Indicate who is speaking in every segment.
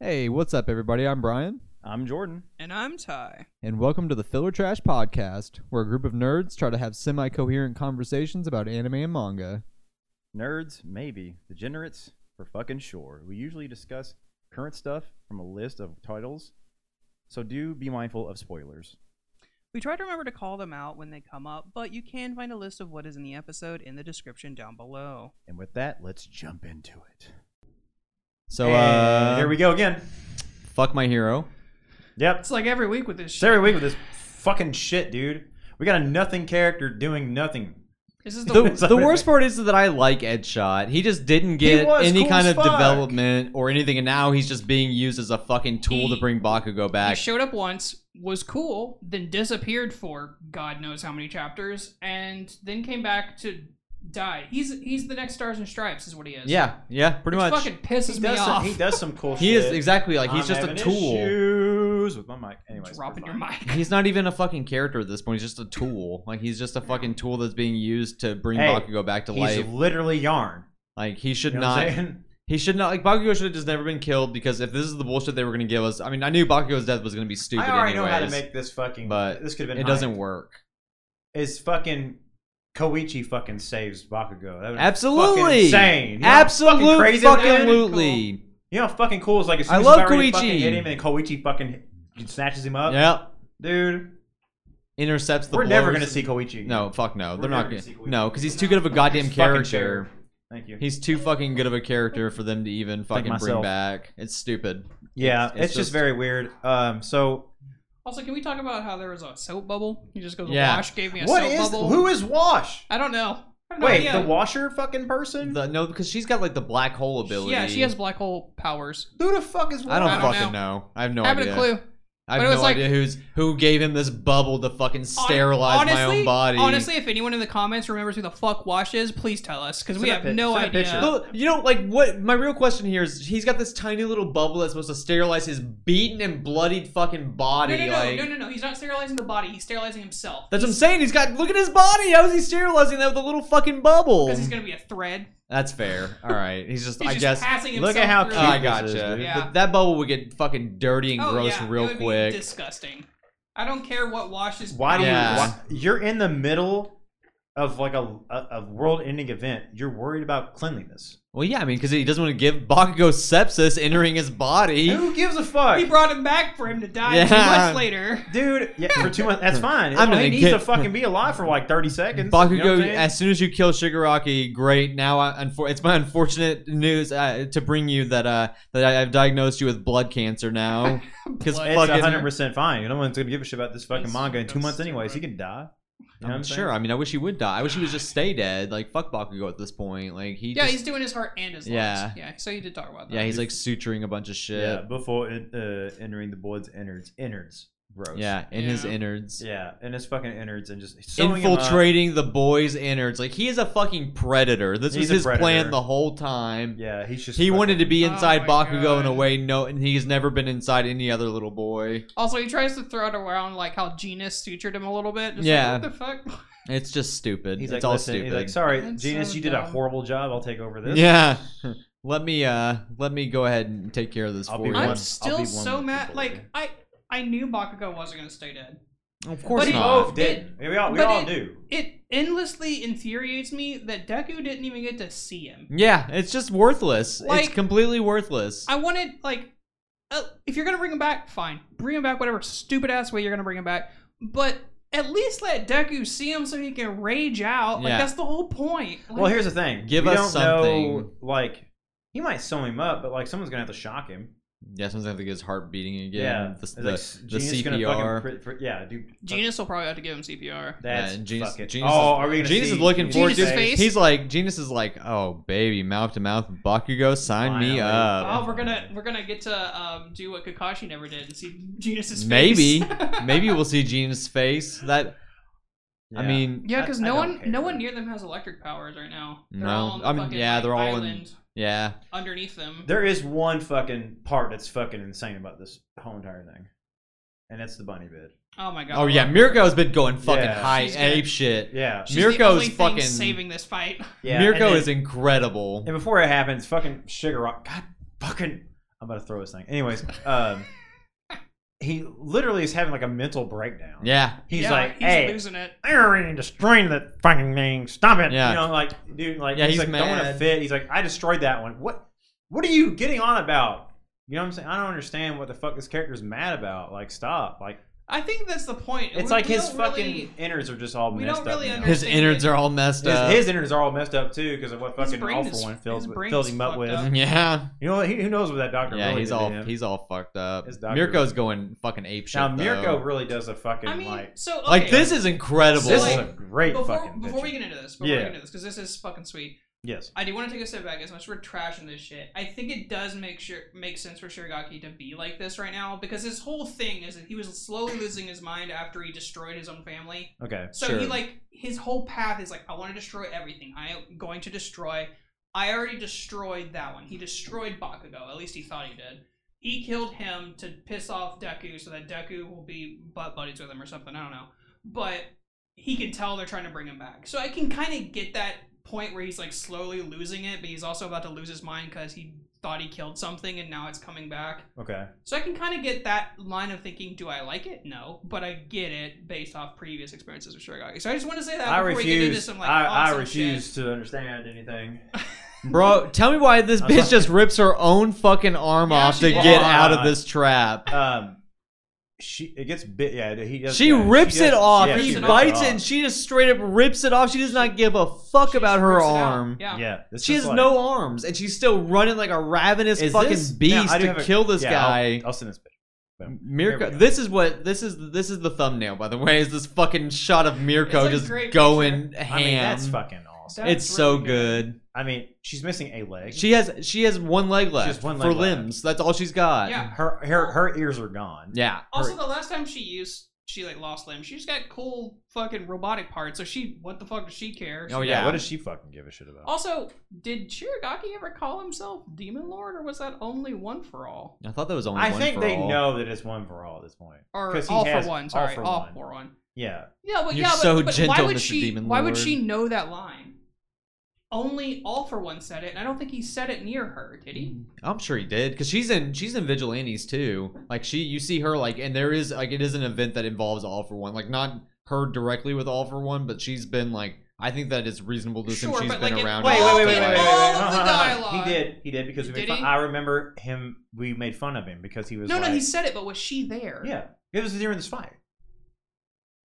Speaker 1: Hey, what's up, everybody? I'm Brian,
Speaker 2: I'm Jordan.
Speaker 3: And I'm Ty.
Speaker 1: and welcome to the Filler Trash Podcast, where a group of nerds try to have semi coherent conversations about anime and manga.
Speaker 2: Nerds, maybe. Degenerates, for fucking sure. We usually discuss current stuff from a list of titles, so do be mindful of spoilers.
Speaker 3: We try to remember to call them out when they come up, but you can find a list of what is in the episode in the description down below.
Speaker 2: And with that, let's jump into it.
Speaker 1: So, uh,
Speaker 2: here we go again.
Speaker 1: Fuck my hero.
Speaker 2: Yep.
Speaker 3: It's like every week with this
Speaker 2: It's every week with this fucking shit, dude. We got a nothing character doing nothing.
Speaker 3: This is
Speaker 1: The,
Speaker 2: It's like-
Speaker 1: the worst part is that I like Ed Shot. He just didn't get
Speaker 2: was
Speaker 1: any
Speaker 2: cool
Speaker 1: kind of
Speaker 2: as fuck.
Speaker 1: development or anything, and now he's just being used as a fucking tool
Speaker 4: He-
Speaker 1: to bring Bakugo
Speaker 4: He
Speaker 1: back.
Speaker 4: showed up once, was cool, then disappeared for God knows how many chapters, and then came back to die. He's he's the next Stars and Stripes, is what he is.
Speaker 1: Yeah, yeah, pretty
Speaker 4: Which
Speaker 1: much.
Speaker 4: fucking pisses
Speaker 2: He
Speaker 4: me
Speaker 2: does,
Speaker 4: off.
Speaker 2: some, he does some cool
Speaker 1: he
Speaker 2: shit.
Speaker 1: is exactly like he's
Speaker 2: I'm
Speaker 1: just a
Speaker 2: having
Speaker 1: tool.
Speaker 2: Issues with my mic. Anyways,
Speaker 4: Dropping
Speaker 2: we're
Speaker 4: your
Speaker 2: fine.
Speaker 4: mic.
Speaker 1: He's not even a fucking character at this point. He's just a tool. Like he's just a fucking tool that's being used to bring
Speaker 2: Hey,
Speaker 1: Bakugo back to
Speaker 2: He's
Speaker 1: life.
Speaker 2: literally yarn.
Speaker 1: Like he should
Speaker 2: You know what I'm
Speaker 1: not.
Speaker 2: saying?
Speaker 1: He should not. Like Bakugo should have just never been killed because if this is the bullshit they were gonna give us, I mean, I knew Bakugo's death was gonna be stupid.
Speaker 2: I already know how to
Speaker 1: anyways,
Speaker 2: make this fucking.
Speaker 1: but
Speaker 2: this could have
Speaker 1: It
Speaker 2: been.
Speaker 1: doesn't
Speaker 2: hyped.
Speaker 1: work.
Speaker 2: Is fucking Koichi fucking saves Bakugo? That was
Speaker 1: Absolutely.
Speaker 2: fucking insane. You know how
Speaker 1: Absolutely.
Speaker 2: fucking crazy that is?
Speaker 1: absolutely.
Speaker 2: You know, how fucking cool is like as soon
Speaker 1: I
Speaker 2: as
Speaker 1: love
Speaker 2: he's about ready to
Speaker 1: Koichi.
Speaker 2: fucking hit him, and Koichi fucking snatches him up.
Speaker 1: Yep.
Speaker 2: dude,
Speaker 1: Intercepts the.
Speaker 2: we're never
Speaker 1: blows.
Speaker 2: gonna see Koichi. Again.
Speaker 1: No, fuck no.
Speaker 2: We're
Speaker 1: They're
Speaker 2: never
Speaker 1: not
Speaker 2: gonna
Speaker 1: gonna.
Speaker 2: see Koichi.
Speaker 1: No, because he's too good of a goddamn
Speaker 2: Just fucking
Speaker 1: character.
Speaker 2: Thank you.
Speaker 1: He's too fucking good of a character for them to even fucking bring
Speaker 2: myself.
Speaker 1: back. It's stupid.
Speaker 2: yeah, it's,
Speaker 1: it's
Speaker 2: just,
Speaker 1: just-
Speaker 2: very weird. Um, so
Speaker 4: also, can we talk about how there was a soap bubble? He just goes,
Speaker 1: Yeah.
Speaker 4: Wash gave me a
Speaker 2: what
Speaker 4: soap
Speaker 2: is
Speaker 4: bubble.
Speaker 2: who is Wash?
Speaker 4: I don't know. I have no
Speaker 2: Wait,
Speaker 4: idea.
Speaker 2: the washer fucking person?
Speaker 1: The, no, because she's got like the black hole ability.
Speaker 4: Yeah, she has black hole powers.
Speaker 2: Who the fuck is Wash?
Speaker 1: I don't,
Speaker 4: I don't
Speaker 1: fucking know. I have no
Speaker 4: I haven't
Speaker 1: idea.
Speaker 4: a clue.
Speaker 1: I have
Speaker 4: But it
Speaker 1: no
Speaker 4: was like-
Speaker 1: idea who's who gave him this bubble to fucking
Speaker 4: Hon-
Speaker 1: sterilize my
Speaker 4: honestly-
Speaker 1: own body.
Speaker 4: Honestly, if anyone in the comments remembers who the fuck Wash is, please tell us because we
Speaker 2: Send a
Speaker 4: have
Speaker 2: pic-
Speaker 4: no
Speaker 2: send a
Speaker 4: idea.
Speaker 2: picture.
Speaker 1: Well, you know, like what my real question here is: he's got this tiny little bubble that's supposed to sterilize his beaten and bloodied fucking body.
Speaker 4: no, no, no,
Speaker 1: like
Speaker 4: no, no, no. He's not sterilizing the body. He's sterilizing himself.
Speaker 1: that's what I'm saying. He's got look at his body. How is he sterilizing that with a little fucking bubble?
Speaker 4: Because he's gonna be a thread.
Speaker 1: That's fair. All right, he's just
Speaker 4: He's
Speaker 1: I
Speaker 4: just
Speaker 1: guess.
Speaker 4: passing himself
Speaker 2: Look at how
Speaker 4: through.
Speaker 1: Oh, I
Speaker 2: Cute this
Speaker 1: gotcha.
Speaker 2: is, dude.
Speaker 4: Yeah.
Speaker 1: But that bubble would get fucking dirty and
Speaker 4: Oh,
Speaker 1: gross
Speaker 4: yeah, it
Speaker 1: real
Speaker 4: would be
Speaker 1: quick.
Speaker 4: disgusting. I don't care what washes.
Speaker 2: Why do
Speaker 1: Yeah.
Speaker 2: you? Why, you're in the middle of like a, a, a world-ending event. You're worried about cleanliness.
Speaker 1: well, yeah, I mean, because he doesn't want to give Bakugo sepsis entering his body.
Speaker 2: Who gives a fuck,
Speaker 4: He brought him back for him to die two
Speaker 1: Yeah.
Speaker 4: months later.
Speaker 2: dude? Yeah, for two months, that's fine.
Speaker 1: I'm
Speaker 2: Well,
Speaker 1: gonna
Speaker 2: he needs
Speaker 1: get-
Speaker 2: to fucking be alive for like 30 seconds.
Speaker 1: Bakugo,
Speaker 2: you know what I'm saying?
Speaker 1: as soon as you kill Shigaraki, great. Now, I, unfor- it's my unfortunate news uh, to bring you that uh, that I, I've diagnosed you with blood cancer now. Because
Speaker 4: Blood.
Speaker 2: it's
Speaker 1: fucking,
Speaker 2: 100 percent fine. You know, no one's gonna give a shit about this fucking
Speaker 4: That's-
Speaker 2: manga in two
Speaker 4: that's
Speaker 2: months, anyways. He
Speaker 4: stupid.
Speaker 2: can die. You know what
Speaker 1: I'm
Speaker 2: I'm saying?
Speaker 1: sure. I mean, I wish he would die. I wish he was just stay dead. Like fuck Bakugo at this point. Like he,
Speaker 4: Yeah,
Speaker 1: just-
Speaker 4: he's doing his heart and his lungs.
Speaker 1: Yeah.
Speaker 4: Yeah, So you did talk about that.
Speaker 1: yeah, he's like suturing a bunch of shit.
Speaker 2: Yeah,
Speaker 1: Yeah,
Speaker 2: before it, uh, entering the board's innards, innards, gross.
Speaker 1: in his
Speaker 4: Yeah.
Speaker 1: innards.
Speaker 2: yeah, and his fucking innards and just sewing him up.
Speaker 1: Infiltrating the boys' innards. Like he is a fucking predator. This
Speaker 2: He's a
Speaker 1: was his plan
Speaker 2: predator.
Speaker 1: the whole time.
Speaker 2: Yeah, he's just
Speaker 1: He wanted to be
Speaker 4: Oh
Speaker 1: inside
Speaker 4: my
Speaker 1: Bakugo in a
Speaker 4: God.
Speaker 1: way no, and he's never been inside any other little boy.
Speaker 4: Also, he tries to throw it around like how Genus sutured him a little bit. Just
Speaker 1: Yeah.
Speaker 4: Like, what the fuck?
Speaker 1: It's just stupid.
Speaker 2: He's
Speaker 1: it's
Speaker 2: like,
Speaker 1: all
Speaker 2: "Listen,"
Speaker 1: stupid.
Speaker 2: He's like, sorry,
Speaker 4: That's
Speaker 2: Genius,
Speaker 4: so
Speaker 2: you did a
Speaker 4: dumb.
Speaker 2: horrible job. I'll take over this.
Speaker 1: yeah. Let me uh let me go ahead and take care of this
Speaker 2: I'll
Speaker 1: for
Speaker 2: be
Speaker 1: you.
Speaker 2: one-
Speaker 4: I'm
Speaker 2: I'll be
Speaker 4: still
Speaker 2: one
Speaker 4: so
Speaker 2: with
Speaker 4: mad.
Speaker 2: people
Speaker 4: Like
Speaker 2: later.
Speaker 4: I, I knew Bakugo wasn't gonna stay dead.
Speaker 1: Of course
Speaker 4: But he-
Speaker 1: not.
Speaker 2: both did. We all, we
Speaker 4: But
Speaker 2: all
Speaker 4: it-
Speaker 2: do.
Speaker 4: It endlessly infuriates me that Deku didn't even get to see him.
Speaker 1: Yeah, it's just worthless. it's
Speaker 4: Like-
Speaker 1: completely worthless.
Speaker 4: I wanted like, uh, if you're gonna bring him back, fine, bring him back whatever stupid ass way you're gonna bring him back, but at least let Deku see him so he can rage out. Like
Speaker 1: Yeah.
Speaker 4: that's the whole point. Like,
Speaker 2: Well, here's the thing.
Speaker 1: Give
Speaker 2: we
Speaker 1: us
Speaker 2: don't know,
Speaker 1: something.
Speaker 2: like, he might sew him up, but like, someone's gonna have to shock him.
Speaker 1: yeah, someone's gonna have to get his heart beating again.
Speaker 2: Yeah.
Speaker 1: The,
Speaker 2: It's
Speaker 1: the,
Speaker 2: like,
Speaker 1: the
Speaker 2: Genius gonna
Speaker 1: CPR.
Speaker 2: fucking pr- pr- yeah, dude.
Speaker 4: Genus will probably have to give him CPR.
Speaker 2: That's
Speaker 1: Yeah, and Genius-
Speaker 2: fucking-
Speaker 1: Genius
Speaker 2: oh,
Speaker 1: is-
Speaker 2: are we gonna
Speaker 1: Genius
Speaker 2: see
Speaker 1: is looking forward to
Speaker 4: Genius's
Speaker 1: it.
Speaker 4: face?
Speaker 1: He's like, Genius is like, oh baby, mouth to mouth, Bakugo, sign me
Speaker 2: Finally.
Speaker 1: up.
Speaker 2: Uh,
Speaker 4: Oh, we're gonna we're gonna get to um, do what Kakashi never did and see Genus's face.
Speaker 1: Maybe, maybe we'll see Genius' face. That I
Speaker 2: Yeah.
Speaker 1: mean,
Speaker 4: yeah, because
Speaker 2: I- I
Speaker 4: no
Speaker 2: don't
Speaker 4: one no
Speaker 2: care.
Speaker 4: one near them has electric powers right now. They're
Speaker 1: No.
Speaker 4: all on the
Speaker 1: I mean,
Speaker 4: fucking,
Speaker 1: yeah,
Speaker 4: like,
Speaker 1: they're all in-
Speaker 4: island
Speaker 1: yeah,
Speaker 4: underneath them.
Speaker 2: there is one fucking part that's fucking insane about this whole entire thing, and that's the bunny bit.
Speaker 4: Oh my god.
Speaker 1: Oh yeah, Mirko's been going fucking
Speaker 2: Yeah.
Speaker 1: high
Speaker 4: She's good.
Speaker 1: ape shit.
Speaker 2: Yeah,
Speaker 4: She's
Speaker 1: Mirko's
Speaker 4: the only thing
Speaker 1: fucking-
Speaker 4: saving this fight.
Speaker 2: yeah.
Speaker 1: Mirko
Speaker 2: and then-
Speaker 1: is incredible.
Speaker 2: And before it happens, fucking Shigaraki, God, fucking I'm about to throw this thing. Anyways, um, he literally is having like a mental breakdown.
Speaker 1: Yeah.
Speaker 2: He's
Speaker 4: Yeah,
Speaker 2: like,
Speaker 4: he's
Speaker 2: hey,
Speaker 4: losing it.
Speaker 2: they're already destroying that fucking thing. Stop it.
Speaker 1: Yeah.
Speaker 2: You know, like, dude, like,
Speaker 1: Yeah,
Speaker 2: he's,
Speaker 1: he's
Speaker 2: like, throwing a
Speaker 1: mad.
Speaker 2: fit. He's like, I destroyed that one. What, what are you getting on about? You know what I'm saying? I don't understand what the fuck this character's mad about. Like, stop. Like,
Speaker 4: I think that's the point.
Speaker 2: it's
Speaker 4: We-
Speaker 2: like
Speaker 4: we
Speaker 2: his
Speaker 4: don't
Speaker 2: fucking
Speaker 4: really-
Speaker 2: innards are just all
Speaker 4: we
Speaker 2: messed
Speaker 4: don't
Speaker 2: up
Speaker 4: really
Speaker 2: now.
Speaker 4: under-
Speaker 1: His innards are all messed up.
Speaker 2: His, his innards are all messed up too because of what
Speaker 4: His
Speaker 2: fucking
Speaker 4: brain
Speaker 2: awful
Speaker 4: is-
Speaker 2: one fills,
Speaker 4: his brain
Speaker 2: fills
Speaker 4: is
Speaker 2: him up
Speaker 4: fucked
Speaker 2: with.
Speaker 4: up.
Speaker 1: yeah.
Speaker 2: You know what? Who knows what that doctor
Speaker 1: Yeah,
Speaker 2: really
Speaker 1: he's
Speaker 2: did to
Speaker 1: all
Speaker 2: him.
Speaker 1: he's all fucked up.
Speaker 2: His doctor-
Speaker 1: Mirko's going fucking ape shit.
Speaker 2: now, Mirko
Speaker 1: though.
Speaker 2: really does a fucking
Speaker 4: I mean,
Speaker 2: like.
Speaker 4: so okay.
Speaker 1: like this is incredible.
Speaker 2: This is
Speaker 4: like,
Speaker 2: a great
Speaker 4: before,
Speaker 2: fucking.
Speaker 4: before we
Speaker 2: picture.
Speaker 4: get into this, before
Speaker 2: Yeah.
Speaker 4: we get into this, because this is fucking sweet.
Speaker 2: yes,
Speaker 4: I do want to take a step back. As much as we're trashing this shit, I think it does make sure make sense for Shiragaki to be like this right now because his whole thing is that he was slowly losing his mind after he destroyed his own family.
Speaker 2: okay,
Speaker 4: So
Speaker 1: Sure.
Speaker 4: he like his whole path is like, I want to destroy everything. I am going to destroy. I already destroyed that one. He destroyed Bakugo. At least he thought he did. He killed him to piss off Deku so that Deku will be butt buddies with him or something. I don't know. But he can tell they're trying to bring him back. So I can kind of get that point where he's like slowly losing it, but he's also about to lose his mind because he thought he killed something and now it's coming back.
Speaker 2: okay.
Speaker 4: So I can kind of get that line of thinking. Do I like it? No, but I get it based off previous experiences with Shiragaki. So I just want to say that
Speaker 2: I
Speaker 4: uh, before we get into
Speaker 2: refuse.
Speaker 4: some like
Speaker 2: I,
Speaker 4: awesome
Speaker 2: I refuse
Speaker 4: Shit.
Speaker 2: to understand anything.
Speaker 1: Bro, tell me why this
Speaker 2: I'm
Speaker 1: bitch
Speaker 2: sorry.
Speaker 1: just rips her own fucking arm
Speaker 4: Yeah,
Speaker 1: off to
Speaker 4: she
Speaker 1: get
Speaker 4: did.
Speaker 1: out of this trap.
Speaker 2: Um, she it gets bit. Yeah, he does.
Speaker 1: She
Speaker 2: yeah,
Speaker 1: rips
Speaker 2: does-
Speaker 1: it off.
Speaker 2: yeah,
Speaker 4: she
Speaker 1: he
Speaker 2: rips
Speaker 1: bites it,
Speaker 2: off.
Speaker 1: and she just straight up rips it off. She does not give a fuck
Speaker 4: She
Speaker 1: about
Speaker 4: just
Speaker 1: her
Speaker 4: rips it out.
Speaker 1: arm.
Speaker 4: Yeah.
Speaker 2: Yeah, this
Speaker 1: She
Speaker 2: is
Speaker 1: has
Speaker 2: like-
Speaker 1: no arms, and she's still running like a ravenous
Speaker 2: Is
Speaker 1: fucking
Speaker 2: this- now, I
Speaker 1: beast
Speaker 2: do
Speaker 1: to
Speaker 2: have a-
Speaker 1: kill this
Speaker 2: yeah,
Speaker 1: guy.
Speaker 2: I'll, I'll send this. picture. There
Speaker 1: Mirko,
Speaker 2: we go.
Speaker 1: this is what this is. This is the thumbnail, by the way. Is this fucking shot of
Speaker 4: It's
Speaker 1: Mirko
Speaker 4: a
Speaker 1: just
Speaker 4: great
Speaker 1: going ham?
Speaker 2: I mean, that's fucking awesome.
Speaker 4: That's
Speaker 1: it's so
Speaker 4: really good.
Speaker 1: good.
Speaker 2: I mean, she's missing a leg.
Speaker 1: She has she has one leg left
Speaker 2: has one
Speaker 1: for
Speaker 2: leg left.
Speaker 1: limbs. That's all she's got.
Speaker 4: Yeah.
Speaker 2: her her her ears are gone.
Speaker 1: Yeah.
Speaker 4: Also, the last time she used, she like lost limbs. She just got cool fucking robotic parts. So she, what the fuck does she care?
Speaker 1: Oh
Speaker 2: Yeah,
Speaker 1: yeah.
Speaker 2: what does she fucking give a shit about?
Speaker 4: Also, did Shiragaki ever call himself Demon Lord, or was that only One for All,
Speaker 1: I thought that was only.
Speaker 2: I
Speaker 1: one
Speaker 2: think
Speaker 1: for
Speaker 2: they
Speaker 1: all.
Speaker 2: know that it's one for all at this point.
Speaker 4: or
Speaker 2: 'Cause he
Speaker 4: All
Speaker 2: has
Speaker 4: for One? Sorry,
Speaker 2: All for One.
Speaker 4: for One.
Speaker 2: Yeah,
Speaker 4: Yeah, but
Speaker 1: You're
Speaker 4: yeah,
Speaker 1: so
Speaker 4: but, but why
Speaker 1: gentle,
Speaker 4: would
Speaker 1: Mr.
Speaker 4: she?
Speaker 1: Demon
Speaker 4: why would
Speaker 1: Lord.
Speaker 4: she know that line? Only All for One said it, and I don't think he said it near her, did he?
Speaker 1: I'm sure he did because she's in she's in vigilantes too. Like she, you see her like, and there is like it is an event that involves all for one. Like not her directly with all for one, but she's been like. I think that it's reasonable to assume
Speaker 4: Sure,
Speaker 1: she's
Speaker 4: but,
Speaker 1: been
Speaker 4: like, it-
Speaker 1: around.
Speaker 2: Wait,
Speaker 1: all
Speaker 2: wait,
Speaker 1: her
Speaker 2: wait, wait, wait,
Speaker 1: life.
Speaker 2: wait, wait, wait.
Speaker 4: All
Speaker 2: no,
Speaker 4: of
Speaker 2: no,
Speaker 4: the
Speaker 2: no, no.
Speaker 4: dialogue.
Speaker 2: He did. He did because we
Speaker 4: Did
Speaker 2: made fun.
Speaker 4: he?
Speaker 2: I remember him. We made fun of him because he was.
Speaker 4: No,
Speaker 2: like,
Speaker 4: no, he said it, but was she there?
Speaker 2: Yeah, it was during this fight.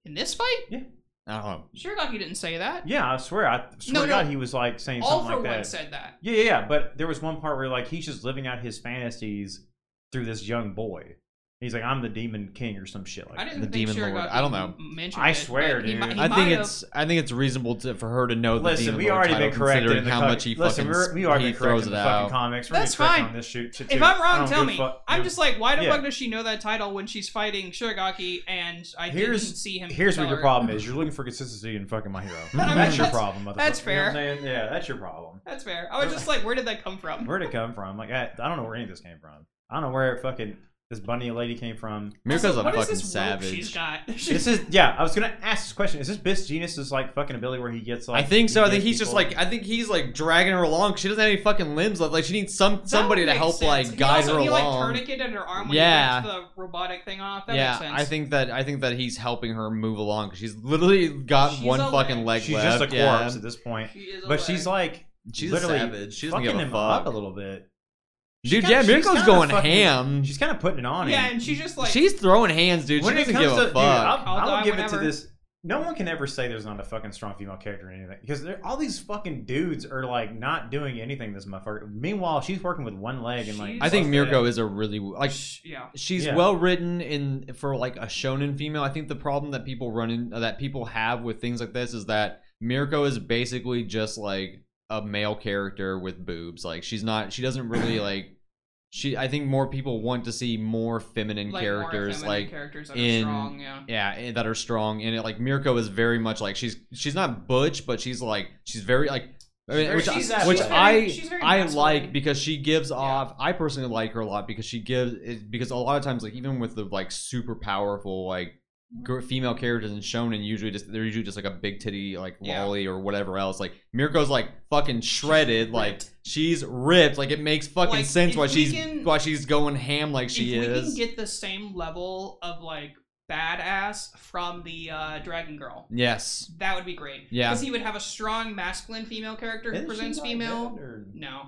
Speaker 4: In this fight,
Speaker 1: I don't know.
Speaker 4: Shiragaki didn't say that.
Speaker 2: Yeah, I swear. I swear
Speaker 4: No,
Speaker 2: to God,
Speaker 4: no.
Speaker 2: he was like saying
Speaker 4: All
Speaker 2: something
Speaker 4: for
Speaker 2: like
Speaker 4: One
Speaker 2: that.
Speaker 4: said that.
Speaker 2: Yeah, yeah, yeah. But there was one part where like he's just living out his fantasies through this young boy. He's like, I'm the demon king or some shit like.
Speaker 4: I
Speaker 2: that.
Speaker 4: didn't
Speaker 1: The Demon
Speaker 4: think Shiragaki
Speaker 1: Lord. I don't know.
Speaker 4: Mentioned
Speaker 2: I
Speaker 4: it,
Speaker 2: swear,
Speaker 4: but he
Speaker 2: dude.
Speaker 4: mi- he
Speaker 1: I
Speaker 4: might
Speaker 1: think
Speaker 4: have-
Speaker 1: it's I think it's reasonable to, for her to know the
Speaker 2: Listen,
Speaker 1: Demon
Speaker 2: we
Speaker 1: Lord
Speaker 2: already
Speaker 1: title,
Speaker 2: been corrected in
Speaker 1: considering
Speaker 2: the
Speaker 1: how
Speaker 2: co-
Speaker 1: much he
Speaker 2: Listen,
Speaker 1: fucking
Speaker 2: we're, we already
Speaker 1: he
Speaker 2: been corrected
Speaker 1: throws
Speaker 2: in
Speaker 1: it
Speaker 2: the fucking
Speaker 1: out.
Speaker 2: comics. We're
Speaker 4: That's
Speaker 2: gonna correct
Speaker 4: fine.
Speaker 2: On this shoot, shit,
Speaker 4: If
Speaker 2: too.
Speaker 4: I'm
Speaker 2: I
Speaker 4: wrong,
Speaker 2: don't
Speaker 4: tell
Speaker 2: give a
Speaker 4: me.
Speaker 2: fuck,
Speaker 4: I'm
Speaker 2: dude.
Speaker 4: just like, why the
Speaker 2: Yeah.
Speaker 4: fuck does she know that title when she's fighting Shiragaki and I
Speaker 2: Here's-
Speaker 4: didn't see him?
Speaker 2: Here's
Speaker 4: tell
Speaker 2: what your
Speaker 4: her?
Speaker 2: problem is. You're looking for consistency in fucking My Hero.
Speaker 1: I mean,
Speaker 2: that's your
Speaker 4: that's-
Speaker 2: problem, motherfucker.
Speaker 4: that's
Speaker 2: You know what I'm saying? yeah, that's your problem.
Speaker 4: That's fair. I was just like, where did that come from?
Speaker 2: Where'd it come from? Like, I, I don't know where any of this came from. I don't know where fucking this bunny lady came from.
Speaker 1: Mirko's
Speaker 4: Also,
Speaker 1: a
Speaker 4: what is
Speaker 1: fucking
Speaker 4: this rope She's
Speaker 1: savage.
Speaker 4: got.
Speaker 2: This is yeah. I was gonna ask this question. Is this Bis Genius's like fucking ability where he gets
Speaker 1: I
Speaker 2: like?
Speaker 1: think so. I
Speaker 2: he
Speaker 1: think
Speaker 2: gets
Speaker 1: he's just
Speaker 2: people-
Speaker 1: like I think he's like dragging her along. 'cause She doesn't have any fucking limbs left. Like she needs some somebody to
Speaker 4: That makes
Speaker 1: help
Speaker 4: sense.
Speaker 1: like
Speaker 4: He
Speaker 1: guide
Speaker 4: also-
Speaker 1: her
Speaker 4: he,
Speaker 1: along.
Speaker 4: Like, tourniqueted her arm when
Speaker 1: Yeah.
Speaker 4: he ripped the robotic thing off. That
Speaker 1: yeah,
Speaker 4: makes sense.
Speaker 1: I think that I think that he's helping her move along. 'cause She's literally got
Speaker 4: She's
Speaker 1: one
Speaker 4: a
Speaker 1: fucking
Speaker 4: leg.
Speaker 1: leg
Speaker 2: she's
Speaker 1: left.
Speaker 2: just a corpse
Speaker 1: yeah.
Speaker 2: at this point.
Speaker 4: She is a
Speaker 2: But
Speaker 4: leg.
Speaker 2: she's like
Speaker 1: She's a
Speaker 2: literally
Speaker 1: savage. She doesn't
Speaker 2: fucking
Speaker 1: give a
Speaker 2: him up a
Speaker 1: fuck.
Speaker 2: little bit.
Speaker 1: Dude,
Speaker 2: She's
Speaker 1: yeah,
Speaker 2: kinda- she's
Speaker 1: Mirko's
Speaker 2: kinda
Speaker 1: going
Speaker 2: fucking-
Speaker 1: ham.
Speaker 2: She's kind of putting it on
Speaker 4: yeah,
Speaker 2: him.
Speaker 4: and she's just like,
Speaker 1: she's throwing hands, dude.
Speaker 2: when
Speaker 1: she
Speaker 2: it
Speaker 1: doesn't
Speaker 2: comes
Speaker 1: give
Speaker 2: to
Speaker 1: a
Speaker 2: dude,
Speaker 1: fuck.
Speaker 2: I'll,
Speaker 4: I'll
Speaker 2: I'll
Speaker 4: die
Speaker 2: give it
Speaker 4: whenever.
Speaker 2: to this. No one can ever say there's not a fucking strong female character in anything because all these fucking dudes are like not doing anything. This motherfucker. Meanwhile, she's working with one leg and like.
Speaker 4: She's
Speaker 1: I think
Speaker 2: fuck
Speaker 1: Mirko
Speaker 2: that.
Speaker 1: is a really like
Speaker 4: Sh- yeah.
Speaker 1: she's
Speaker 2: Yeah.
Speaker 1: well written in for like a shonen female. I think the problem that people run in that people have with things like this is that Mirko is basically just like a male character with boobs. Like she's not she doesn't really like she I think more people want to see more feminine
Speaker 4: Like more
Speaker 1: characters
Speaker 4: feminine
Speaker 1: like
Speaker 4: characters that
Speaker 1: in-
Speaker 4: are strong. Yeah.
Speaker 1: yeah and that are strong and it like Mirko is very much like she's she's not butch but she's like she's very like I mean,
Speaker 2: very-
Speaker 1: which, I-
Speaker 2: she's
Speaker 1: which
Speaker 2: athletic.
Speaker 1: I
Speaker 4: She's very
Speaker 1: I
Speaker 4: masculine.
Speaker 1: like because she gives off. I personally like her a lot because she gives it, because a lot of times like even with the like super powerful like gr- female characters in shonen usually just they're usually just like a big titty like
Speaker 4: Yeah.
Speaker 1: lolly or whatever else. Like Mirko's like fucking shredded, like she's ripped. Like it makes fucking
Speaker 4: Like,
Speaker 1: sense
Speaker 4: if
Speaker 1: why
Speaker 4: we
Speaker 1: she's
Speaker 4: can-
Speaker 1: why she's going ham like she
Speaker 4: if we
Speaker 1: is.
Speaker 4: can get the same level of like badass from the uh, Dragon Girl,
Speaker 1: yes.
Speaker 4: that would be great.
Speaker 1: Yeah.
Speaker 4: because he would have a strong masculine female character who
Speaker 2: Isn't she
Speaker 4: presents
Speaker 2: not
Speaker 4: female.
Speaker 2: dead, or-
Speaker 4: No,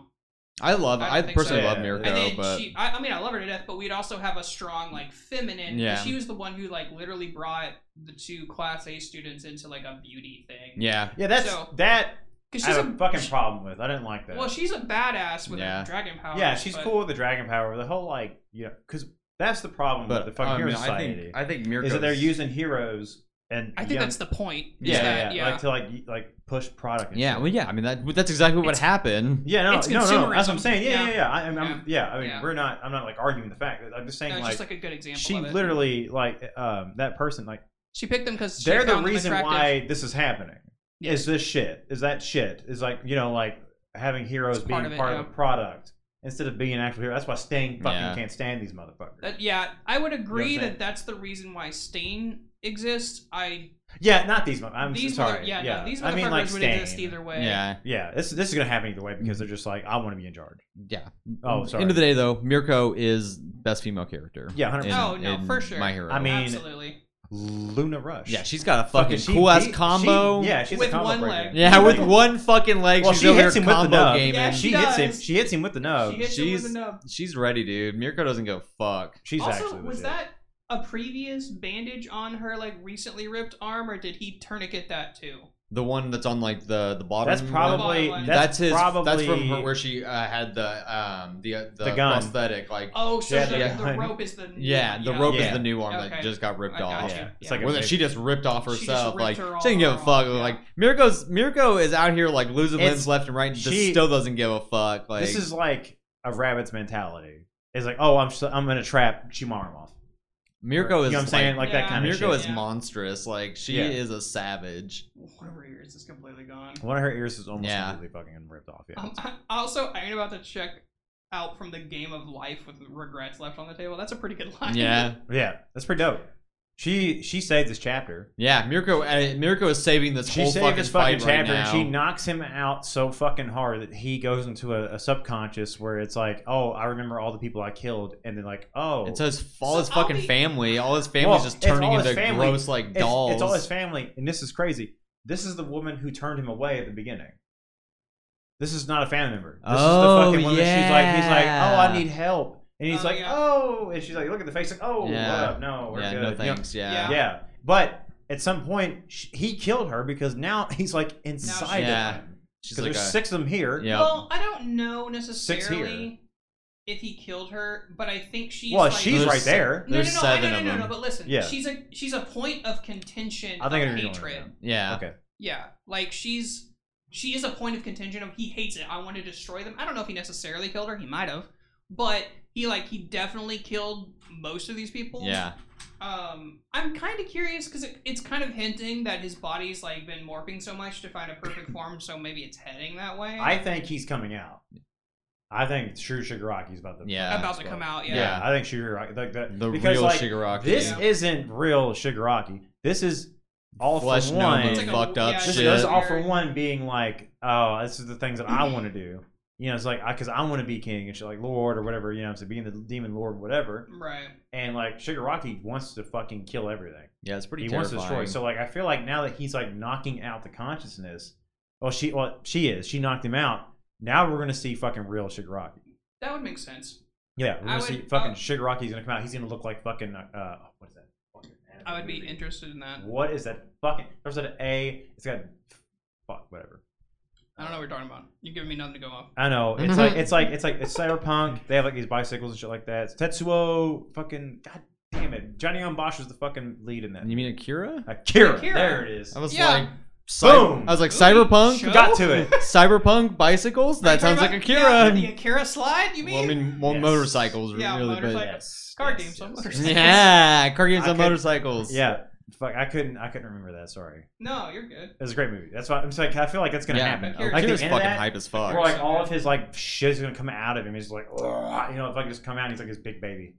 Speaker 1: I love
Speaker 4: I
Speaker 1: I,
Speaker 4: don't think so.
Speaker 1: personally love
Speaker 2: Yeah.
Speaker 1: Mirko,
Speaker 4: and then
Speaker 1: but
Speaker 4: she, I, I mean, I love her to death, but we'd also have a strong like feminine. 'cause
Speaker 1: Yeah.
Speaker 4: she was the one who like literally brought the two class A students into like a beauty thing.
Speaker 1: yeah.
Speaker 2: Yeah, that's
Speaker 4: So-
Speaker 2: that.
Speaker 4: because
Speaker 2: I
Speaker 4: she's
Speaker 2: have a,
Speaker 4: a
Speaker 2: fucking
Speaker 4: she-
Speaker 2: problem with. I didn't like that.
Speaker 4: Well, she's a badass with
Speaker 1: Yeah.
Speaker 4: her dragon power.
Speaker 2: yeah, she's cool with the dragon power. The whole like, you know, because that's the problem
Speaker 1: But um,
Speaker 2: with the fucking
Speaker 1: I,
Speaker 2: hero
Speaker 1: mean, I
Speaker 2: society
Speaker 1: think I think Mirko
Speaker 2: is that they're using heroes and
Speaker 4: I think
Speaker 2: young-
Speaker 4: that's the point. is
Speaker 2: yeah,
Speaker 4: that, yeah.
Speaker 2: like to like y- like push product. And
Speaker 1: Yeah,
Speaker 2: shit.
Speaker 1: well, yeah. I mean, that that's exactly what
Speaker 4: It's-
Speaker 1: happened.
Speaker 2: Yeah, no,
Speaker 4: It's
Speaker 2: no, no. That's what I'm
Speaker 4: consumerism.
Speaker 2: saying. Yeah,
Speaker 4: Yeah.
Speaker 2: yeah, yeah. I, I'm, I'm, yeah. I mean,
Speaker 4: Yeah.
Speaker 2: we're not. I'm not like arguing the fact. I'm just saying
Speaker 4: no, it's
Speaker 2: like,
Speaker 4: just like a good example.
Speaker 2: she
Speaker 4: of it.
Speaker 2: literally like um that person like
Speaker 4: she picked them because
Speaker 2: they're the reason why this is happening.
Speaker 4: Yeah.
Speaker 2: Is this shit? Is that shit? Is like you know like having heroes
Speaker 4: It's
Speaker 2: being
Speaker 4: part
Speaker 2: part of,
Speaker 4: of it, yeah.
Speaker 2: the product instead of being an actual hero. That's why Sting fucking
Speaker 1: Yeah.
Speaker 2: can't stand these motherfuckers.
Speaker 4: That, Uh, yeah, I would agree
Speaker 2: You know what I'm
Speaker 4: that that's the reason why Stain exists. I
Speaker 2: yeah, not these. mo- I'm
Speaker 4: these
Speaker 2: so sorry.
Speaker 4: mother- yeah, No, these motherfuckers
Speaker 2: I mean like
Speaker 4: would
Speaker 2: Sting.
Speaker 4: exist either way. Mm-hmm.
Speaker 1: Yeah,
Speaker 2: Yeah, this this is gonna happen either way because they're just like I want to be in charge.
Speaker 1: yeah.
Speaker 2: Oh, sorry.
Speaker 1: End of the day, though, Mirko is best female character.
Speaker 2: Yeah, 100%.
Speaker 1: in-
Speaker 4: Oh, no,
Speaker 1: in
Speaker 4: for sure.
Speaker 1: My hero.
Speaker 2: I mean-
Speaker 4: absolutely.
Speaker 2: Luna Rush.
Speaker 1: yeah, she's got a fucking
Speaker 2: Fucking she
Speaker 1: cool ass
Speaker 2: beat-
Speaker 1: combo.
Speaker 2: She, yeah, she's
Speaker 4: With
Speaker 2: a combo
Speaker 4: one
Speaker 2: breaker.
Speaker 4: leg.
Speaker 1: Yeah, with one fucking leg,
Speaker 2: Well,
Speaker 1: she's
Speaker 2: she
Speaker 1: over
Speaker 2: hits
Speaker 1: here
Speaker 2: him with the
Speaker 1: combo
Speaker 2: nub.
Speaker 1: gaming.
Speaker 4: Yeah,
Speaker 2: She,
Speaker 4: She
Speaker 2: hits him.
Speaker 4: does.
Speaker 2: She hits him with the nub.
Speaker 4: she hits
Speaker 1: she's-
Speaker 4: him with a nub.
Speaker 1: She's ready, dude. Mirko doesn't give a fuck.
Speaker 2: She's
Speaker 4: Also,
Speaker 2: actually legit.
Speaker 4: was that a previous bandage on her like recently ripped arm, or did he tourniquet that too?
Speaker 1: The one that's on like the the bottom.
Speaker 2: That's
Speaker 1: one.
Speaker 2: probably
Speaker 4: That's
Speaker 2: that's,
Speaker 1: That's his.
Speaker 2: Probably
Speaker 1: That's from her, where she uh, had the um the uh, the,
Speaker 2: The gun.
Speaker 1: prosthetic like.
Speaker 4: Oh, so
Speaker 2: Yeah,
Speaker 4: the,
Speaker 1: yeah.
Speaker 4: the rope is the
Speaker 1: Yeah, the rope is
Speaker 2: Yeah.
Speaker 1: the new arm that
Speaker 4: Okay.
Speaker 1: just got ripped
Speaker 4: I got
Speaker 1: off.
Speaker 4: you.
Speaker 2: Yeah, it's
Speaker 4: Yeah.
Speaker 2: like a
Speaker 1: Whether
Speaker 2: big-
Speaker 1: she just ripped off
Speaker 4: She just
Speaker 1: herself,
Speaker 4: ripped
Speaker 1: like
Speaker 4: her
Speaker 1: she didn't give a
Speaker 4: arm
Speaker 1: fuck.
Speaker 4: off, yeah.
Speaker 1: Like Mirko's Mirko is out here like losing
Speaker 2: It's-
Speaker 1: limbs left and right, and just
Speaker 2: she-
Speaker 1: still doesn't give a fuck. Like
Speaker 2: this is like a rabbit's mentality. It's like, oh, I'm so, I'm in a trap. She my arm off.
Speaker 1: Mirko
Speaker 2: you
Speaker 1: is
Speaker 2: know what I'm saying,
Speaker 1: like,
Speaker 2: like that
Speaker 4: Yeah.
Speaker 2: kind of
Speaker 1: Mirko
Speaker 2: shit.
Speaker 1: is
Speaker 4: Yeah.
Speaker 1: monstrous. Like she
Speaker 2: Yeah.
Speaker 1: is a savage.
Speaker 4: One of her ears is completely gone.
Speaker 2: One of her ears is almost
Speaker 1: Yeah.
Speaker 2: completely fucking ripped off. Yeah.
Speaker 4: Um, I- also, I'm about to check out from the game of life with regrets left on the table. That's a pretty good line.
Speaker 1: Yeah,
Speaker 2: yeah, that's pretty dope. She she saved this chapter.
Speaker 1: yeah. Mirko, uh, Mirko is saving this
Speaker 2: She
Speaker 1: whole
Speaker 2: saved
Speaker 1: fucking,
Speaker 2: this fucking
Speaker 1: fight
Speaker 2: chapter,
Speaker 1: right
Speaker 2: and
Speaker 1: now.
Speaker 2: she knocks him out so fucking hard that he goes into a, a subconscious where it's like, oh, I remember all the people I killed, and then like, oh,
Speaker 1: It's his, all
Speaker 4: So
Speaker 1: his fucking
Speaker 4: I'll be-
Speaker 1: family. All his family's
Speaker 2: Well,
Speaker 1: just
Speaker 2: it's
Speaker 1: turning
Speaker 2: all his
Speaker 1: into
Speaker 2: family.
Speaker 1: gross like
Speaker 2: It's-
Speaker 1: dolls.
Speaker 2: It's, all his family, and this is crazy. This is the woman who turned him away at the beginning. This is not a family member.
Speaker 1: Oh,
Speaker 2: This is the fucking woman. that She's like, he's like, oh,
Speaker 1: yeah.
Speaker 2: I need help, and he's
Speaker 4: Oh,
Speaker 2: like,
Speaker 4: yeah.
Speaker 2: oh, and she's like, look at the face, like, oh,
Speaker 1: Yeah.
Speaker 2: what up? No, we're
Speaker 1: yeah,
Speaker 2: good.
Speaker 1: no
Speaker 2: You know,
Speaker 1: thanks. Yeah.
Speaker 2: Yeah. but at some point, sh he killed her because now he's like inside
Speaker 1: Yeah.
Speaker 2: of him.
Speaker 1: she's
Speaker 2: Because
Speaker 1: like,
Speaker 2: there's
Speaker 1: a-
Speaker 2: six of them here.
Speaker 1: yeah,
Speaker 4: Well, I don't know
Speaker 2: Six here.
Speaker 4: necessarily if he killed her, but I think she's
Speaker 2: well,
Speaker 4: like,
Speaker 2: she's
Speaker 1: There's
Speaker 2: right there.
Speaker 4: no,
Speaker 1: there's
Speaker 4: no, no,
Speaker 1: seven
Speaker 4: no,
Speaker 1: of
Speaker 4: no, no, no,
Speaker 1: them.
Speaker 4: But listen,
Speaker 2: Yeah.
Speaker 4: she's a she's a point of contention.
Speaker 2: I think I
Speaker 4: of
Speaker 2: know you're
Speaker 4: hatred.
Speaker 2: going.
Speaker 1: yeah.
Speaker 2: Okay.
Speaker 4: Yeah, like she's she is a point of contention of he hates it. I want to destroy them. I don't know if he necessarily killed her. He might have, but he like he definitely killed most of these people.
Speaker 1: Yeah.
Speaker 4: Um, I'm kind of curious because it, it's kind of hinting that his body's like been morphing so much to find a perfect form, so maybe it's heading that way.
Speaker 2: I think he's coming out. I think Shu Shigaraki's about to
Speaker 1: Yeah.
Speaker 4: about to come out. Yeah.
Speaker 1: Yeah.
Speaker 2: I think Shigaraki like that.
Speaker 1: The
Speaker 2: because,
Speaker 1: real
Speaker 2: like,
Speaker 1: Shigaraki.
Speaker 2: This
Speaker 4: Yeah.
Speaker 2: isn't real Shigaraki. This is all
Speaker 1: flesh
Speaker 2: for one.
Speaker 1: number
Speaker 4: It's like a-
Speaker 1: fucked up
Speaker 4: yeah,
Speaker 2: this
Speaker 1: shit.
Speaker 2: is
Speaker 4: There's
Speaker 2: all for one being like, oh, this is the things that I want to do. You know, it's like because I, want to be king and shit, like Lord or whatever. You know, so being the demon Lord, whatever.
Speaker 4: Right.
Speaker 2: And like Shigaraki wants to fucking kill everything.
Speaker 1: yeah, it's pretty
Speaker 2: he
Speaker 1: terrifying.
Speaker 2: wants to destroy. So like, I feel like now that he's like knocking out the consciousness, well, she, well, she is. She knocked him out. Now we're gonna see fucking real Shigaraki.
Speaker 4: That would make sense.
Speaker 2: Yeah, we're
Speaker 4: I
Speaker 2: gonna see
Speaker 4: would-
Speaker 2: fucking
Speaker 4: I-
Speaker 2: Shigaraki's gonna come out. He's gonna look like fucking uh, uh what is that? Fucking anime
Speaker 4: I would be
Speaker 2: movie.
Speaker 4: interested in that.
Speaker 2: What is that fucking? There's an A. It's got fuck whatever.
Speaker 4: I don't know what you're talking about. You're giving me nothing to go off.
Speaker 2: I know. It's like it's like it's like it's cyberpunk. They have like these bicycles and shit like that. It's Tetsuo. Fucking god damn it. Johnny on Bosch was the fucking lead in that.
Speaker 1: You mean Akira?
Speaker 2: Akira.
Speaker 4: Akira.
Speaker 2: There it is.
Speaker 1: I was
Speaker 4: Yeah.
Speaker 1: like, cy-
Speaker 2: Boom.
Speaker 1: I was like,
Speaker 4: Ooh,
Speaker 1: cyberpunk,
Speaker 4: sure.
Speaker 2: Got to it.
Speaker 1: cyberpunk bicycles. That
Speaker 4: Are you
Speaker 1: sounds like
Speaker 4: talking
Speaker 1: Akira.
Speaker 4: about- Yeah, the Akira slide? You mean?
Speaker 1: well, I mean, well,
Speaker 2: Yes.
Speaker 1: motorcycles, are
Speaker 4: Yeah,
Speaker 1: really,
Speaker 4: motorcycle-
Speaker 2: yes.
Speaker 4: Card
Speaker 2: yes,
Speaker 4: games on
Speaker 2: yes.
Speaker 1: but
Speaker 4: motorcycles.
Speaker 1: yeah, car games
Speaker 2: I
Speaker 1: on
Speaker 2: could-
Speaker 1: motorcycles.
Speaker 2: Yeah. Fuck. I couldn't. I couldn't remember that. Sorry.
Speaker 4: no, you're good.
Speaker 2: It was a great movie. That's why I'm just like. I feel like that's gonna
Speaker 1: Yeah,
Speaker 2: happen. Like
Speaker 4: Akira's
Speaker 2: the
Speaker 1: Akira's
Speaker 2: end
Speaker 1: fucking
Speaker 2: of that,
Speaker 1: hype as fuck.
Speaker 2: Where like all of his like shit is gonna come out of him. He's like, "Ugh," you know, if I could just come out, he's like his big baby.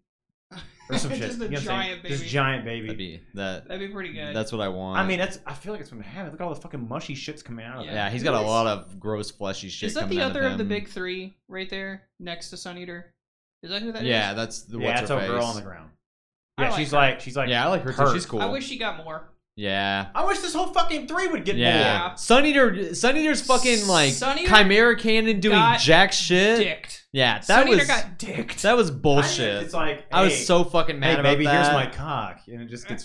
Speaker 2: or some shit.
Speaker 4: Just a
Speaker 2: you know what I'm saying?
Speaker 4: giant baby.
Speaker 2: Just giant baby.
Speaker 1: That'd be that.
Speaker 4: That'd be pretty good.
Speaker 1: That's what I want.
Speaker 2: I mean, that's. I feel like it's gonna happen. Look at all the fucking mushy shits coming out of
Speaker 4: Yeah.
Speaker 2: it.
Speaker 1: yeah, he's got a lot of gross fleshy shit.
Speaker 4: is that
Speaker 1: coming
Speaker 4: the
Speaker 1: out
Speaker 4: other of, the
Speaker 1: him.
Speaker 4: big three right there next to Sun Eater? Is that who that is?
Speaker 1: yeah, that's the
Speaker 2: Yeah,
Speaker 1: what's
Speaker 2: that's
Speaker 1: her
Speaker 2: a girl
Speaker 1: face.
Speaker 2: on the ground.
Speaker 4: I
Speaker 2: Yeah,
Speaker 4: like
Speaker 2: she's
Speaker 4: her.
Speaker 2: like, she's like,
Speaker 1: yeah, I like her,
Speaker 2: Her.
Speaker 1: too. She's cool.
Speaker 4: I wish she got more.
Speaker 1: yeah.
Speaker 2: I wish this whole fucking three would get
Speaker 1: Yeah.
Speaker 4: Yeah.
Speaker 1: Sun Eater Sun Eater's fucking like
Speaker 4: Sun Eater
Speaker 1: Chimera Cannon doing
Speaker 4: got
Speaker 1: jack shit.
Speaker 4: Dicked.
Speaker 1: Yeah, that
Speaker 4: Sun
Speaker 1: was
Speaker 4: Eater got dicked.
Speaker 1: that was
Speaker 2: more. I
Speaker 1: bullshit.
Speaker 2: didn't- It's like,
Speaker 1: I
Speaker 2: hey,
Speaker 1: was so fucking mad
Speaker 2: hey,
Speaker 1: about
Speaker 2: baby,
Speaker 1: that.
Speaker 2: here's my cock, and it just gets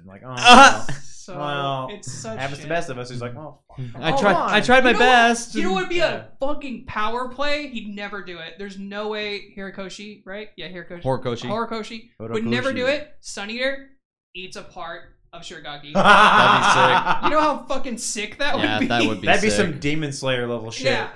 Speaker 2: I'm like, oh,
Speaker 1: Ah!
Speaker 2: well.
Speaker 4: So
Speaker 2: Well,
Speaker 4: it's such
Speaker 2: happens to the
Speaker 4: shit.
Speaker 2: best of us. He's like, "Oh, well,
Speaker 1: I
Speaker 4: Oh,
Speaker 2: Hold
Speaker 1: tried.
Speaker 2: on.
Speaker 1: I tried my
Speaker 4: You know what-
Speaker 1: best.
Speaker 4: You know what would be
Speaker 2: Yeah.
Speaker 4: a fucking power play? He'd never do it. There's no way Hirakoshi, right? Yeah, Hirakoshi.
Speaker 1: Horikoshi.
Speaker 4: Horikoshi would
Speaker 2: Horikoshi.
Speaker 4: never do it. Sun Eater eats a part of Shurigaki.
Speaker 1: That'd
Speaker 4: you know how fucking sick that
Speaker 1: yeah,
Speaker 4: would be?
Speaker 1: that would be.
Speaker 2: That'd be
Speaker 1: sick.
Speaker 2: some Demon Slayer level shit.
Speaker 4: Yeah.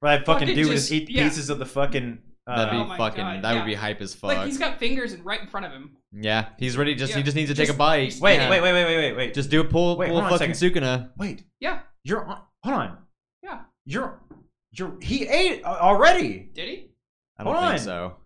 Speaker 2: Where that fucking
Speaker 4: Fucking
Speaker 2: dude would
Speaker 4: just-
Speaker 2: just eat
Speaker 4: yeah.
Speaker 2: pieces of the fucking.
Speaker 1: That'd be
Speaker 2: Uh,
Speaker 4: Oh my
Speaker 1: fucking.
Speaker 4: God,
Speaker 1: that
Speaker 4: yeah.
Speaker 1: would be hype as fuck.
Speaker 4: Like he's got fingers and right in front of him.
Speaker 1: yeah, he's ready. Just he
Speaker 4: Yeah,
Speaker 1: just needs to take
Speaker 4: just-
Speaker 1: a bite.
Speaker 4: just-
Speaker 2: wait,
Speaker 1: yeah.
Speaker 2: wait, wait, wait, wait, wait, wait.
Speaker 1: Just do a pull.
Speaker 2: Wait,
Speaker 1: pull
Speaker 2: hold
Speaker 1: a
Speaker 2: on
Speaker 1: fucking
Speaker 2: a
Speaker 1: Sukuna.
Speaker 2: wait.
Speaker 4: Yeah.
Speaker 2: You're on. Hold on.
Speaker 4: Yeah.
Speaker 2: You're. You're. He ate a- already.
Speaker 4: Did he?
Speaker 1: I don't
Speaker 2: Hold
Speaker 1: think
Speaker 2: on.
Speaker 1: so.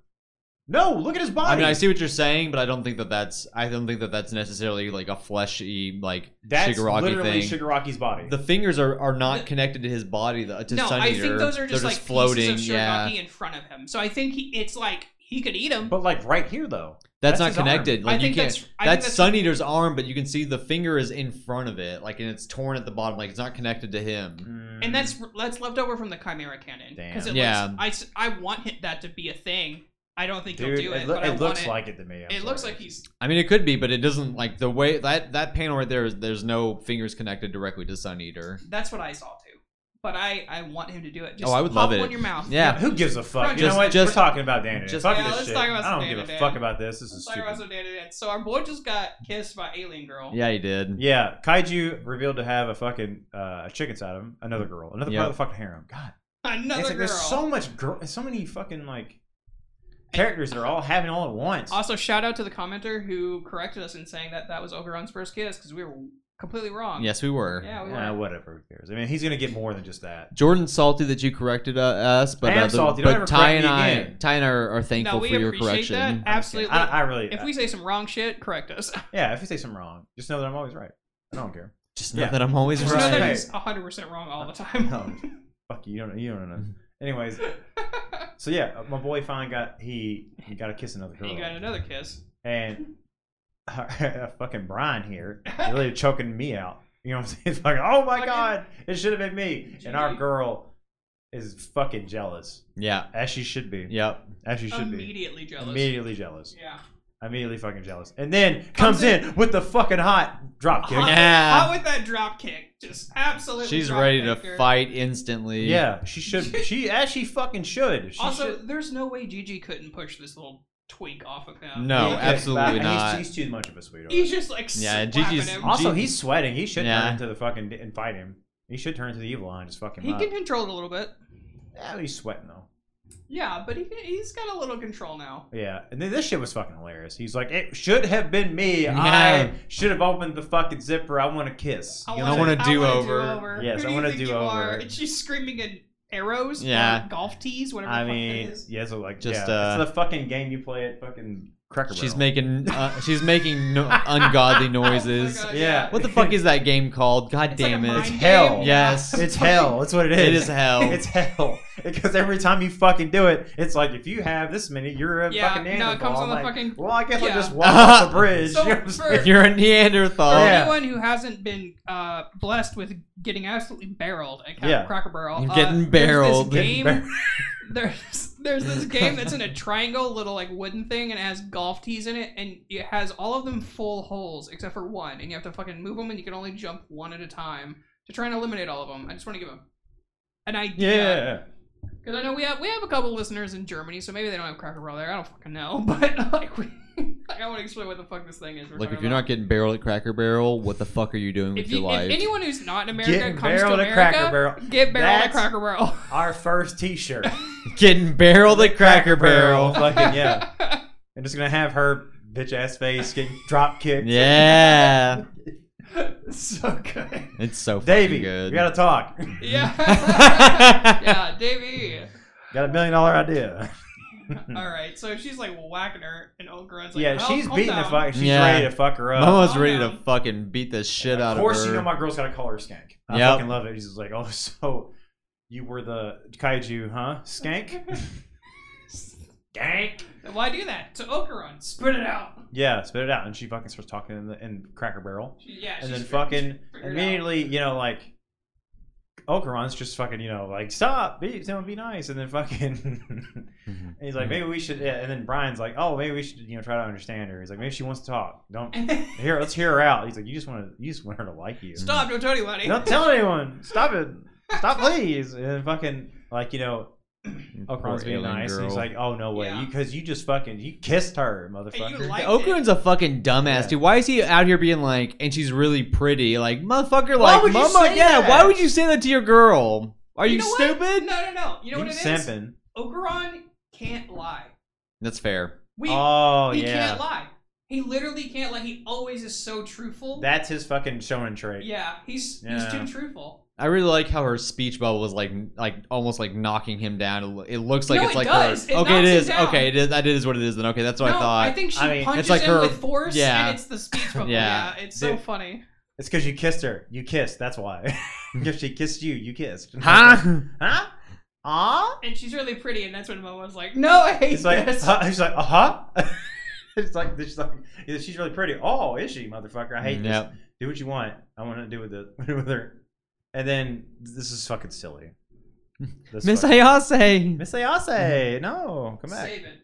Speaker 2: No, look at his body.
Speaker 1: I mean, I see what you're saying, but I don't think that that's. I don't think that that's necessarily like a fleshy like
Speaker 2: That's
Speaker 1: Shigaraki
Speaker 2: literally
Speaker 1: thing.
Speaker 2: Shigaraki's body.
Speaker 1: the fingers are, are not
Speaker 4: The-
Speaker 1: connected to his body though, to
Speaker 4: no,
Speaker 1: Sun
Speaker 4: I
Speaker 1: Eater.
Speaker 4: think those are just,
Speaker 1: They're
Speaker 4: like
Speaker 1: just floating.
Speaker 4: pieces of
Speaker 1: yeah,
Speaker 4: Shurigaki in front of him. So I think he, it's like he could eat him.
Speaker 2: but like right here though.
Speaker 1: that's,
Speaker 2: That's
Speaker 1: not
Speaker 2: his arm.
Speaker 1: connected. Like
Speaker 4: I think
Speaker 1: you can't.
Speaker 4: that's I
Speaker 1: that's,
Speaker 4: think
Speaker 1: Sun Eater's arm, but you can see the finger is in front of it, like and it's torn at the bottom, like it's not connected to him.
Speaker 4: and
Speaker 2: Mm,
Speaker 4: that's that's left over from the Chimera Cannon because
Speaker 2: Damn.
Speaker 4: it
Speaker 1: Yeah.
Speaker 4: looks. I s- I, want it, that to be a thing. I don't think
Speaker 2: dude.
Speaker 4: he'll do it.
Speaker 2: it, loo-
Speaker 4: but I
Speaker 2: it
Speaker 4: want
Speaker 2: looks
Speaker 4: it.
Speaker 2: like it to me. I'm
Speaker 4: it looks
Speaker 2: sorry.
Speaker 4: like he's
Speaker 1: I mean, it could be, but it doesn't. Like the way that that panel right there is, there's no fingers connected directly to Sun Eater.
Speaker 4: That's what I saw too. But I, I want him to do it. Just
Speaker 1: Oh, I would
Speaker 4: pop
Speaker 1: love it.
Speaker 4: In your mouth.
Speaker 1: Yeah.
Speaker 2: Who gives a fuck? you
Speaker 4: Just-
Speaker 2: know what?
Speaker 1: just-
Speaker 2: We're talking about Dan.
Speaker 1: just-
Speaker 2: fuck
Speaker 4: Yeah,
Speaker 2: this
Speaker 4: let's
Speaker 2: shit.
Speaker 4: talk about
Speaker 2: I don't
Speaker 4: some
Speaker 2: give a
Speaker 4: Dan.
Speaker 2: fuck about this. This is
Speaker 4: Sorry,
Speaker 2: stupid.
Speaker 4: Russell did it. So our boy just got kissed by alien girl.
Speaker 1: Yeah, he did.
Speaker 2: Yeah, kaiju revealed to have a fucking uh, a chicken side of him. Another girl, another
Speaker 1: Yeah.
Speaker 2: part of the fucking harem. God,
Speaker 4: Another
Speaker 2: it's like
Speaker 4: girl.
Speaker 2: there's so much girl, so many fucking like characters that are all having all at once.
Speaker 4: Also, shout out to the commenter who corrected us in saying that that was Oberon's first kiss because we were completely wrong.
Speaker 1: Yes, we were.
Speaker 4: Yeah, we were.
Speaker 2: Yeah, whatever. Who cares? I mean, he's gonna get more than just that.
Speaker 1: Jordan's salty that you corrected uh, us, but
Speaker 2: I am
Speaker 1: uh, the-
Speaker 2: salty. Don't
Speaker 1: but
Speaker 2: ever
Speaker 1: Ty and
Speaker 2: correct me
Speaker 1: I,
Speaker 2: again.
Speaker 1: Ty and I are, are thankful
Speaker 4: no, we
Speaker 1: for your
Speaker 4: appreciate
Speaker 1: correction.
Speaker 4: that. Absolutely.
Speaker 2: I, I really.
Speaker 4: if we say some wrong shit, correct us.
Speaker 2: yeah, if you say something wrong, just know that I'm always right. I don't care.
Speaker 1: Just know
Speaker 2: Yeah.
Speaker 1: that I'm always
Speaker 4: Just
Speaker 2: Right.
Speaker 4: know that
Speaker 1: right.
Speaker 4: he's 100% wrong all the time.
Speaker 2: No. Fuck you. You don't. You don't know. Anyways, so yeah, uh, my boy finally got he he got to kiss another girl.
Speaker 4: he got another kiss.
Speaker 2: and fucking Brian here really choking me out. You know what I'm saying? Fucking, oh my
Speaker 4: Fucking-
Speaker 2: god, it should have been me. And our
Speaker 4: Gee.
Speaker 2: girl is fucking jealous,
Speaker 1: Yeah.
Speaker 2: as she should be.
Speaker 1: Yep.
Speaker 2: As she should be.
Speaker 4: Immediately jealous.
Speaker 2: Immediately jealous.
Speaker 4: Yeah.
Speaker 2: Immediately fucking jealous. And then comes, in, with the fucking hot drop kick.
Speaker 4: Hot,
Speaker 1: Yeah.
Speaker 4: hot with that drop kick. Just absolutely.
Speaker 1: She's
Speaker 4: drop
Speaker 1: ready to
Speaker 4: kicked her.
Speaker 1: fight instantly.
Speaker 2: Yeah, she should. She as she fucking should. She
Speaker 4: Also,
Speaker 2: should.
Speaker 4: there's no way Gigi couldn't push this little tweak off of him.
Speaker 1: No,
Speaker 2: He-
Speaker 1: absolutely
Speaker 2: he's-
Speaker 1: not.
Speaker 2: He's, too much of a sweetheart.
Speaker 4: He's just like
Speaker 1: Yeah,
Speaker 4: yeah,
Speaker 1: Gigi's-
Speaker 4: him.
Speaker 2: also,
Speaker 1: G-
Speaker 2: he's sweating. He should
Speaker 1: Yeah.
Speaker 2: turn into the fucking d- and fight him. He should turn into the evil eye and just fuck him
Speaker 4: He
Speaker 2: up.
Speaker 4: can control it a little bit.
Speaker 2: Yeah, he's sweating though.
Speaker 4: Yeah, but he can, he's got a little control now.
Speaker 2: Yeah, and then this shit was fucking hilarious. He's like, "It should have been me. I
Speaker 1: Yeah.
Speaker 2: should have opened the fucking zipper. I want to kiss." You know
Speaker 1: I
Speaker 2: what
Speaker 1: want
Speaker 2: I'm
Speaker 1: a
Speaker 4: I
Speaker 1: do-over.
Speaker 4: do-over.
Speaker 2: Yes,
Speaker 4: Who
Speaker 2: I
Speaker 4: do
Speaker 2: want a
Speaker 4: you think you
Speaker 2: do-over.
Speaker 4: are? And she's screaming in arrows.
Speaker 1: Yeah.
Speaker 4: or golf tees,
Speaker 2: saying?
Speaker 4: whatever.
Speaker 2: I
Speaker 4: the fuck
Speaker 2: mean,
Speaker 4: that is.
Speaker 2: yeah, so like,
Speaker 1: Just,
Speaker 2: just
Speaker 1: uh,
Speaker 2: it's the fucking game you play at fucking Cracker
Speaker 1: She's
Speaker 2: Barrel.
Speaker 1: making uh, she's making no- ungodly noises.
Speaker 4: Oh my Oh God,
Speaker 2: Yeah.
Speaker 1: What the fuck is that game called? God
Speaker 4: It's like a
Speaker 1: damn
Speaker 4: mind
Speaker 1: it!
Speaker 4: game.
Speaker 2: hell.
Speaker 1: Yes.
Speaker 2: It's hell. That's what it is.
Speaker 1: It is hell.
Speaker 2: It's hell because every time you fucking do it, it's like if you have this many, you're a
Speaker 4: Yeah,
Speaker 2: fucking
Speaker 4: no,
Speaker 2: animal.
Speaker 4: it comes on the
Speaker 2: Like,
Speaker 4: fucking-
Speaker 2: Well, I guess I
Speaker 4: yeah.
Speaker 2: just walk off the bridge.
Speaker 4: So
Speaker 2: You know what I'm
Speaker 4: for-
Speaker 2: saying?
Speaker 1: You're a
Speaker 4: For
Speaker 1: Neanderthal.
Speaker 2: Yeah.
Speaker 4: anyone who hasn't been uh, blessed with getting absolutely barreled at Ca-
Speaker 2: Yeah.
Speaker 4: Cracker Barrel,
Speaker 1: You're
Speaker 4: uh,
Speaker 1: getting barreled.
Speaker 4: There's this game.
Speaker 2: Getting
Speaker 4: there's there's this game that's in a triangle, little like wooden thing, and it has golf tees in it, and it has all of them full holes except for one, and you have to fucking move them, and you can only jump one at a time to try and eliminate all of them. I just want to give them an idea.
Speaker 2: yeah.
Speaker 4: Because I know we have we have a couple listeners in Germany, so maybe they don't have Cracker Barrel there. I don't fucking know, but like we, like, I want to explain what the fuck this thing is. we're
Speaker 1: Look, if
Speaker 4: talking
Speaker 1: you're
Speaker 4: about.
Speaker 1: not getting barreled at Cracker Barrel, what the fuck are you doing with
Speaker 4: if,
Speaker 1: your
Speaker 4: you,
Speaker 1: life?
Speaker 4: if anyone who's not in America
Speaker 2: Getting
Speaker 4: comes to
Speaker 2: barreled
Speaker 4: America,
Speaker 2: at Cracker Barrel.
Speaker 4: get barreled at
Speaker 2: That's-
Speaker 4: Cracker Barrel.
Speaker 2: Our first T-shirt.
Speaker 1: Getting barreled at Cracker Barrel.
Speaker 2: Fucking yeah. I'm just gonna have her bitch ass face get drop kicked.
Speaker 1: Yeah,
Speaker 2: so good.
Speaker 1: it's so fucking
Speaker 2: Davey,
Speaker 1: good.
Speaker 2: we gotta talk.
Speaker 4: yeah, yeah, Davey.
Speaker 2: Got a million dollar idea.
Speaker 4: All right, so she's like whacking her, and Ogron's like,
Speaker 2: Hmm. yeah,
Speaker 4: "Well,
Speaker 2: she's
Speaker 4: calm
Speaker 2: beating
Speaker 4: down.
Speaker 2: the fuck. She's
Speaker 1: Yeah.
Speaker 2: ready to fuck her up.
Speaker 1: Mama's
Speaker 4: calm
Speaker 1: ready to
Speaker 4: down.
Speaker 1: fucking beat the shit out
Speaker 2: of
Speaker 1: of her.
Speaker 2: course, you know my girl's got to call her skank. I
Speaker 1: Yep.
Speaker 2: fucking love it. She's just like, oh, so you were the kaiju, huh? Skank? skank.
Speaker 4: Why do that to Ogron? Spit it out.
Speaker 2: Yeah, spit it out. And she fucking starts talking in, the, in Cracker Barrel.
Speaker 4: She- yeah,
Speaker 2: and
Speaker 4: she's
Speaker 2: then
Speaker 4: figured-
Speaker 2: fucking
Speaker 4: figured it out.
Speaker 2: immediately, you know, like Okoron's just fucking, you know, like stop, be, someone be nice, and then fucking, and he's
Speaker 4: Hmm.
Speaker 2: like, maybe we should, yeah. and then Brian's like, oh, maybe we should, you know, try to understand her. He's like, maybe she wants to talk. Don't here, let's hear her out. He's like, you just want to, you just want her to like you.
Speaker 4: Stop! Don't tell anybody.
Speaker 2: Don't tell anyone. Stop it. Stop, please. And then fucking, like, you know, Okoron's being nice. And he's like, oh no way,
Speaker 4: Yeah.
Speaker 2: because you, just fucking, you kissed her, motherfucker.
Speaker 4: like-
Speaker 1: Oakland's a fucking dumbass,
Speaker 2: Yeah.
Speaker 1: dude. Why is he out here being like, and she's really pretty? Like, motherfucker,
Speaker 2: Why
Speaker 1: like,
Speaker 2: would you
Speaker 1: mama,
Speaker 2: say
Speaker 1: yeah,
Speaker 2: that?
Speaker 1: why would you say that to your girl? Are you,
Speaker 4: know what?
Speaker 1: stupid?
Speaker 4: No, no, no. You know
Speaker 2: You
Speaker 4: what it is?
Speaker 2: simping.
Speaker 4: Ogron can't lie.
Speaker 1: That's fair.
Speaker 4: We
Speaker 2: oh
Speaker 4: he
Speaker 2: yeah.
Speaker 4: can't lie. He literally can't lie. He always is so truthful.
Speaker 2: That's his fucking showing trait.
Speaker 4: yeah, he's
Speaker 2: Yeah.
Speaker 4: he's too truthful.
Speaker 1: I really like how her speech bubble was like, like almost like knocking him down. It lo- It looks like
Speaker 4: No,
Speaker 1: it's
Speaker 4: it
Speaker 1: like
Speaker 4: does.
Speaker 1: her. okay, it
Speaker 4: It knocks him
Speaker 1: is.
Speaker 4: down.
Speaker 1: Okay, it is. That is what it is. Then okay, that's what
Speaker 4: no,
Speaker 1: I thought.
Speaker 4: think she
Speaker 2: I mean, it's
Speaker 4: punches
Speaker 1: like
Speaker 4: him
Speaker 1: her-
Speaker 4: with force,
Speaker 1: yeah.
Speaker 4: and it's the speech bubble.
Speaker 1: Yeah.
Speaker 4: yeah. it's so
Speaker 2: Dude.
Speaker 4: funny.
Speaker 2: It's because you kissed her. You kissed. That's why. if she kissed you, you kissed.
Speaker 1: huh?
Speaker 2: Huh? Aw?
Speaker 4: And she's really pretty, and that's when Momo's like, "No, I hate
Speaker 2: It's like,
Speaker 4: this."
Speaker 2: huh? He's like, uh huh? it's like, she's like, yeah, she's really pretty. Oh, is she, motherfucker? I hate this.
Speaker 1: Yep.
Speaker 2: Do what you want. I want to do with it with her. And then this is fucking silly. This
Speaker 1: Miss Mm-hmm.
Speaker 2: fucking-
Speaker 1: Hayase.
Speaker 2: Miss Ayase. No, come back.
Speaker 4: Save it.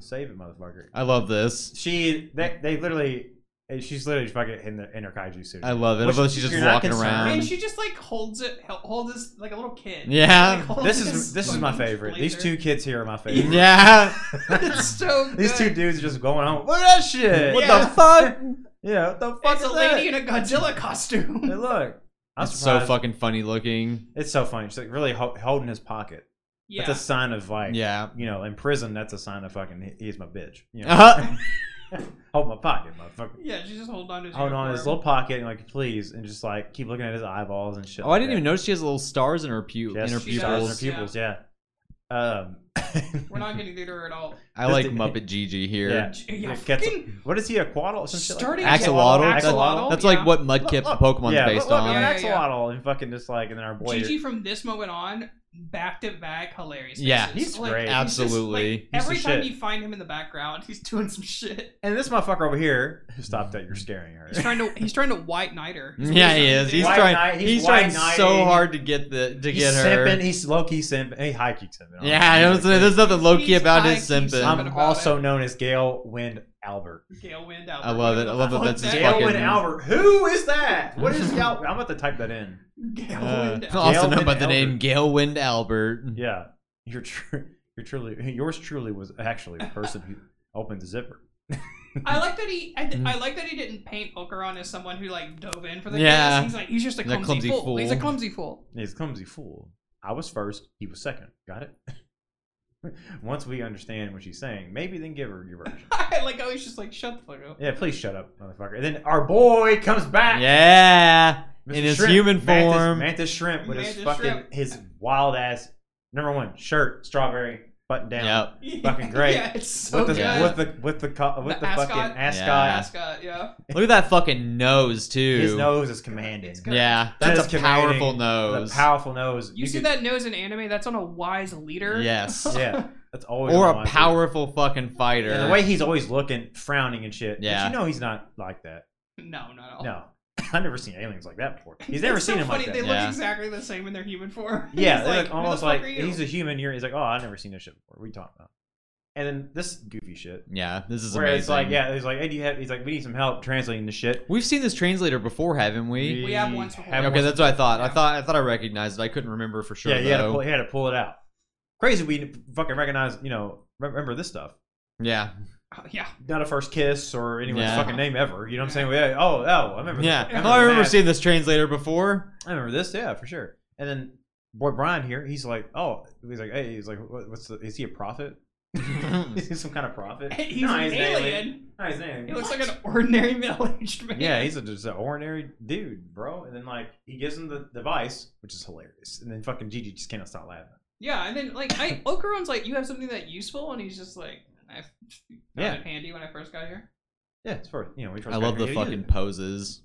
Speaker 2: Save it, motherfucker.
Speaker 1: I love this.
Speaker 2: She, they, they literally, eh, she's literally fucking in, the, in her kaiju suit.
Speaker 1: I love it.
Speaker 2: Which-
Speaker 1: Although she's just
Speaker 2: you're not
Speaker 1: walking
Speaker 2: concerned.
Speaker 1: around.
Speaker 4: and she just like holds it, holds this like a little kid.
Speaker 1: Yeah.
Speaker 4: Like, holds
Speaker 2: this
Speaker 4: his
Speaker 2: is this is my
Speaker 4: fucking
Speaker 2: favorite. These
Speaker 4: blazer.
Speaker 2: two kids here are my favorite.
Speaker 1: yeah.
Speaker 4: it's so good.
Speaker 2: These two dudes are just going on. Look at that shit.
Speaker 1: What
Speaker 4: Yeah.
Speaker 1: the fuck?
Speaker 2: Yeah, what the fuck
Speaker 4: It's
Speaker 2: is
Speaker 4: a lady in a Godzilla costume.
Speaker 2: that? Hey, look. I'm
Speaker 1: That's so
Speaker 2: surprised.
Speaker 1: fucking funny looking.
Speaker 2: It's so funny. She's like really ho- holding his pocket.
Speaker 4: yeah.
Speaker 2: That's a sign of like,
Speaker 1: Yeah.
Speaker 2: you know, in prison. That's a sign of fucking. he- He's my bitch. You know?
Speaker 1: Uh-huh.
Speaker 2: Hold my pocket, motherfucker.
Speaker 4: Yeah, she's just holding on to his
Speaker 2: Hold on to his
Speaker 4: uniform.
Speaker 2: little pocket and like please, and just like keep looking at his eyeballs and shit.
Speaker 1: Oh, I
Speaker 2: like
Speaker 1: didn't
Speaker 2: that.
Speaker 1: even notice she has little stars in her, pu-
Speaker 2: Yes,
Speaker 1: in her
Speaker 2: she does.
Speaker 1: pupils.
Speaker 2: In her pupils, yeah. Um,
Speaker 4: We're not getting through to her at all.
Speaker 1: I like
Speaker 2: Just-
Speaker 1: Muppet Gigi here.
Speaker 2: yeah.
Speaker 4: Yeah,
Speaker 2: It gets-
Speaker 4: fucking
Speaker 2: what is he a quaddle? Some shit like-
Speaker 4: starting
Speaker 1: Axolotl?
Speaker 4: Axolotl.
Speaker 1: That's- That's like
Speaker 4: yeah.
Speaker 1: what Mudkip the
Speaker 2: Oh, Look,
Speaker 1: Pokemon's
Speaker 2: yeah,
Speaker 1: based
Speaker 2: look, look,
Speaker 1: on.
Speaker 2: an
Speaker 4: Yeah, yeah, yeah.
Speaker 2: axolotl and fucking just like and then our boy.
Speaker 4: Gigi from this moment on, back to back, hilarious.
Speaker 1: Yeah.
Speaker 4: faces.
Speaker 2: He's
Speaker 4: Like,
Speaker 2: great.
Speaker 4: just, like,
Speaker 1: Absolutely. Piece
Speaker 2: of
Speaker 4: every time
Speaker 2: shit.
Speaker 4: you find him in the background, he's doing some shit.
Speaker 2: And this motherfucker over here, stop that! You're scaring her.
Speaker 4: He's trying to he's trying to white knight her. Is what
Speaker 1: Yeah, he
Speaker 4: trying
Speaker 1: is.
Speaker 4: to do.
Speaker 1: He's
Speaker 2: White
Speaker 1: trying.
Speaker 2: knight-
Speaker 1: he's
Speaker 2: he's
Speaker 1: trying
Speaker 2: white
Speaker 1: so
Speaker 2: knighting.
Speaker 1: hard to get the to
Speaker 2: He's
Speaker 1: get her.
Speaker 2: simping. He's low key simping. He high key simping.
Speaker 1: yeah, you know what I'm saying? there's nothing low key
Speaker 4: He's
Speaker 1: about his
Speaker 4: high-key
Speaker 1: simping.
Speaker 2: I'm
Speaker 4: Something about
Speaker 2: also known as Gail Wind Albert.
Speaker 4: Gale Wind out.
Speaker 1: I love it. I love that that's his
Speaker 2: Gail
Speaker 1: fucking-
Speaker 2: Wind Albert. Who is that? What is Gail? I'm about to type that in.
Speaker 4: Gale
Speaker 1: Uh,
Speaker 4: Wind out.
Speaker 1: also
Speaker 2: Gale
Speaker 1: known
Speaker 2: Wind
Speaker 1: by the name
Speaker 2: Albert.
Speaker 1: Gale Wind Albert.
Speaker 2: Yeah, you're true. You're truly. Yours truly was actually the person who opened the zipper.
Speaker 4: I like that he. I, I
Speaker 1: Mm.
Speaker 4: like that he didn't paint Okoron as someone who like dove in for the
Speaker 1: Yeah.
Speaker 4: kiss. He's like he's just a
Speaker 1: He's a
Speaker 4: clumsy,
Speaker 1: clumsy
Speaker 4: fool.
Speaker 1: fool.
Speaker 4: He's a clumsy fool.
Speaker 2: He's a clumsy fool. I was first. He was second. Got it. Once we understand what she's saying, maybe then give her your version.
Speaker 4: I like how he's just like shut the fuck up.
Speaker 2: Yeah, please shut up, motherfucker. And then our boy comes back.
Speaker 1: Yeah.
Speaker 2: Mr.
Speaker 1: In his
Speaker 2: Shrimp.
Speaker 1: human
Speaker 2: Mantis-
Speaker 1: form.
Speaker 2: Mantis, Shrimp with his
Speaker 4: Mantis
Speaker 2: fucking
Speaker 4: Shrimp.
Speaker 2: his wild ass number one shirt, strawberry button down.
Speaker 1: Yep.
Speaker 2: Fucking great.
Speaker 4: Yeah, it's so
Speaker 2: With, the,
Speaker 4: good.
Speaker 1: Yeah.
Speaker 2: with the with the co- with the,
Speaker 4: The
Speaker 2: fucking
Speaker 4: ascot.
Speaker 2: ascot,
Speaker 1: Yeah.
Speaker 4: Ascot, yeah.
Speaker 1: Look at that fucking nose too.
Speaker 2: his nose is commanding.
Speaker 4: It's good.
Speaker 1: Yeah,
Speaker 2: That
Speaker 1: that's
Speaker 2: is
Speaker 1: a
Speaker 2: commanding.
Speaker 1: powerful
Speaker 2: The
Speaker 1: nose.
Speaker 2: powerful nose.
Speaker 4: You see
Speaker 2: could-
Speaker 4: that nose in anime? That's on a wise leader.
Speaker 1: Yes.
Speaker 2: Oh, Yeah, that's always
Speaker 1: or
Speaker 2: what I
Speaker 1: a
Speaker 2: wanted.
Speaker 1: powerful fucking fighter.
Speaker 2: And the way he's always looking, frowning and shit.
Speaker 1: Yeah.
Speaker 2: but you know he's not like that.
Speaker 4: No, not at all.
Speaker 2: No, I've never seen aliens like that before. He's
Speaker 4: Oh. It's
Speaker 2: never
Speaker 4: so
Speaker 2: seen him
Speaker 4: funny.
Speaker 2: like that.
Speaker 4: They
Speaker 1: Yeah.
Speaker 4: look exactly the same in their human form.
Speaker 2: Yeah,
Speaker 4: He's
Speaker 2: they're like,
Speaker 4: "Who the
Speaker 2: almost
Speaker 4: fuck
Speaker 2: like
Speaker 4: are you?"
Speaker 2: he's a human. You're he's like, oh, I've never seen this shit before. What are you talking about? And then this goofy shit.
Speaker 1: yeah, this is
Speaker 2: Where
Speaker 1: amazing.
Speaker 2: it's like, yeah, he's like, hey, do you have? He's like, we need some help translating this shit.
Speaker 1: We've seen this translator before, haven't we?
Speaker 4: We have once before.
Speaker 2: have
Speaker 1: okay,
Speaker 2: once-
Speaker 1: that's what I thought. I
Speaker 4: Yeah.
Speaker 1: thought I thought I recognized it. I couldn't remember for sure.
Speaker 2: yeah, he had, to
Speaker 1: though.
Speaker 2: pull, he had to pull it out. Crazy, we didn't fucking recognize. You know, re- remember this stuff.
Speaker 1: yeah.
Speaker 4: Oh, yeah.
Speaker 2: Not a first kiss or anyone's
Speaker 1: Yeah.
Speaker 2: fucking name ever. You know what I'm saying? Yeah, oh, oh, I remember. this-
Speaker 1: Yeah.
Speaker 2: I
Speaker 1: Oh, I remember
Speaker 2: that.
Speaker 1: seeing this translator before.
Speaker 2: I remember this, yeah, for sure. And then boy Brian here, he's like, oh, he's like, hey, he's like, what, what's the, is he a prophet? is he some kind of prophet?
Speaker 4: He's
Speaker 2: No,
Speaker 4: an
Speaker 2: he's
Speaker 4: alien.
Speaker 2: No, he's an alien.
Speaker 4: He looks like an ordinary middle-aged man.
Speaker 2: yeah, he's a, just an ordinary dude, bro. And then like he gives him the device, which is hilarious. And then fucking Gigi just cannot stop laughing.
Speaker 4: Yeah, and then like I Okoron's like, you have something that useful, and he's just like, I found
Speaker 2: Yeah.
Speaker 4: it handy when I first got here.
Speaker 2: Yeah, it's for you know. We first
Speaker 1: I
Speaker 2: got
Speaker 1: love the
Speaker 2: here, you-
Speaker 1: fucking poses.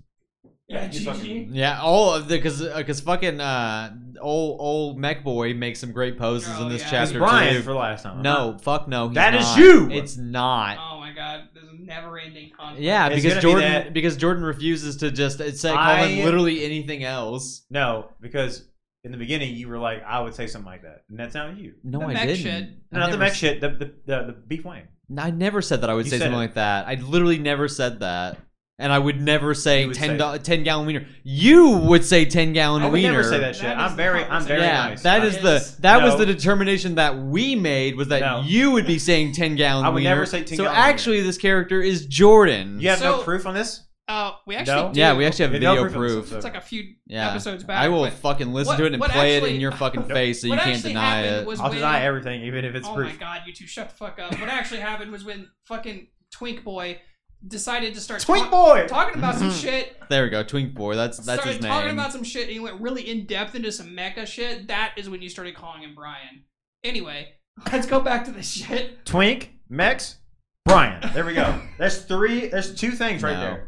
Speaker 2: Yeah,
Speaker 4: Yeah,
Speaker 2: you fucking-
Speaker 4: GG.
Speaker 1: Yeah, all of the because because fucking uh old old mech boy makes some great poses
Speaker 4: Oh,
Speaker 1: in this
Speaker 4: yeah.
Speaker 2: It's
Speaker 1: chapter
Speaker 2: Brian
Speaker 1: too.
Speaker 2: for last time.
Speaker 1: no, fuck no. he's
Speaker 2: That is
Speaker 1: not.
Speaker 2: you!
Speaker 1: It's not.
Speaker 4: Oh my god, there's a never-ending conflict.
Speaker 1: Yeah,
Speaker 2: It's
Speaker 1: because
Speaker 2: gonna be
Speaker 1: Jordan
Speaker 2: that-
Speaker 1: because Jordan refuses to just it's like call
Speaker 2: I-
Speaker 1: him literally anything else.
Speaker 2: no, because in the beginning you were like, I would say something like that, and that's not you.
Speaker 1: No,
Speaker 4: The
Speaker 1: I
Speaker 4: mech
Speaker 1: didn't.
Speaker 4: shit.
Speaker 1: I
Speaker 2: No, not the
Speaker 1: never
Speaker 2: mech
Speaker 1: s-
Speaker 2: shit. The the the, the beef wang.
Speaker 1: I never said that I would
Speaker 2: You
Speaker 1: say
Speaker 2: said
Speaker 1: something
Speaker 2: it.
Speaker 1: like that. I literally never said that. And I would never say
Speaker 2: You would
Speaker 1: ten
Speaker 2: say
Speaker 1: do- ten gallon wiener. You would say ten gallon
Speaker 2: I would
Speaker 1: wiener.
Speaker 2: never say that shit.
Speaker 4: That is
Speaker 2: I'm
Speaker 4: the
Speaker 2: very I'm very
Speaker 1: yeah,
Speaker 2: nice.
Speaker 1: that
Speaker 2: I-
Speaker 1: is
Speaker 4: Yes.
Speaker 1: the that was
Speaker 2: No.
Speaker 1: the determination that we made was that
Speaker 2: No.
Speaker 1: you would be saying ten gallon.
Speaker 2: I would
Speaker 1: wiener.
Speaker 2: never say 10
Speaker 1: So
Speaker 2: gallon wiener.
Speaker 1: actually, this character is Jordan.
Speaker 2: You have no
Speaker 4: So-
Speaker 2: proof on this?
Speaker 4: Uh, we actually
Speaker 2: No?
Speaker 4: do.
Speaker 1: yeah, we actually have
Speaker 2: Yeah,
Speaker 1: video
Speaker 2: no
Speaker 1: proof.
Speaker 2: proof of this episode.
Speaker 4: It's like a few
Speaker 1: Yeah.
Speaker 4: episodes back.
Speaker 1: I will
Speaker 4: but
Speaker 1: fucking listen
Speaker 4: what-
Speaker 1: to it and
Speaker 4: what
Speaker 1: play it in
Speaker 4: actually-
Speaker 1: your fucking
Speaker 2: Nope.
Speaker 1: face, so you
Speaker 4: what
Speaker 1: can't
Speaker 4: actually
Speaker 1: deny
Speaker 4: happened
Speaker 1: it.
Speaker 4: was
Speaker 2: I'll
Speaker 4: when-
Speaker 2: deny everything, even if it's
Speaker 4: oh
Speaker 2: proof.
Speaker 4: my god, you two shut the fuck up. What actually happened was when fucking Twink Boy decided to start
Speaker 2: Tweet
Speaker 4: talk-
Speaker 2: boy.
Speaker 4: talking about some shit.
Speaker 1: there we go, Twink Boy. That's that's
Speaker 4: started
Speaker 1: his name.
Speaker 4: talking about some shit and he went really in depth into some mecha shit. That is when you started calling him Brian. Anyway, let's go back to the shit.
Speaker 2: Twink, Mex, Brian. There we go. That's three. That's two things right
Speaker 1: No.
Speaker 2: there.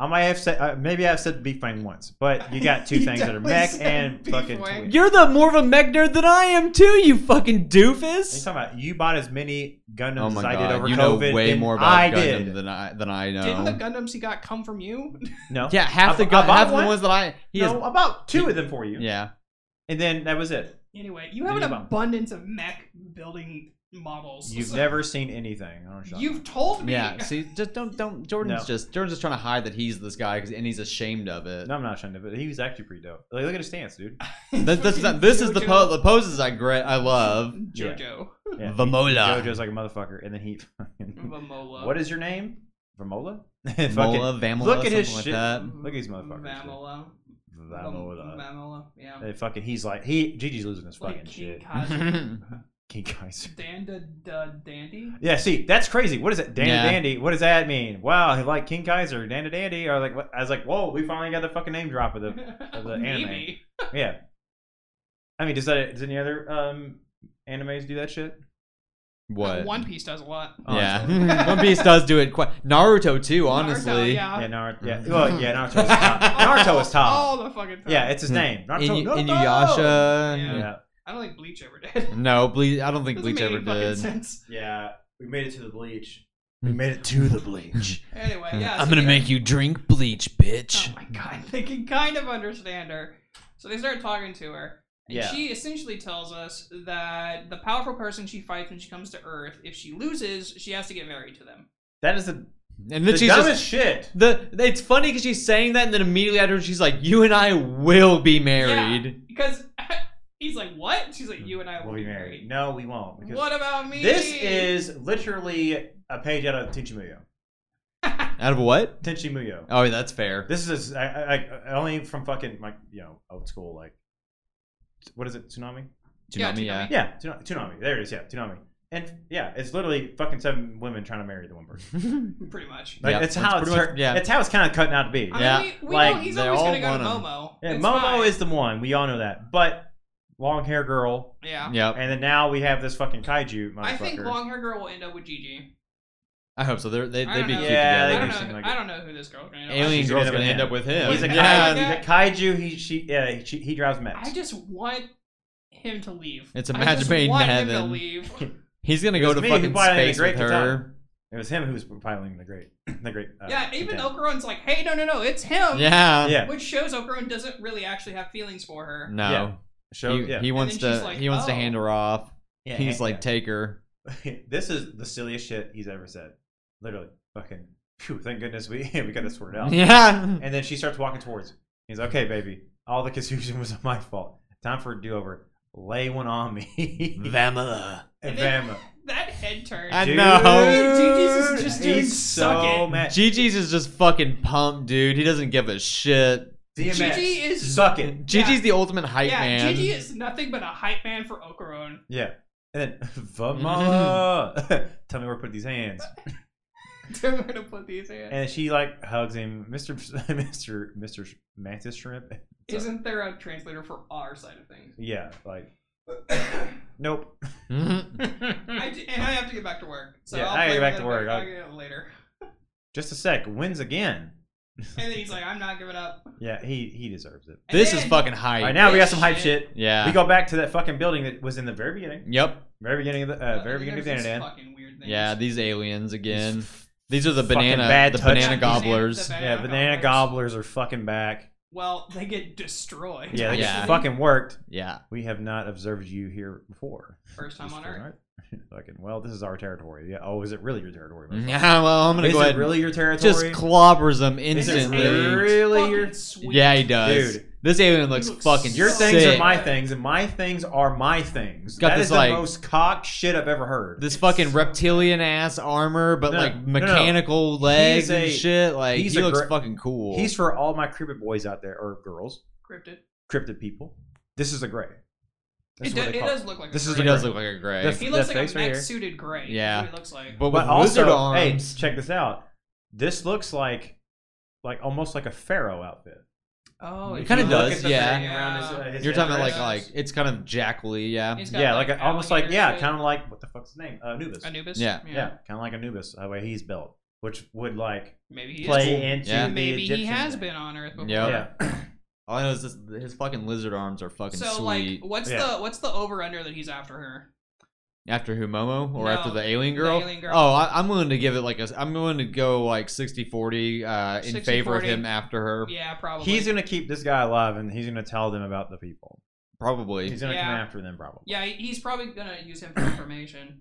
Speaker 2: I might have said uh, maybe I've said beef fang once, but you got two
Speaker 4: You
Speaker 2: things that are
Speaker 4: definitely
Speaker 2: mech
Speaker 4: said
Speaker 2: and
Speaker 4: beef
Speaker 2: fucking.
Speaker 4: wang.
Speaker 2: Twink.
Speaker 1: You're the more of a mech nerd than I am too, you fucking
Speaker 2: He's
Speaker 1: doofus.
Speaker 2: talking about you bought as many Gundams
Speaker 1: Oh my
Speaker 2: as I did
Speaker 1: god,
Speaker 2: over
Speaker 1: you know
Speaker 2: COVID.
Speaker 1: way
Speaker 2: than
Speaker 1: more about
Speaker 2: I
Speaker 1: Gundam
Speaker 2: did.
Speaker 1: than I than I
Speaker 4: Didn't the
Speaker 1: know.
Speaker 4: Gundams he got come from you?
Speaker 2: No,
Speaker 1: Yeah, half the
Speaker 2: I- I
Speaker 1: gun,
Speaker 2: bought
Speaker 1: half the
Speaker 2: one.
Speaker 1: ones that I he
Speaker 2: no, about two of them for you.
Speaker 1: is yeah.
Speaker 2: and then that was it.
Speaker 4: Anyway, you have an
Speaker 2: Didn't you-
Speaker 4: abundance of mech building models.
Speaker 2: You've
Speaker 4: So-
Speaker 2: never seen anything. I don't know.
Speaker 4: You've told me.
Speaker 1: Yeah, see, just don't, don't. Jordan's
Speaker 2: No.
Speaker 1: just Jordan's just trying to hide that he's this guy, 'cause- and he's ashamed of it.
Speaker 2: No, I'm not trying to, but he was actually pretty dope. Like, look at his stance, dude.
Speaker 1: That- that's not- this is the po-
Speaker 4: Jojo.
Speaker 1: the poses I gre- I love.
Speaker 2: Yeah.
Speaker 4: JoJo.
Speaker 2: Yeah,
Speaker 1: Vamola.
Speaker 2: JoJo's like a motherfucker, and then he.
Speaker 4: Vamola.
Speaker 2: what is your name? Vamola.
Speaker 1: Vamola, Vamola,
Speaker 2: look at his
Speaker 1: something like
Speaker 2: shit.
Speaker 1: that.
Speaker 2: Look at these motherfuckers, dude.
Speaker 4: Vamola.
Speaker 2: Vamola.
Speaker 4: Vamola, Yeah.
Speaker 2: And fucking, he's like he. Gigi's losing his fucking
Speaker 4: Like King
Speaker 2: shit.
Speaker 4: Kaiser.
Speaker 2: King Kaiser.
Speaker 4: Danda da Dandy.
Speaker 2: Yeah, see, that's crazy. What is it, Dan
Speaker 1: Yeah.
Speaker 2: Dandy? What does that mean? Wow, he like King Kaiser, Dan and Dandy, or like what? I was like, whoa, we finally got the fucking name drop of
Speaker 4: Mm-hmm.
Speaker 2: the. the anime.
Speaker 4: Maybe.
Speaker 2: Yeah. I mean, does that? Does any other um animes do that shit?
Speaker 1: What?
Speaker 4: One Piece does a lot.
Speaker 2: Oh,
Speaker 1: yeah, One Piece does do it quite. Naruto too, honestly.
Speaker 4: Naruto, yeah. Oh,
Speaker 2: Yeah, Naruto. Yeah,
Speaker 1: Mm-hmm.
Speaker 2: well, yeah, Naruto. Was top. Naruto is top.
Speaker 4: All the fucking time.
Speaker 2: Yeah, it's his
Speaker 1: Hmm.
Speaker 2: name. Naruto.
Speaker 1: Inu-
Speaker 2: Naruto!
Speaker 1: Inuyasha.
Speaker 4: Yeah.
Speaker 2: Yeah.
Speaker 4: I don't think Bleach ever did.
Speaker 1: No, Bleach. I don't think
Speaker 4: Doesn't
Speaker 1: Bleach
Speaker 4: make
Speaker 1: ever
Speaker 4: any fucking
Speaker 1: did.
Speaker 4: sense.
Speaker 2: Yeah, we made it to the bleach. We made it to the bleach.
Speaker 4: Anyway, yeah.
Speaker 1: I'm
Speaker 4: so
Speaker 1: gonna
Speaker 4: they-
Speaker 1: make you drink bleach, bitch.
Speaker 4: Oh my god, they can kind of understand her. So they start talking to her. And
Speaker 2: Yeah.
Speaker 4: she essentially tells us that the powerful person she fights when she comes to Earth, if she loses, she has to get married to them.
Speaker 2: that is the,
Speaker 1: And
Speaker 2: the
Speaker 1: then she's
Speaker 2: dumbest
Speaker 1: just
Speaker 2: shit.
Speaker 1: the. It's funny because she's saying that, and then immediately after she's like, "You and I will be married."
Speaker 4: Because he's like, What? She's like, You and I
Speaker 2: Mm,
Speaker 4: will
Speaker 2: We'll be married. No, we won't. Because
Speaker 4: What about me?
Speaker 2: this is literally a page out of Tenchi Muyo.
Speaker 1: Out of what?
Speaker 2: Tenchi Muyo.
Speaker 1: Oh, yeah, that's fair.
Speaker 2: This is I, I, I, only from fucking like you know old school like what is it tsunami?
Speaker 4: Yeah,
Speaker 1: Tsunami, yeah.
Speaker 2: Yeah, tsunami. tsunami. There it is. Yeah, tsunami. And yeah, it's literally fucking seven women trying to marry the one person.
Speaker 4: pretty much.
Speaker 2: Like
Speaker 1: Yeah,
Speaker 2: that's
Speaker 1: that's
Speaker 2: how it's
Speaker 1: pretty
Speaker 2: tur-
Speaker 1: much- yeah.
Speaker 2: that's how it's kind of cutting out to be.
Speaker 4: I
Speaker 1: Yeah,
Speaker 4: mean, we, we
Speaker 2: like,
Speaker 4: know he's
Speaker 1: they
Speaker 4: always
Speaker 1: all
Speaker 4: gonna go to
Speaker 1: want him.
Speaker 4: Momo.
Speaker 2: Yeah,
Speaker 4: It's
Speaker 2: Momo
Speaker 4: fine.
Speaker 2: is the one. We all know that. But long hair girl,
Speaker 4: Yeah.
Speaker 1: Yep.
Speaker 2: and then now we have this fucking kaiju motherfucker.
Speaker 4: I think long hair girl will end up with Gigi.
Speaker 1: I hope so. They're, they
Speaker 4: I
Speaker 1: they'd
Speaker 4: don't
Speaker 1: be
Speaker 4: know.
Speaker 1: cute
Speaker 2: Yeah,
Speaker 1: together.
Speaker 4: I don't
Speaker 2: do seem
Speaker 4: know.
Speaker 2: like
Speaker 4: I
Speaker 2: it.
Speaker 4: don't know who this girl's gonna end up
Speaker 1: Alien
Speaker 2: She's
Speaker 1: girl's
Speaker 2: gonna
Speaker 1: gonna
Speaker 2: end
Speaker 1: end up with him.
Speaker 2: He's a
Speaker 1: yeah.
Speaker 2: kaiju. The
Speaker 4: Yeah.
Speaker 2: kaiju. He she yeah he, he drives mechs.
Speaker 4: I just want him to leave.
Speaker 1: It's a
Speaker 4: I
Speaker 1: match
Speaker 4: just
Speaker 1: made in
Speaker 4: want Him
Speaker 1: heaven.
Speaker 4: to leave.
Speaker 1: He's gonna
Speaker 2: It
Speaker 1: go
Speaker 2: was
Speaker 1: to
Speaker 2: me who
Speaker 1: fucking
Speaker 2: violated
Speaker 1: space
Speaker 2: Great
Speaker 1: with her.
Speaker 2: It was him who was piloting the great the great. Uh,
Speaker 4: yeah, even
Speaker 2: Titan.
Speaker 4: Okoron's like, hey, no, no, no, it's him.
Speaker 1: Yeah.
Speaker 2: yeah
Speaker 4: Which shows Okoron doesn't really actually have feelings for her.
Speaker 1: No.
Speaker 2: Yeah. show
Speaker 1: he,
Speaker 2: yeah.
Speaker 1: he wants
Speaker 4: then she's
Speaker 1: to.
Speaker 4: like,
Speaker 1: he wants to
Speaker 4: "Oh."
Speaker 1: hand her off.
Speaker 2: Yeah,
Speaker 1: He's
Speaker 2: yeah.
Speaker 1: like, take her.
Speaker 2: this is the silliest shit he's ever said. Literally, fucking. Phew, thank goodness we we got this sorted out.
Speaker 1: Yeah.
Speaker 2: And then she starts walking towards. him. He's like, okay, baby. All the confusion was my fault. Time for a do over. Lay one on me.
Speaker 1: Vamala.
Speaker 2: and
Speaker 4: And then-
Speaker 2: Bama.
Speaker 4: That head turn.
Speaker 1: I
Speaker 2: Dude,
Speaker 1: know.
Speaker 4: Gigi's is just doing
Speaker 2: he's
Speaker 4: suck
Speaker 2: so
Speaker 4: it.
Speaker 2: mad.
Speaker 1: Gigi's is just fucking pumped, dude. He doesn't give a shit.
Speaker 2: DMX,
Speaker 4: Gigi is-
Speaker 2: suck it.
Speaker 1: Gigi's the ultimate hype
Speaker 4: yeah,
Speaker 1: man.
Speaker 4: Gigi is nothing but a hype man for Okoron.
Speaker 2: Yeah. And then
Speaker 1: Mm-hmm.
Speaker 2: Vamala, tell me where to put these hands.
Speaker 4: They're gonna put these in.
Speaker 2: And she like hugs him, Mister Mister Mister Mantis Shrimp.
Speaker 4: Isn't there a translator for our side of things?
Speaker 2: Yeah, like Nope.
Speaker 1: Mm-hmm.
Speaker 4: I d- and I have to get back to work. So
Speaker 2: Yeah,
Speaker 4: I'll
Speaker 2: I gotta
Speaker 4: play
Speaker 2: get back
Speaker 4: that
Speaker 2: to work.
Speaker 4: I'll
Speaker 2: I'll-
Speaker 4: get it later.
Speaker 2: Just a sec. Wins again.
Speaker 4: And then he's like, I'm not giving up. And
Speaker 2: Yeah, he he deserves it.
Speaker 1: this is
Speaker 4: then-
Speaker 1: fucking
Speaker 2: All right,
Speaker 1: hype.
Speaker 2: now we got some hype shit.
Speaker 1: Yeah.
Speaker 2: We go back to that fucking building that was in the very beginning,
Speaker 1: Yep.
Speaker 2: very beginning of the uh,
Speaker 4: then
Speaker 2: very beginning of the
Speaker 4: there's these
Speaker 2: internet.
Speaker 4: fucking weird things.
Speaker 1: Yeah,
Speaker 4: These
Speaker 1: these aliens again.
Speaker 2: These
Speaker 1: These are the
Speaker 2: fucking
Speaker 1: banana
Speaker 2: bad
Speaker 1: the
Speaker 2: touch-
Speaker 1: banana
Speaker 2: Banana-
Speaker 1: gobblers.
Speaker 4: banana-
Speaker 2: Yeah, banana
Speaker 4: gobblers.
Speaker 2: gobblers are fucking back.
Speaker 4: Well, they get destroyed.
Speaker 2: Yeah, they
Speaker 1: Yeah.
Speaker 2: just fucking worked.
Speaker 1: Yeah.
Speaker 2: We have not observed you here before.
Speaker 4: First time
Speaker 2: This
Speaker 4: on
Speaker 2: was
Speaker 4: Earth.
Speaker 2: our- fucking well, this is our territory. Yeah. Oh, is it really your territory? motherfucker?
Speaker 1: Yeah, well, I'm going to
Speaker 2: is
Speaker 1: go
Speaker 2: it
Speaker 1: ahead and
Speaker 2: really your territory?
Speaker 1: just clobbers them
Speaker 2: Is it
Speaker 1: instantly.
Speaker 2: really your
Speaker 4: Fucking sweet.
Speaker 1: Yeah, he does.
Speaker 2: Dude.
Speaker 1: this alien looks,
Speaker 4: He looks
Speaker 1: fucking
Speaker 2: Your
Speaker 4: So
Speaker 2: things
Speaker 1: sick.
Speaker 2: are my things, and my things are my things.
Speaker 1: Got
Speaker 2: that
Speaker 1: this,
Speaker 2: is the
Speaker 1: like-
Speaker 2: most cock shit I've ever heard.
Speaker 1: this fucking reptilian ass armor, but
Speaker 2: No, no,
Speaker 1: like
Speaker 2: no, no.
Speaker 1: mechanical legs
Speaker 2: He's a-
Speaker 1: and shit. Like he
Speaker 2: he's a
Speaker 1: looks
Speaker 2: gr-
Speaker 1: fucking cool.
Speaker 2: He's for all my cryptid boys out there, or girls,
Speaker 4: Cryptid.
Speaker 2: cryptid people. This is a gray. That's
Speaker 4: It,
Speaker 2: what
Speaker 4: do-
Speaker 2: they
Speaker 4: it
Speaker 2: call
Speaker 4: does look like
Speaker 2: This
Speaker 4: a
Speaker 2: is
Speaker 1: he
Speaker 4: gray.
Speaker 1: does look like a gray,
Speaker 2: That's-
Speaker 4: He looks like a
Speaker 2: face right here.
Speaker 4: mech-suited gray. That's
Speaker 1: Yeah.
Speaker 4: what he looks like.
Speaker 1: but with
Speaker 2: But also,
Speaker 1: lizard arms.
Speaker 2: hey, check this out. This looks like, like almost like a pharaoh outfit.
Speaker 4: Oh,
Speaker 1: It
Speaker 4: if
Speaker 1: kinda
Speaker 4: you look
Speaker 1: does,
Speaker 4: at the
Speaker 1: yeah.
Speaker 4: thing around his- his
Speaker 1: You're talking about like
Speaker 4: Yeah.
Speaker 1: like it's kind of Jack Lee, yeah.
Speaker 4: He's got,
Speaker 2: Yeah, like, a, almost like yeah,
Speaker 4: alligator
Speaker 2: kind of like what the fuck's his name? Uh, Anubis.
Speaker 4: shit. Anubis.
Speaker 1: Yeah.
Speaker 2: Yeah, kind of like Anubis. The way he's built, which would like
Speaker 4: Maybe he
Speaker 2: play
Speaker 4: is.
Speaker 2: into
Speaker 1: Yeah.
Speaker 2: the
Speaker 4: Maybe he
Speaker 2: Egyptian
Speaker 4: has
Speaker 2: thing.
Speaker 4: been on Earth before.
Speaker 1: Yeah.
Speaker 2: Yeah.
Speaker 1: All I know is this, his fucking lizard arms are fucking
Speaker 4: So
Speaker 1: sweet.
Speaker 4: like, what's
Speaker 2: Yeah.
Speaker 4: the what's the over under that he's after her?
Speaker 1: after who, Momo or
Speaker 4: No,
Speaker 1: after the alien
Speaker 4: the
Speaker 1: girl?
Speaker 4: alien girl.
Speaker 1: Oh, I, I'm willing to give it like a. I'm willing to go like 60-40 uh, in favor of
Speaker 4: 60-40.
Speaker 1: him after her.
Speaker 4: Yeah, probably.
Speaker 2: He's gonna keep this guy alive, and he's gonna tell them about the people.
Speaker 1: Probably.
Speaker 2: He's gonna
Speaker 4: Yeah.
Speaker 2: come after them, probably.
Speaker 4: yeah, he- he's probably gonna use him for information.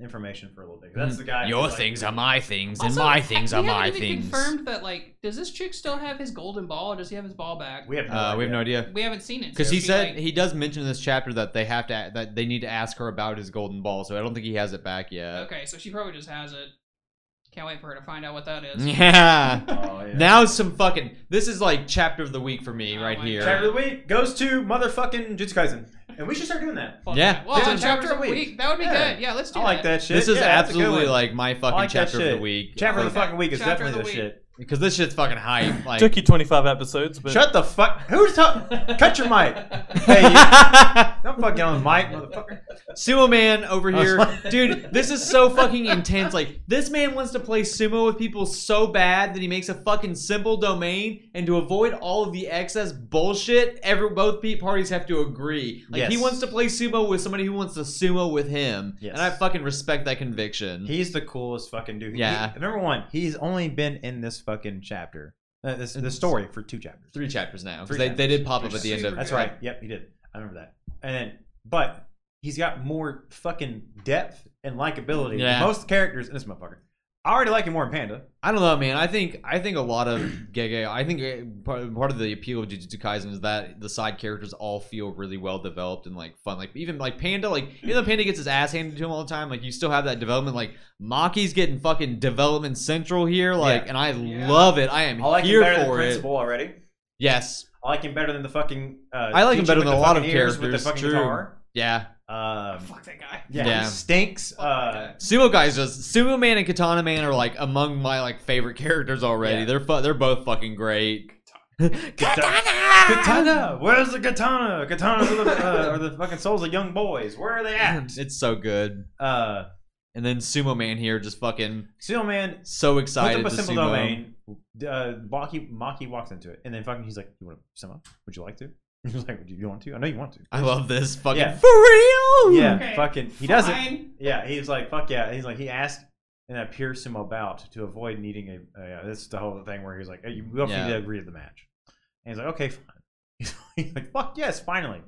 Speaker 2: Information for a little bit. That's the guy.
Speaker 1: Mm. Your
Speaker 2: who's like-
Speaker 1: things are my things, and
Speaker 4: Also,
Speaker 1: my things
Speaker 4: we
Speaker 1: are
Speaker 4: haven't
Speaker 1: my
Speaker 4: even
Speaker 1: things.
Speaker 4: Confirmed that like, does this chick still have his golden ball, or does he have his ball back?
Speaker 2: We have no.
Speaker 1: Uh, we have no
Speaker 2: idea.
Speaker 1: idea.
Speaker 4: We haven't seen it.
Speaker 1: Because
Speaker 4: so
Speaker 1: he
Speaker 4: she,
Speaker 1: said
Speaker 4: like-
Speaker 1: he does mention in this chapter that they have to that they need to ask her about his golden ball, so I don't think he has it back yet.
Speaker 4: okay, so she probably just has it. Can't wait for her to find out what that is.
Speaker 1: Yeah.
Speaker 2: Oh, yeah.
Speaker 1: Now it's some fucking. This is like chapter of the week for me
Speaker 4: Oh
Speaker 1: right
Speaker 4: my
Speaker 1: here.
Speaker 2: Chapter of the week goes to motherfucking Jutsu Kaisen, and we should start doing that.
Speaker 4: Fuck
Speaker 1: Yeah.
Speaker 4: Well,
Speaker 2: Different
Speaker 4: on chapter of the week. That would be
Speaker 2: Yeah.
Speaker 4: good. Yeah, let's do
Speaker 2: I like that shit.
Speaker 1: This is
Speaker 2: Yeah, that's a good
Speaker 1: absolutely
Speaker 2: one.
Speaker 1: like my fucking
Speaker 2: like that
Speaker 1: chapter of the
Speaker 2: shit.
Speaker 1: week.
Speaker 2: Chapter of the
Speaker 4: Okay.
Speaker 2: fucking week is
Speaker 4: Chapter of
Speaker 2: definitely
Speaker 4: the
Speaker 2: the
Speaker 4: week.
Speaker 2: shit.
Speaker 1: Because this shit's fucking hype. Like,
Speaker 5: Took you 25 episodes, but
Speaker 2: Shut the fuck. Who's talking? Cut your mic. Hey, you- don't fuck yelling, mic, motherfucker.
Speaker 1: sumo man over
Speaker 2: I was
Speaker 1: here,
Speaker 2: like-
Speaker 1: dude. This is so fucking intense. Like, this man wants to play sumo with people so bad that he makes a fucking simple domain, and to avoid all of the excess bullshit, every both pe- parties have to agree. Like, he
Speaker 2: Yes.
Speaker 1: wants to play sumo with somebody who wants to sumo with him,
Speaker 2: Yes.
Speaker 1: and I fucking respect that conviction.
Speaker 2: He's the coolest fucking dude. He-
Speaker 1: Yeah.
Speaker 2: number one, he's only been in this fucking chapter, uh, this
Speaker 1: Mm-hmm.
Speaker 2: the story for two chapters.
Speaker 1: Three chapters now. 'cause
Speaker 2: Three
Speaker 1: they, they did pop up
Speaker 4: chapters.
Speaker 1: at the end of.
Speaker 2: That's
Speaker 4: Yeah.
Speaker 2: right. Yep, he did. I remember that. And then, but he's got more fucking depth and likability than
Speaker 1: Yeah.
Speaker 2: most characters in this motherfucker. I already like him more than Panda.
Speaker 1: I don't know, man. I think I think a lot of Gege. I think uh, part, part of the appeal of Jujutsu Kaisen is that the side characters all feel really well developed and like fun. Like even like Panda, like even though Panda gets his ass handed to him all the time, like you still have that development. Like Maki's getting fucking development central here, like,
Speaker 2: Yeah.
Speaker 1: and I
Speaker 4: Yeah.
Speaker 1: love it. I am
Speaker 2: I like
Speaker 1: here
Speaker 2: him better than the
Speaker 1: for it.
Speaker 2: principal already.
Speaker 1: Yes,
Speaker 2: I like him better than the fucking. Uh,
Speaker 1: I like him
Speaker 2: teacher
Speaker 1: better
Speaker 2: with
Speaker 1: than
Speaker 2: the
Speaker 1: a lot of
Speaker 2: fucking ears With
Speaker 1: characters,
Speaker 2: the fucking
Speaker 1: true.
Speaker 2: guitar.
Speaker 1: yeah.
Speaker 2: Um,
Speaker 4: Fuck that guy.
Speaker 2: yeah,
Speaker 1: Yeah.
Speaker 2: he stinks.
Speaker 4: Fuck
Speaker 2: Uh,
Speaker 4: that
Speaker 1: Sumo guys, just Sumo Man and Katana Man are like among my like favorite characters already.
Speaker 2: Yeah.
Speaker 1: They're fu- they're both fucking great.
Speaker 2: Katana, where's the katana? Katanas are the, uh, are the fucking souls of young boys. Where are they at?
Speaker 1: It's so good.
Speaker 2: Uh,
Speaker 1: And then Sumo Man here just fucking
Speaker 2: Seal Man
Speaker 1: so
Speaker 2: puts
Speaker 1: excited
Speaker 2: up a
Speaker 1: to
Speaker 2: simple
Speaker 1: Sumo.
Speaker 2: domain. Uh, Maki, Maki walks into it, and then fucking he's like, "You want to sumo? Would you like to?" He's like, "Do you want to? I know you want to."
Speaker 1: I love this fucking
Speaker 2: Yeah.
Speaker 1: for real.
Speaker 2: Yeah,
Speaker 4: Okay,
Speaker 2: fucking. He does it.
Speaker 4: Fine.
Speaker 2: Yeah, he's like, "Fuck yeah!" He's like, he asked in a pure sumo bout to avoid needing a. Uh, yeah, this is the whole thing where he's like, hey, "You we both
Speaker 1: Yeah.
Speaker 2: need to agree to the match," and he's like, "Okay, fine." He's like, "Fuck yes, finally!"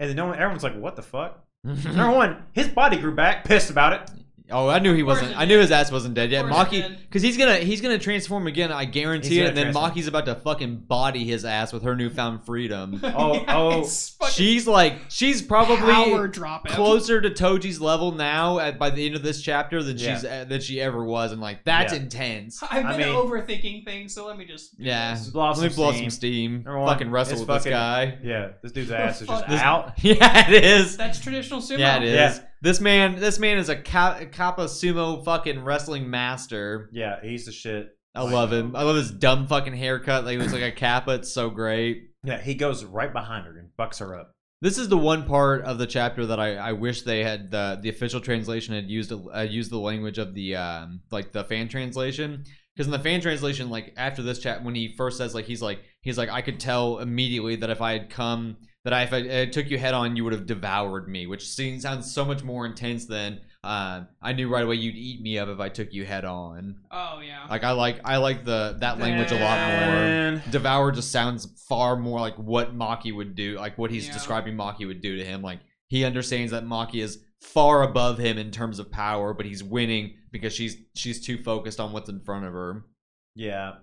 Speaker 2: And then no one, everyone's like, "What the fuck?" Number one, his body grew back. Pissed about it.
Speaker 1: oh, I knew he
Speaker 4: Of course
Speaker 1: wasn't.
Speaker 4: it
Speaker 1: I knew his ass wasn't dead yet.
Speaker 4: Of course it
Speaker 1: Maki,
Speaker 4: did.
Speaker 1: because he's gonna he's gonna transform again. I
Speaker 2: He's
Speaker 1: guarantee it.
Speaker 2: gonna
Speaker 1: And then
Speaker 2: transform.
Speaker 1: Maki's about to fucking body his ass with her newfound freedom.
Speaker 2: Oh,
Speaker 4: Yeah,
Speaker 2: oh,
Speaker 4: it's fucking
Speaker 1: she's like she's probably
Speaker 4: power drop it.
Speaker 1: closer to Toji's level now at by the end of this chapter than
Speaker 2: Yeah.
Speaker 1: she's uh, than she ever was. And like that's
Speaker 2: Yeah.
Speaker 1: intense.
Speaker 4: I've been
Speaker 2: I mean-
Speaker 4: overthinking things, so let me just. do
Speaker 1: Yeah.
Speaker 4: this.
Speaker 2: Blow off
Speaker 1: Let me
Speaker 2: some
Speaker 1: blow
Speaker 2: steam.
Speaker 1: some steam.
Speaker 2: Number one,
Speaker 1: Fucking wrestle
Speaker 2: it's
Speaker 1: with this
Speaker 2: fucking-
Speaker 1: guy.
Speaker 2: Yeah, this dude's ass is just
Speaker 4: Fuck this-
Speaker 2: out.
Speaker 1: Yeah, it is.
Speaker 4: That's traditional sumo.
Speaker 1: Yeah, it is.
Speaker 2: Yeah.
Speaker 1: This man, this man is a ka- kappa sumo fucking wrestling master.
Speaker 2: Yeah, he's the shit.
Speaker 1: I love him. I love his dumb fucking haircut. Like he looks like a kappa. It's so great.
Speaker 2: Yeah, he goes right behind her and bucks her up.
Speaker 1: This is the one part of the chapter that I, I wish they had the the official translation had used uh, used the language of the um, like the fan translation because in the fan translation like after this chat when he first says like he's like he's like I could tell immediately that if I had come that I, if I, I took you head on you would have devoured me which seems sounds so much more intense than uh, I knew right away you'd eat me up if I took you head on
Speaker 4: Oh yeah.
Speaker 1: like I like I like the that language a lot more
Speaker 2: Man.
Speaker 1: devour just sounds far more like what Maki would do, like what he's
Speaker 4: Yeah.
Speaker 1: describing Maki would do to him. Like he understands that Maki is far above him in terms of power, but he's winning because she's she's too focused on what's in front of her.
Speaker 2: Yeah,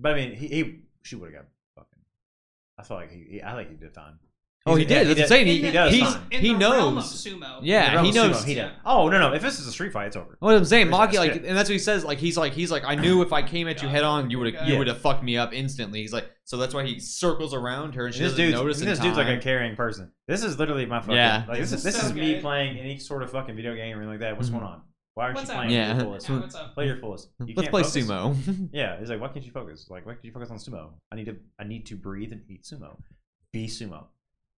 Speaker 2: but I mean, he, he she would have got fucking. I felt like he, he I think he did fine.
Speaker 1: Oh, he
Speaker 2: He's-
Speaker 1: did.
Speaker 2: yeah,
Speaker 1: That's insane. He-
Speaker 2: He, does.
Speaker 1: he's-
Speaker 2: fine.
Speaker 4: in
Speaker 1: he
Speaker 4: the realm of
Speaker 1: knows.
Speaker 4: sumo.
Speaker 1: Yeah,
Speaker 2: The
Speaker 1: he
Speaker 2: Rebel Sumo,
Speaker 1: knows-
Speaker 2: he did. Oh no, no! If this is a street fight, it's over.
Speaker 1: What I'm saying,
Speaker 2: That's
Speaker 1: Maki, like,
Speaker 2: good.
Speaker 1: and that's what he says. Like he's like he's like I knew if I came at you head on, you would have you
Speaker 2: Yeah.
Speaker 1: would have fucked me up instantly. He's like so that's why he circles around her and she
Speaker 2: this
Speaker 1: doesn't
Speaker 2: dude's
Speaker 1: notice. in
Speaker 2: this dude's like
Speaker 1: time.
Speaker 2: a caring person. This is literally my fucking.
Speaker 1: Yeah.
Speaker 2: Like, this, is
Speaker 4: This
Speaker 2: this
Speaker 4: is
Speaker 2: is
Speaker 4: so
Speaker 2: me
Speaker 4: good.
Speaker 2: playing any sort of fucking video game or anything like that. What's
Speaker 1: Mhm.
Speaker 2: going on? Why aren't
Speaker 4: What's
Speaker 2: you
Speaker 4: up?
Speaker 2: playing
Speaker 1: Yeah.
Speaker 2: your fullest?
Speaker 4: Yeah, what's up?
Speaker 2: Play your fullest. You
Speaker 1: Let's
Speaker 2: can't
Speaker 1: play
Speaker 2: focus.
Speaker 1: sumo.
Speaker 2: Yeah, he's like, why can't you focus? Like, why can't you focus on sumo? I need to, I need to breathe and eat sumo, be sumo,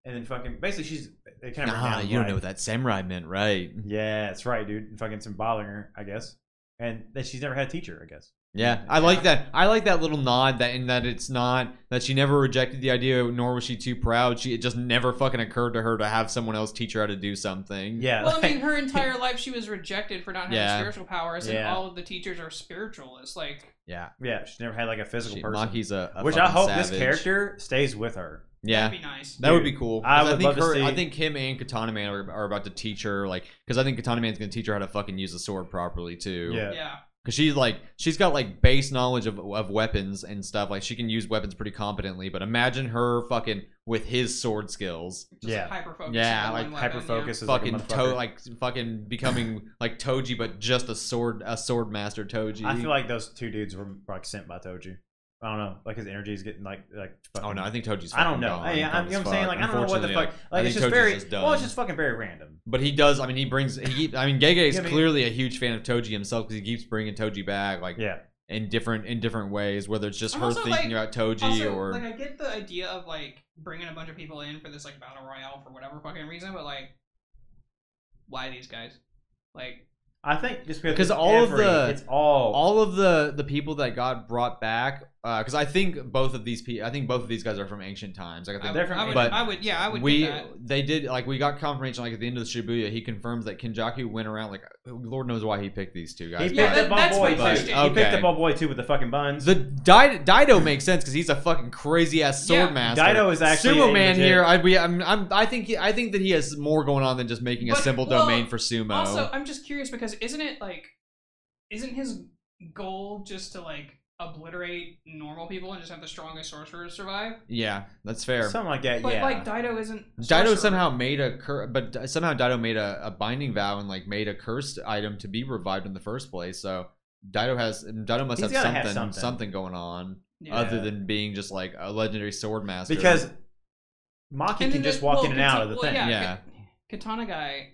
Speaker 2: and then fucking basically she's it kind of
Speaker 1: ah, you don't know what that samurai meant, right?
Speaker 2: Yeah, that's right, dude. And fucking some bothering her, I guess, and that she's never had a teacher, I guess.
Speaker 1: Yeah, I like that. I like that little nod that in that it's not that she never rejected the idea, nor was she too proud. She it just never fucking occurred to her to have someone else teach her how to do something.
Speaker 2: Yeah,
Speaker 4: Well, I
Speaker 2: like-
Speaker 4: mean, her entire life she was rejected for not having
Speaker 1: Yeah.
Speaker 4: spiritual powers, and
Speaker 2: Yeah.
Speaker 4: all of the teachers are spiritualists. Like,
Speaker 1: yeah.
Speaker 2: yeah, she's never had like a physical
Speaker 1: She,
Speaker 2: person,
Speaker 1: Maki's a, a
Speaker 2: which I
Speaker 1: fucking
Speaker 2: hope this
Speaker 1: savage.
Speaker 2: character stays with her.
Speaker 1: Yeah,
Speaker 4: that'd be nice.
Speaker 1: that would
Speaker 2: Dude,
Speaker 1: be cool.
Speaker 2: I
Speaker 1: 'Cause
Speaker 2: would
Speaker 1: think
Speaker 2: love to
Speaker 1: her- I
Speaker 2: see-
Speaker 1: think him and Katana Man are, are about to teach her like because I think Katana Man's gonna teach her how to fucking use the sword properly too.
Speaker 2: Yeah.
Speaker 4: Yeah.
Speaker 1: because she's like she's got like base knowledge of, of weapons and stuff like she can use weapons pretty competently but imagine her fucking with his sword skills
Speaker 4: Just
Speaker 2: Yeah.
Speaker 4: Like hyper focus.
Speaker 1: Yeah, like
Speaker 2: Hyper focus is
Speaker 1: fucking
Speaker 2: like, a
Speaker 1: to
Speaker 2: motherfucker.
Speaker 1: like fucking becoming like toji but just a sword a sword master toji
Speaker 2: I feel like those two dudes were like sent by Toji. I don't know, like his energy is getting like like.
Speaker 1: oh no i think toji's
Speaker 2: I
Speaker 1: fucking
Speaker 2: don't know.
Speaker 1: gone.
Speaker 2: Hey, I'm,
Speaker 1: Gone
Speaker 2: you
Speaker 1: as
Speaker 2: know what I'm saying?
Speaker 1: fuck.
Speaker 2: Like, I don't know what the fuck.
Speaker 1: Unfortunately,
Speaker 2: Like,
Speaker 1: I think
Speaker 2: it's just
Speaker 1: Toji's
Speaker 2: very.
Speaker 1: just
Speaker 2: well,
Speaker 1: done.
Speaker 2: it's just fucking very random.
Speaker 1: but he does i mean he brings he keep, i mean gege is
Speaker 2: Yeah, I mean-
Speaker 1: clearly a huge fan of toji himself because he keeps bringing toji back like
Speaker 2: Yeah.
Speaker 1: in different in different ways whether it's just
Speaker 4: I'm
Speaker 1: her
Speaker 4: also,
Speaker 1: thinking
Speaker 4: like-
Speaker 1: about toji
Speaker 4: Also,
Speaker 1: or
Speaker 4: like I get the idea of like bringing a bunch of people in for this like battle royale for whatever fucking reason, but like, why these guys? Like,
Speaker 2: I think just because
Speaker 1: 'Cause
Speaker 2: it's
Speaker 1: all of
Speaker 2: every-
Speaker 1: the-
Speaker 2: it's all,
Speaker 1: all of the the people that got brought back because I think both of these people I think both of these guys are from ancient times. Like I
Speaker 4: I,
Speaker 1: think
Speaker 4: would, I
Speaker 2: different-
Speaker 4: would,
Speaker 1: but
Speaker 4: I would, yeah, I would.
Speaker 1: we
Speaker 4: get that.
Speaker 1: they did like we got confirmation like at the end of the Shibuya he confirms that Kenjaku went around like Lord knows why he picked these two
Speaker 2: he
Speaker 1: guys.
Speaker 2: picked
Speaker 4: Yeah, that-
Speaker 2: up all
Speaker 4: that's
Speaker 2: boy
Speaker 4: my
Speaker 2: too.
Speaker 4: question.
Speaker 2: He picked
Speaker 1: Okay.
Speaker 2: up all boy too with the fucking buns.
Speaker 1: the Dido, Dido makes sense because he's a fucking crazy ass sword
Speaker 4: Yeah.
Speaker 1: master.
Speaker 2: Dido is actually
Speaker 1: sumo
Speaker 2: a
Speaker 1: man
Speaker 2: legit-
Speaker 1: here. I we I'm, I'm I think he, I think that he has more going on than just making a
Speaker 4: But-
Speaker 1: simple
Speaker 4: well,
Speaker 1: domain for sumo.
Speaker 4: Also, I'm just curious because isn't it like, isn't his goal just to like obliterate normal people and just have the strongest sorcerers survive?
Speaker 1: yeah, that's fair.
Speaker 2: Something like that.
Speaker 4: But
Speaker 2: yeah.
Speaker 4: like Dido isn't. a
Speaker 1: Uh, Dido
Speaker 4: sorcerer.
Speaker 1: somehow made a cur- but D- somehow Dido made a, a binding vow and like made a cursed item to be revived in the first place. So Dido has Dido must
Speaker 2: He's
Speaker 1: have
Speaker 2: gotta
Speaker 1: something,
Speaker 2: have
Speaker 1: something
Speaker 2: something.
Speaker 1: going on
Speaker 4: Yeah.
Speaker 1: other than being just like a legendary sword master.
Speaker 2: because Maki
Speaker 4: And
Speaker 2: can
Speaker 4: then
Speaker 2: just
Speaker 4: the-
Speaker 2: walk
Speaker 4: well,
Speaker 2: in and out
Speaker 4: Kata-
Speaker 2: of the
Speaker 4: well,
Speaker 2: thing.
Speaker 4: Yeah.
Speaker 1: Yeah.
Speaker 4: Ka- Katana guy.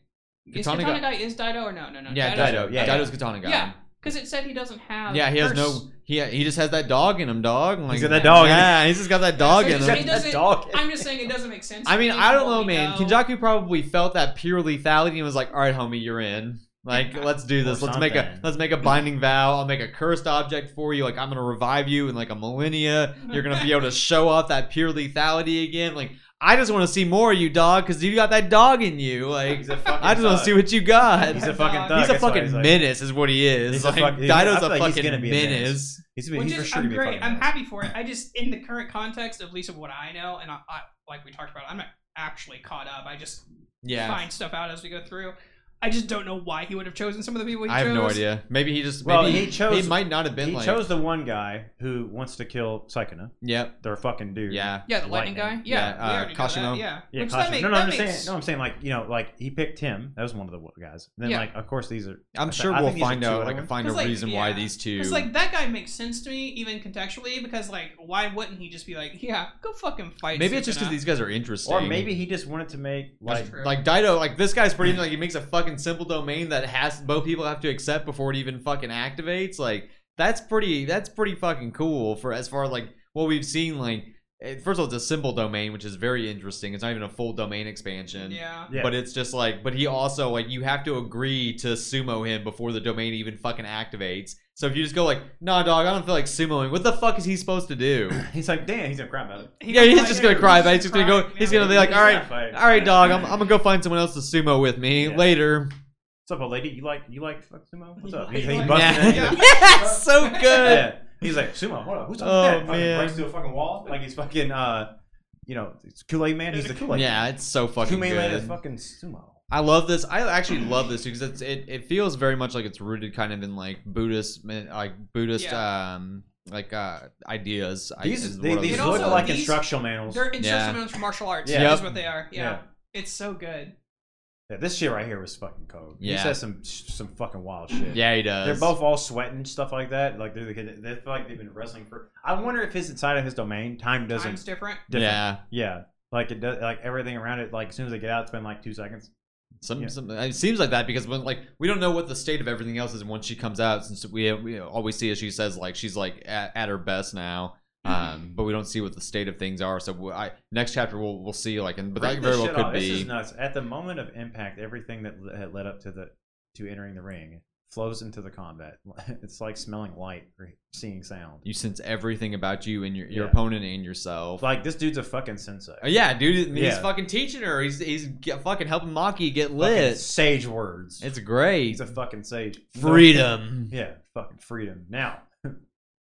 Speaker 4: Is
Speaker 1: Katana
Speaker 4: Katana,
Speaker 1: guy-
Speaker 4: guy is Dido or no? No, no.
Speaker 1: yeah,
Speaker 4: Dido's-
Speaker 1: Dido,
Speaker 2: yeah,
Speaker 1: Dido's katana guy.
Speaker 4: Yeah, because it said he doesn't have.
Speaker 1: Yeah, he has
Speaker 4: curse.
Speaker 1: no. He he just has that dog in him, dog. Like,
Speaker 2: got that dog in him.
Speaker 1: Yeah, he's just got that dog
Speaker 4: so
Speaker 1: in
Speaker 4: he
Speaker 1: him.
Speaker 4: just- doesn't-
Speaker 2: dog.
Speaker 4: I'm just saying it doesn't make sense.
Speaker 1: I mean,
Speaker 4: to me
Speaker 1: I don't
Speaker 4: from what
Speaker 1: know,
Speaker 4: we
Speaker 1: man.
Speaker 4: know.
Speaker 1: Kenjaku probably felt that pure lethality and was like, "All right, homie, you're in. Like, let's do this.
Speaker 2: Or
Speaker 1: Let's make a
Speaker 2: something.
Speaker 1: let's make a binding vow. I'll make a cursed object for you. Like, I'm gonna revive you in like a millennia. You're gonna be able to show off that pure lethality again. Like, I just want to see more of you, dog, because you got that dog in you. Like,
Speaker 2: He's a fucking
Speaker 1: I just want to
Speaker 2: thug.
Speaker 1: see what you got.
Speaker 2: He's a fucking
Speaker 4: He's
Speaker 2: thug.
Speaker 1: He's a
Speaker 2: that's why
Speaker 1: fucking
Speaker 2: he's like-
Speaker 1: menace, is what he is.
Speaker 2: He's a
Speaker 1: like,
Speaker 2: fuck- he's- I
Speaker 1: Dido's
Speaker 2: feel
Speaker 1: a
Speaker 2: like he's
Speaker 1: fucking
Speaker 2: gonna be a
Speaker 1: menace.
Speaker 2: menace. He's, he's
Speaker 4: Which
Speaker 2: for
Speaker 4: is,
Speaker 2: sure
Speaker 4: I'm
Speaker 2: gonna be a
Speaker 4: great.
Speaker 2: fucking
Speaker 4: I'm
Speaker 2: menace.
Speaker 4: happy for it. I just, in the current context, at least of what I know, and I, I like we talked about, I'm not actually caught up. I just
Speaker 1: Yeah,
Speaker 4: find stuff out as we go through. I just don't know why he would have chosen some of the people he
Speaker 1: I have
Speaker 4: chose.
Speaker 1: no idea. Maybe he just. Maybe
Speaker 2: Well,
Speaker 1: he,
Speaker 2: he chose-
Speaker 1: He might not have been
Speaker 2: He
Speaker 1: like.
Speaker 2: chose the one guy who wants to kill Psychona.
Speaker 1: Yep.
Speaker 2: They're a fucking dude.
Speaker 1: Yeah.
Speaker 4: Yeah, the lightning,
Speaker 2: Lightning.
Speaker 4: guy. Yeah,
Speaker 1: Yeah,
Speaker 4: we
Speaker 1: uh,
Speaker 4: already know that,
Speaker 1: Kashimo.
Speaker 4: Yeah,
Speaker 2: Yeah,
Speaker 4: Which that
Speaker 2: Kashima.
Speaker 4: makes-
Speaker 2: no, no,
Speaker 4: that
Speaker 2: I'm just
Speaker 4: makes-
Speaker 2: saying. No, I'm saying like you know, like he picked him. That was one of the guys. Then
Speaker 4: Yeah.
Speaker 2: like, of course, these are.
Speaker 1: I'm
Speaker 2: I th-
Speaker 1: sure
Speaker 2: I
Speaker 1: we'll
Speaker 2: think these are
Speaker 1: find
Speaker 2: two
Speaker 1: out,
Speaker 2: other
Speaker 1: like,
Speaker 2: ones.
Speaker 1: find a
Speaker 4: 'Cause, like,
Speaker 1: reason why
Speaker 4: yeah.
Speaker 1: these two.
Speaker 4: Because like that guy makes sense to me, even contextually. Because like, why wouldn't he just be like, yeah, go fucking fight?
Speaker 1: maybe it's just because
Speaker 4: Sukuna."
Speaker 1: these guys are interesting,
Speaker 2: Or maybe he just wanted to make like
Speaker 4: That's true.
Speaker 1: Like Dido, like this guy's pretty like he makes a fucking simple domain that has both people have to accept before it even fucking activates. Like that's pretty that's pretty fucking cool for as far like what we've seen. Like eh, First of all, it's a simple domain, which is very interesting. It's not even a full domain expansion.
Speaker 4: Yeah.
Speaker 2: Yeah.
Speaker 1: But it's just like, but he also like you have to agree to sumo him before the domain even fucking activates. So if you just go like, nah, dog, I don't feel like sumoing. What the fuck is he supposed to do?
Speaker 2: he's like, damn, he's gonna cry about it.
Speaker 1: yeah, he's just gonna cry, but he's just gonna go.
Speaker 4: crying,
Speaker 1: He's
Speaker 4: man.
Speaker 1: gonna be like, all right,
Speaker 2: all
Speaker 1: all right, dog, I'm, I'm gonna go find someone else to sumo with me
Speaker 2: Yeah.
Speaker 1: later.
Speaker 2: What's up, old lady? You like you like fuck sumo? What's up?
Speaker 4: You
Speaker 2: He's, he
Speaker 4: like-
Speaker 2: busted in.
Speaker 1: Yeah.
Speaker 2: He's like,
Speaker 1: Yes, so good.
Speaker 2: Yeah. He's like sumo. What up? Who's up?
Speaker 1: Oh,
Speaker 2: with that? Fucking
Speaker 1: man.
Speaker 2: breaks through a fucking wall like he's fucking uh, you know, Kool Aid man. He's the Kool Aid.
Speaker 1: Yeah, it's so fucking
Speaker 2: Kool Aid man
Speaker 1: good.
Speaker 2: is fucking sumo.
Speaker 1: I love this. I actually love this because it's it, it feels very much like it's rooted kind of in like Buddhist min- like Buddhist um like uh ideas. I-
Speaker 2: These
Speaker 1: is
Speaker 2: they,
Speaker 1: what I was
Speaker 2: these
Speaker 1: looking
Speaker 2: look
Speaker 4: also,
Speaker 1: for.
Speaker 2: like
Speaker 4: these-
Speaker 2: instructional manuals.
Speaker 4: They're instructional
Speaker 1: Yeah.
Speaker 4: manuals for martial arts.
Speaker 2: Yeah.
Speaker 4: That's
Speaker 1: Yep.
Speaker 4: what they are. Yeah.
Speaker 2: Yeah.
Speaker 4: It's so good.
Speaker 2: Yeah, this shit right here was fucking cold. He
Speaker 1: Yeah.
Speaker 2: says some some fucking wild shit.
Speaker 1: Yeah, he does.
Speaker 2: They're both all sweating stuff like that. Like they're the kid. They feel like they've been wrestling for. I wonder if his inside of his domain time doesn't.
Speaker 4: Time's different.
Speaker 2: different.
Speaker 1: Yeah,
Speaker 2: Yeah. Like it does. Like everything around it. Like as soon as they get out, it's been like two seconds.
Speaker 1: some
Speaker 2: Yeah.
Speaker 1: some it seems like that because when like we don't know what the state of everything else is and once she comes out since we we all we see is she says like she's like at, at her best now. Um, but we don't see what the state of things are. So we, I next chapter we'll we'll see like and but that
Speaker 2: Read
Speaker 1: very
Speaker 2: this
Speaker 1: well
Speaker 2: shit
Speaker 1: could
Speaker 2: off.
Speaker 1: be
Speaker 2: This is nuts. At the moment of impact, everything that le- had led up to the to entering the ring flows into the combat. It's like smelling light or seeing sound.
Speaker 1: you sense everything about you and your your
Speaker 2: Yeah.
Speaker 1: opponent and yourself.
Speaker 2: Like this dude's a fucking sensei.
Speaker 1: Uh, Yeah, dude, he's
Speaker 2: Yeah.
Speaker 1: fucking teaching her. He's he's ge- fucking helping Maki get
Speaker 2: Fucking
Speaker 1: lit.
Speaker 2: sage words.
Speaker 1: It's great.
Speaker 2: He's a fucking sage. No-
Speaker 1: Freedom.
Speaker 2: yeah, fucking freedom. Now,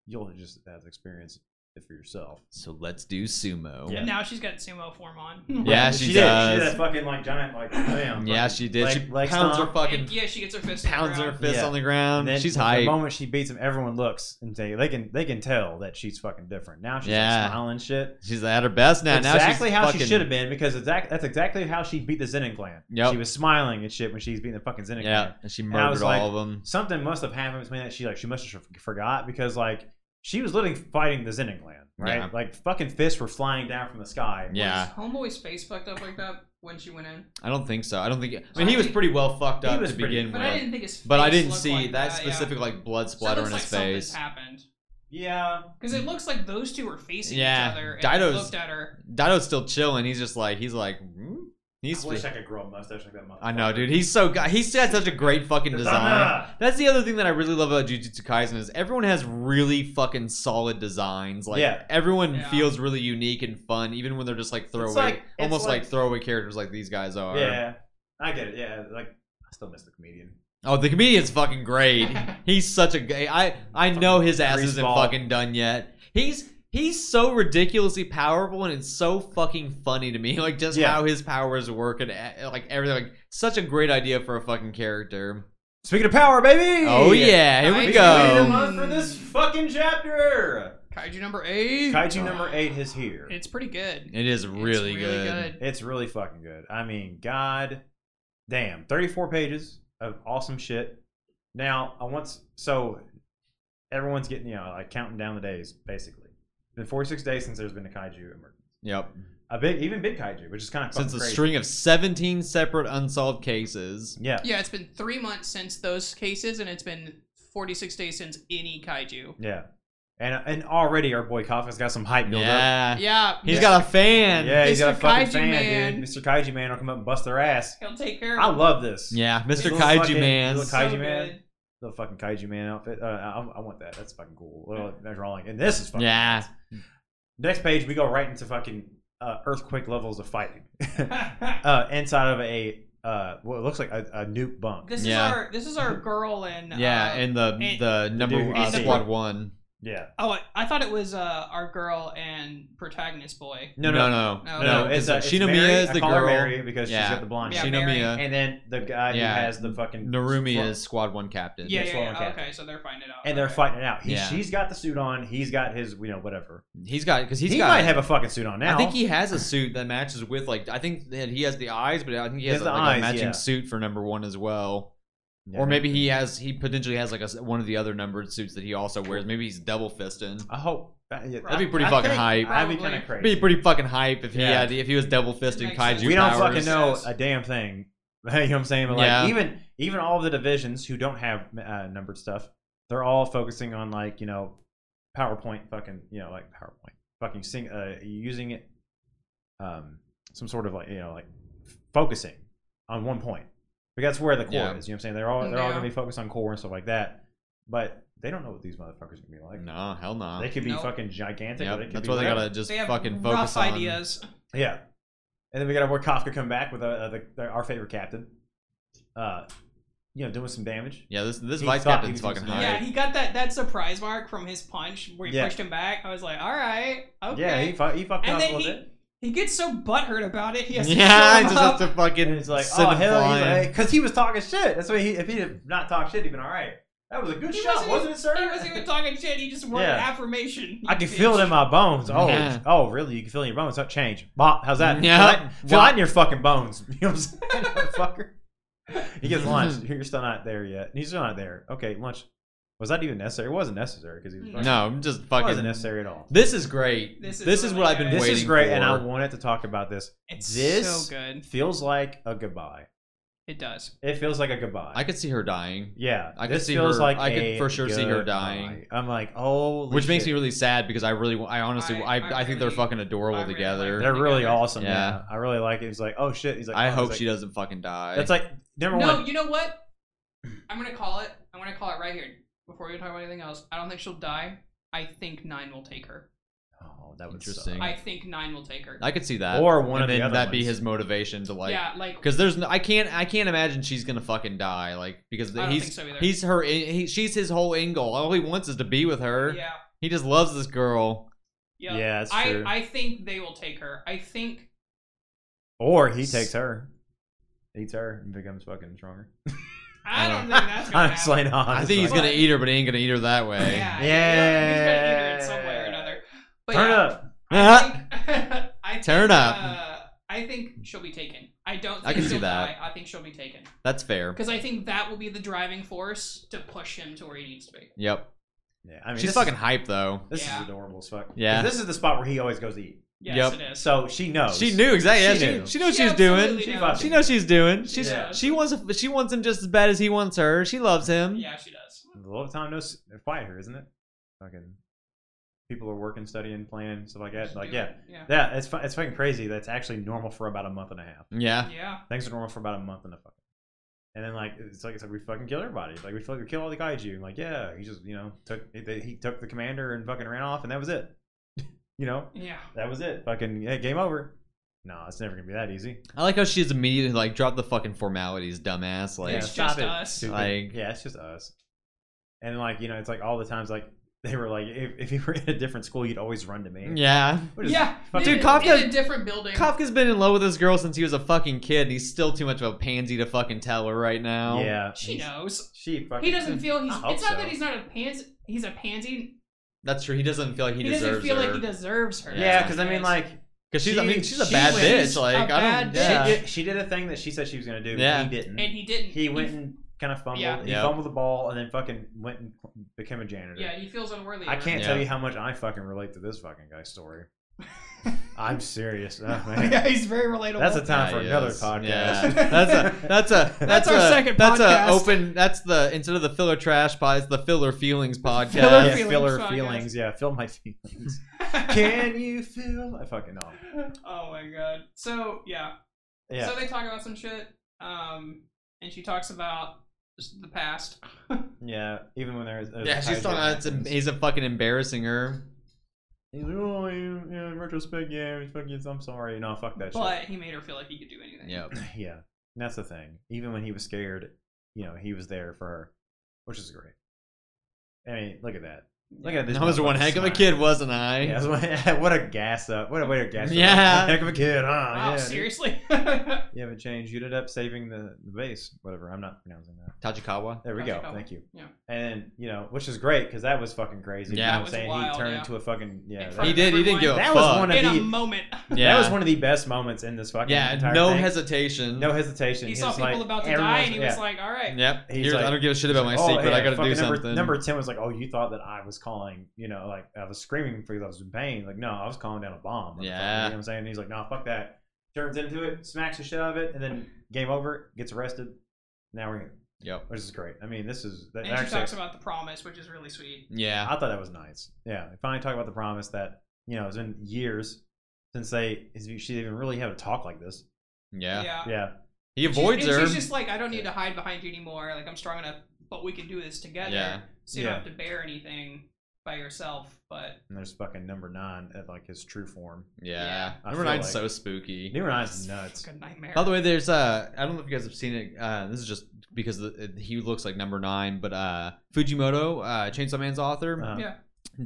Speaker 2: you'll just have to experience it for yourself.
Speaker 1: So let's do sumo.
Speaker 2: Yeah.
Speaker 4: And now she's got sumo form on.
Speaker 1: Yeah, she,
Speaker 2: did. She did
Speaker 1: does.
Speaker 2: that fucking like giant like bam.
Speaker 1: yeah,
Speaker 2: fucking
Speaker 1: she did.
Speaker 2: leg-
Speaker 1: she
Speaker 2: leg
Speaker 1: pounds
Speaker 2: stomp.
Speaker 1: her fucking
Speaker 4: And yeah, she gets her fist.
Speaker 1: pounds her fist
Speaker 2: Yeah.
Speaker 1: on the ground.
Speaker 2: And then
Speaker 1: She's
Speaker 2: The
Speaker 1: hype.
Speaker 2: moment she beats him, everyone looks and they they can they can tell that she's fucking different. Now she's like,
Speaker 1: Yeah.
Speaker 2: smiling shit.
Speaker 1: She's at her best now.
Speaker 2: exactly
Speaker 1: now she's
Speaker 2: how
Speaker 1: fucking,
Speaker 2: she should have been because exact, that's exactly how she beat the Zenin clan.
Speaker 1: Yep.
Speaker 2: She was smiling and shit when she was beating the fucking Zenin
Speaker 1: Yeah,
Speaker 2: clan.
Speaker 1: and she
Speaker 2: I
Speaker 1: murdered
Speaker 2: was
Speaker 1: all
Speaker 2: like-
Speaker 1: of them.
Speaker 2: Something must have happened between that she like she must have forgot because like she was literally fighting the Zenin clan, right?
Speaker 1: Yeah.
Speaker 2: Like fucking fists were flying down from the sky.
Speaker 1: Yeah,
Speaker 4: Homeboy's face fucked up like that when she went in.
Speaker 1: I don't think so. I don't think. I mean, he was pretty well fucked
Speaker 2: He
Speaker 1: up
Speaker 2: was
Speaker 1: to
Speaker 2: pretty-
Speaker 1: begin
Speaker 4: But I
Speaker 1: with,
Speaker 4: didn't think his. Face
Speaker 1: but I didn't
Speaker 4: looked
Speaker 1: see
Speaker 4: like
Speaker 1: that
Speaker 4: yeah.
Speaker 1: specific like blood
Speaker 4: So it
Speaker 1: splatter
Speaker 4: looks
Speaker 1: in
Speaker 4: like
Speaker 1: his face.
Speaker 4: Something's happened.
Speaker 2: Yeah.
Speaker 4: Because it looks like those two were facing
Speaker 1: Yeah,
Speaker 4: each other. And
Speaker 1: Dido's-
Speaker 4: Dido's looked at her.
Speaker 1: Dido's still chilling. He's just like he's like hmm? he's
Speaker 2: I wish I could grow a mustache like that.
Speaker 1: I know, dude. He's so good. He's had such a great fucking design. That's the other thing that I really love about Jujutsu Kaisen is everyone has really fucking solid designs. Like
Speaker 2: Yeah.
Speaker 1: everyone
Speaker 4: Yeah.
Speaker 1: feels really unique and fun, even when they're just like throwaway,
Speaker 2: like- it's
Speaker 1: almost like,
Speaker 2: like-
Speaker 1: throwaway characters like these guys are.
Speaker 2: Yeah, I get it. Yeah, like I still miss the comedian.
Speaker 1: Oh, the comedian's fucking great. he's such a gay. I I know his ass
Speaker 2: grease
Speaker 1: isn't
Speaker 2: ball.
Speaker 1: fucking done yet. He's he's so ridiculously powerful and it's so fucking funny to me. Like just
Speaker 2: Yeah.
Speaker 1: how his powers work and eh, like everything. Like such a great idea for a fucking character.
Speaker 2: Speaking of power, baby.
Speaker 1: Oh yeah, here we
Speaker 4: Nice.
Speaker 2: Ready to
Speaker 1: go.
Speaker 2: run for this fucking chapter.
Speaker 4: Kaiju number eight.
Speaker 2: Kaiju number eight is here.
Speaker 4: It's pretty good.
Speaker 1: It is really,
Speaker 4: it's really
Speaker 1: good.
Speaker 4: good.
Speaker 2: It's really fucking good. I mean, god damn, thirty-four pages of awesome shit. Now I once so everyone's getting you know like counting down the days basically. It's been forty-six days since there's been a kaiju emergence.
Speaker 1: Yep.
Speaker 2: A big, even big kaiju, which is kind of
Speaker 1: Since a
Speaker 2: crazy.
Speaker 1: string of 17 separate unsolved cases.
Speaker 2: Yeah.
Speaker 4: Yeah, it's been three months since those cases, and it's been 46 days since any kaiju.
Speaker 2: Yeah. And and already our boy Kafka's got some hype built up.
Speaker 1: Yeah.
Speaker 4: Yeah,
Speaker 1: He's
Speaker 4: Mr.
Speaker 1: got a fan.
Speaker 2: Yeah, he's got a
Speaker 4: Mr.
Speaker 2: fucking
Speaker 4: Kaiju
Speaker 2: fan,
Speaker 4: Man.
Speaker 2: dude. Mr. Kaiju Man will come up and bust their ass.
Speaker 4: He'll take care
Speaker 2: I
Speaker 4: of.
Speaker 2: love this.
Speaker 1: Yeah, Mr.
Speaker 2: Little
Speaker 1: Kaiju
Speaker 2: fucking-
Speaker 1: Man.
Speaker 2: little
Speaker 4: So
Speaker 2: Kaiju
Speaker 4: good.
Speaker 2: Man. The fucking Kaiju Man outfit. Uh, I, I want that. That's fucking cool. Well, that's drawing. And this is fucking.
Speaker 1: Yeah.
Speaker 2: nice. Next page, we go right into fucking uh, earthquake levels of fighting. uh, inside of a uh, what looks like a, a nuke bunk.
Speaker 4: This
Speaker 1: Yeah.
Speaker 4: is our this is our girl in.
Speaker 1: Yeah,
Speaker 4: uh,
Speaker 1: and the
Speaker 4: and-
Speaker 1: the number
Speaker 2: Dude,
Speaker 1: uh,
Speaker 4: and the-
Speaker 1: squad one.
Speaker 2: yeah.
Speaker 4: oh, I- I thought it was uh, our girl and protagonist boy.
Speaker 1: No, no, no,
Speaker 4: No,
Speaker 1: no.
Speaker 4: no,
Speaker 2: it's, uh,
Speaker 1: uh,
Speaker 2: it's
Speaker 1: Shinomiya
Speaker 2: Mary.
Speaker 1: is
Speaker 2: I
Speaker 1: the
Speaker 2: call
Speaker 1: girl.
Speaker 2: her Mary because
Speaker 1: Yeah.
Speaker 2: she's got the blonde.
Speaker 4: Yeah,
Speaker 2: hair.
Speaker 1: Shinomiya.
Speaker 2: And then the guy
Speaker 1: Yeah.
Speaker 2: who has the fucking
Speaker 1: Narumi is squad one captain.
Speaker 4: Yeah,
Speaker 2: Next
Speaker 4: yeah,
Speaker 2: one,
Speaker 4: yeah.
Speaker 2: okay.
Speaker 4: Okay. so they're finding out.
Speaker 2: and they're
Speaker 4: Okay.
Speaker 2: fighting it out. He,
Speaker 1: Yeah.
Speaker 2: She's got the suit on. He's got his, you know, whatever.
Speaker 1: he's got because he's
Speaker 2: he
Speaker 1: got.
Speaker 2: might have a fucking suit on now.
Speaker 1: I think he has a suit that matches with like I think that he has the eyes, but I think he
Speaker 2: He
Speaker 1: has
Speaker 2: has the
Speaker 1: like,
Speaker 2: eyes,
Speaker 1: a matching
Speaker 2: yeah.
Speaker 1: suit for number one as well.
Speaker 2: Yeah.
Speaker 1: or maybe he has he potentially has like a s one of the other numbered suits that he also wears. Maybe he's double fisting.
Speaker 2: I hope uh, yeah,
Speaker 4: That'd
Speaker 1: be pretty
Speaker 2: I
Speaker 1: fucking
Speaker 2: think
Speaker 1: hype.
Speaker 2: That'd be
Speaker 4: Probably.
Speaker 2: kind of crazy.
Speaker 1: Be pretty fucking hype if he
Speaker 2: Yeah.
Speaker 1: had if he was double fisting
Speaker 4: It makes sense.
Speaker 1: kaiju
Speaker 2: we don't
Speaker 1: powers.
Speaker 2: fucking know a damn thing. you know what I'm saying? But like
Speaker 1: Yeah.
Speaker 2: even even all of the divisions who don't have uh, numbered stuff, they're all focusing on like you know PowerPoint fucking you know like PowerPoint fucking sing, uh, using it, um, some sort of like you know like f- focusing on one point. But that's where the core
Speaker 1: Yeah.
Speaker 2: is. You know what I'm saying? They're all they're all
Speaker 4: Yeah.
Speaker 2: gonna be focused on core and stuff like that. But they don't know what these motherfuckers are gonna be like.
Speaker 1: Nah, hell nah.
Speaker 2: They could be
Speaker 4: Nope.
Speaker 2: fucking gigantic. or
Speaker 1: Yep,
Speaker 2: they could
Speaker 1: that's
Speaker 2: be
Speaker 1: why they
Speaker 2: whatever.
Speaker 1: gotta just
Speaker 4: they have
Speaker 1: fucking
Speaker 4: rough
Speaker 1: focus on.
Speaker 4: ideas.
Speaker 2: Yeah, and then we got our boy Kafka come back with uh, uh, the, the, our favorite captain. Uh, you know, doing some damage.
Speaker 1: Yeah, this this
Speaker 2: He
Speaker 1: vice
Speaker 2: thought
Speaker 1: captain's
Speaker 2: he was
Speaker 1: fucking
Speaker 2: gonna-
Speaker 1: high.
Speaker 4: Yeah, he got that that surprise mark from his punch where he
Speaker 2: Yeah.
Speaker 4: pushed him back. I was like, all right, okay.
Speaker 2: Yeah, he, fu- he fucked
Speaker 4: and
Speaker 2: up a
Speaker 4: then
Speaker 2: little
Speaker 4: he,
Speaker 2: bit.
Speaker 4: he gets so butthurt about it. He has to
Speaker 1: Yeah, he
Speaker 4: show
Speaker 1: just
Speaker 4: up.
Speaker 1: has to fucking.
Speaker 2: And it's like,
Speaker 1: send
Speaker 2: oh
Speaker 1: him
Speaker 2: hell, he's
Speaker 1: flying.
Speaker 2: like, because he was talking shit. That's why he, if he did not talk shit, he'd been all right. That was a good
Speaker 4: He
Speaker 2: shot,
Speaker 4: wasn't
Speaker 2: wasn't it, sir?
Speaker 4: He wasn't even talking shit. He just wanted
Speaker 2: Yeah.
Speaker 4: affirmation.
Speaker 2: I can
Speaker 4: you
Speaker 2: feel it in
Speaker 4: bitch.
Speaker 2: my bones. Oh,
Speaker 1: Yeah.
Speaker 2: oh, really? You can feel it in your bones? That change. Bop. How's that?
Speaker 1: Yeah.
Speaker 2: Feel that, feel
Speaker 1: Wow.
Speaker 2: that in your fucking bones. You know what I'm saying, motherfucker? He gets lunch. You're still not there yet. He's still not there. Okay, lunch. Was that even necessary? It wasn't necessary because he
Speaker 4: Mm-hmm.
Speaker 2: was. fucking-
Speaker 1: no, I'm just
Speaker 2: it wasn't
Speaker 1: fucking.
Speaker 2: necessary at all.
Speaker 1: This is great.
Speaker 4: This
Speaker 1: This
Speaker 4: is
Speaker 1: is,
Speaker 4: really
Speaker 1: what I've been
Speaker 4: good.
Speaker 2: This
Speaker 1: waiting
Speaker 2: is great,
Speaker 1: for.
Speaker 2: and I wanted to talk about this.
Speaker 4: It's
Speaker 2: this
Speaker 4: so good.
Speaker 2: feels like a goodbye.
Speaker 4: It does.
Speaker 2: It feels like a goodbye.
Speaker 1: I could see her dying,
Speaker 2: Yeah,
Speaker 1: I could
Speaker 2: this
Speaker 1: see
Speaker 2: feels
Speaker 1: her-
Speaker 2: like
Speaker 1: I could
Speaker 2: a
Speaker 1: for sure see her
Speaker 2: goodbye.
Speaker 1: dying.
Speaker 2: I'm like, oh,
Speaker 1: which makes me really sad because I really, wa- I honestly,
Speaker 4: I-
Speaker 1: I,
Speaker 4: I
Speaker 1: I, think they're
Speaker 4: really-
Speaker 1: fucking adorable
Speaker 4: I really
Speaker 1: together.
Speaker 4: like
Speaker 2: They're really
Speaker 4: together.
Speaker 2: awesome. Yeah.
Speaker 1: Yeah.
Speaker 2: I really like it. He's like, oh shit. He's like,
Speaker 1: I
Speaker 2: oh,
Speaker 1: hope
Speaker 2: he's
Speaker 1: she
Speaker 2: like,
Speaker 1: doesn't fucking die.
Speaker 2: That's like number
Speaker 4: No,
Speaker 2: one.
Speaker 4: you know what? I'm gonna call it. I'm gonna call it right here before we talk about anything else. I don't think she'll die. I think nine will take her.
Speaker 2: Oh, that would
Speaker 1: Interesting.
Speaker 2: suck.
Speaker 4: I think nine will take her.
Speaker 1: I could see that,
Speaker 2: Or one
Speaker 1: and
Speaker 2: of the
Speaker 1: then
Speaker 2: other
Speaker 1: that'd be
Speaker 2: ones.
Speaker 1: his motivation to like,
Speaker 4: yeah, like
Speaker 1: because there's, no, I can't, I can't imagine she's gonna fucking die, like because
Speaker 4: I don't
Speaker 1: he's,
Speaker 4: think so either.
Speaker 1: he's her, he, she's his whole end goal. All he wants is to be with her.
Speaker 4: yeah,
Speaker 1: He just loves this girl.
Speaker 4: yeah.
Speaker 2: Yeah, that's
Speaker 4: I
Speaker 2: true.
Speaker 4: I think they will take her. I think
Speaker 2: Or he takes her, eats her, and becomes fucking stronger.
Speaker 4: I
Speaker 2: I don't-
Speaker 4: don't think that's gonna happen.
Speaker 2: Honestly, no.
Speaker 1: I think he's
Speaker 2: honestly.
Speaker 1: gonna eat her, but he ain't gonna eat her that way.
Speaker 4: Yeah, I- yeah, he's gonna eat her in some way or
Speaker 2: Yeah.
Speaker 4: another. But
Speaker 2: Turn
Speaker 4: yeah,
Speaker 2: up. Uh-huh.
Speaker 4: I think, I think,
Speaker 1: Turn up.
Speaker 4: Uh, I think she'll be taken. I don't. Think
Speaker 1: I can see
Speaker 4: she'll
Speaker 1: that.
Speaker 4: Die. I think she'll be taken
Speaker 1: That's fair.
Speaker 4: because I think that will be the driving force to push him to where he needs to be.
Speaker 1: Yep.
Speaker 2: Yeah, I mean,
Speaker 1: She's
Speaker 2: this
Speaker 1: fucking
Speaker 2: Is,
Speaker 1: hype though.
Speaker 2: this
Speaker 4: Yeah.
Speaker 2: is adorable as fuck. 'Cause
Speaker 1: Yeah.
Speaker 2: This is the spot where he always goes to eat.
Speaker 4: Yes,
Speaker 1: Yep.
Speaker 4: it is.
Speaker 2: So Oh, she knows.
Speaker 1: She knew exactly. Yeah,
Speaker 2: She
Speaker 1: she,
Speaker 2: knew.
Speaker 1: she, knows
Speaker 4: She
Speaker 1: she was doing.
Speaker 4: absolutely
Speaker 2: She
Speaker 4: knows.
Speaker 2: fucking-
Speaker 1: She knows she's doing. She's
Speaker 2: Yeah.
Speaker 1: she wants she wants him just as bad as he wants her. She loves him.
Speaker 4: Yeah, she does.
Speaker 2: A lot of time no s- quiet here, isn't it? Fucking people are working, studying, playing, stuff like that. Like, yeah,
Speaker 4: Yeah.
Speaker 2: yeah, it's fu- it's fucking crazy. That's actually normal for about a month and a half.
Speaker 1: Yeah.
Speaker 4: Yeah.
Speaker 2: Things are normal for about a month and a fucking. And then like it's like it's like we fucking kill everybody. Like we fucking kill all the kaiju. And like yeah, he just you know took he, he took the commander and fucking ran off, and that was it. you know
Speaker 4: Yeah.
Speaker 2: that was it. Fucking yeah, game over. No, it's never gonna be that easy.
Speaker 1: I like how she's immediately like drop the fucking formalities, dumbass. Like
Speaker 2: yeah,
Speaker 4: It's
Speaker 2: stop
Speaker 4: just
Speaker 2: it,
Speaker 4: us.
Speaker 2: stupid.
Speaker 1: Like-
Speaker 2: yeah, it's just us. And like you know, it's like all the times like they were like if, if you were in a different school, you'd always run to me.
Speaker 1: yeah.
Speaker 2: Which is
Speaker 4: yeah.
Speaker 2: fucking-
Speaker 1: Dude,
Speaker 4: in,
Speaker 1: Kafka-
Speaker 4: in a different building.
Speaker 1: Kafka's been in love with this girl since he was a fucking kid, and he's still too much of a pansy to fucking tell her right now.
Speaker 2: yeah,
Speaker 4: she knows.
Speaker 2: She fucking.
Speaker 4: He doesn't feel he's.
Speaker 2: I hope
Speaker 4: It's not
Speaker 2: so.
Speaker 4: that he's not a pansy. He's a pansy.
Speaker 1: That's true. He doesn't feel like he,
Speaker 4: He, doesn't
Speaker 1: deserves
Speaker 4: feel
Speaker 1: her.
Speaker 4: like he deserves her.
Speaker 2: Yeah,
Speaker 1: Yeah.
Speaker 2: because I mean,
Speaker 4: Yes.
Speaker 2: like
Speaker 1: Because she's, I
Speaker 2: She-
Speaker 1: mean, she's a
Speaker 2: she
Speaker 1: bad
Speaker 4: wins.
Speaker 1: bitch. Like
Speaker 4: A
Speaker 1: I
Speaker 4: bad
Speaker 1: don't.
Speaker 4: bitch.
Speaker 1: Yeah.
Speaker 2: she did, she did a thing that she said she was gonna do. Yeah.
Speaker 1: Yeah.
Speaker 2: He didn't.
Speaker 4: and he didn't.
Speaker 2: he went and kind of fumbled.
Speaker 4: Yeah.
Speaker 2: He
Speaker 1: Yeah.
Speaker 2: fumbled the ball and then fucking went and became a janitor.
Speaker 4: Yeah, he feels unworthy.
Speaker 2: I
Speaker 4: of her.
Speaker 2: can't tell
Speaker 1: Yeah.
Speaker 2: you how much I fucking relate to this fucking guy's story. I'm serious. Oh, man.
Speaker 4: yeah, he's very relatable.
Speaker 2: That's a time
Speaker 1: Yeah,
Speaker 2: for
Speaker 1: he
Speaker 2: another
Speaker 1: is.
Speaker 2: podcast.
Speaker 1: Yeah. That's a that's a that's,
Speaker 4: our
Speaker 1: a,
Speaker 4: second
Speaker 1: that's
Speaker 4: podcast.
Speaker 1: a open that's the instead of the filler trash pod, it's the filler feelings podcast.
Speaker 4: Filler
Speaker 2: yeah,
Speaker 4: feelings
Speaker 2: filler
Speaker 4: podcast.
Speaker 2: feelings. Yeah, fill my feelings. Can you feel? I fucking know.
Speaker 4: oh my god. So yeah.
Speaker 2: Yeah.
Speaker 4: So they talk about some shit. Um, and she talks about just the past.
Speaker 2: yeah. Even when uh, there's
Speaker 1: yeah, she's talking. About it's, em- he's a fucking embarrassing her.
Speaker 2: He's like, oh, you, yeah, in retrospect, yeah, it's fucking, it's- I'm sorry. No, fuck that
Speaker 4: But he made her feel like he could do anything.
Speaker 1: Yep.
Speaker 2: shit. Yeah, and that's the thing. Even when he was scared, you know, he was there for her, which is great. I mean, look at that. Look at this.
Speaker 1: I was one
Speaker 2: motherfucking
Speaker 1: heck of a
Speaker 2: smile.
Speaker 1: kid, wasn't I?
Speaker 2: Yeah, that's what, what a gas up. What a way to gas up.
Speaker 1: Yeah.
Speaker 2: Heck of a kid, huh?
Speaker 4: Wow,
Speaker 2: Oh, yeah, dude.
Speaker 4: seriously?
Speaker 2: You haven't changed. You ended up saving the, the base. Whatever. I'm not pronouncing that.
Speaker 1: Tachikawa.
Speaker 2: There we
Speaker 4: Gotcha,
Speaker 2: go.
Speaker 4: Cowboy.
Speaker 2: Thank you.
Speaker 4: Yeah.
Speaker 2: And you know, which is great because that was fucking crazy.
Speaker 1: Yeah. That
Speaker 2: you know what I'm
Speaker 4: was
Speaker 2: saying
Speaker 4: wild,
Speaker 2: he turned
Speaker 4: yeah.
Speaker 2: into a fucking yeah.
Speaker 4: In
Speaker 2: That,
Speaker 4: front
Speaker 1: He
Speaker 4: of
Speaker 1: did- he didn't
Speaker 4: everyone
Speaker 1: give
Speaker 2: that was
Speaker 1: fuck.
Speaker 2: one of
Speaker 4: In a
Speaker 2: the
Speaker 4: moment.
Speaker 1: Yeah.
Speaker 2: that was one of the best moments in this fucking
Speaker 1: Yeah.
Speaker 2: entire
Speaker 1: No
Speaker 2: thing.
Speaker 1: hesitation.
Speaker 2: no hesitation.
Speaker 4: He
Speaker 2: His,
Speaker 4: saw people
Speaker 2: like,
Speaker 4: about to
Speaker 2: everyone
Speaker 4: die, and he was
Speaker 2: yeah.
Speaker 4: like, all right.
Speaker 1: Yep.
Speaker 2: He's
Speaker 1: Here's,
Speaker 2: like-
Speaker 1: I don't give a shit about my
Speaker 2: Oh,
Speaker 1: secret.
Speaker 2: yeah,
Speaker 1: I gotta do
Speaker 2: fucking number-
Speaker 1: something.
Speaker 2: Number ten was like, "Oh, you thought that I was calling, you know, like I was screaming because I was in pain. Like, no, I was calling down a bomb. motherfucker."
Speaker 1: Yeah.
Speaker 2: you know what I'm saying. And he's like, "No, fuck that." Turns into it, smacks the shit out of it, and then game over. Gets arrested. Now we're here,
Speaker 1: Yep.
Speaker 2: which is great. I mean, this is that
Speaker 4: And she
Speaker 2: actually.
Speaker 4: talks about the promise, which is really sweet.
Speaker 1: Yeah.
Speaker 2: I thought that was nice. Yeah, finally talk about the promise that you know, it's been years since they she even really had a talk like this.
Speaker 1: Yeah.
Speaker 2: Yeah,
Speaker 1: He
Speaker 4: She's-
Speaker 1: avoids
Speaker 4: and
Speaker 1: her.
Speaker 4: She's just like, I don't need to hide behind you anymore. Like I'm strong enough, but we can do this together.
Speaker 1: Yeah.
Speaker 4: So you
Speaker 2: Yeah.
Speaker 4: don't have to bear anything by yourself. But
Speaker 2: and there's fucking number nine at like his true form.
Speaker 1: yeah.
Speaker 2: I
Speaker 1: Number
Speaker 2: feel
Speaker 1: nine's
Speaker 2: like-
Speaker 1: so spooky.
Speaker 2: Number nine's nuts.
Speaker 4: good nightmare.
Speaker 1: By the way, there's uh, I don't know if you guys have seen it. Uh, this is just because the, he looks like number nine, but uh, Fujimoto, uh, Chainsaw Man's author,
Speaker 2: Uh-huh.
Speaker 4: yeah.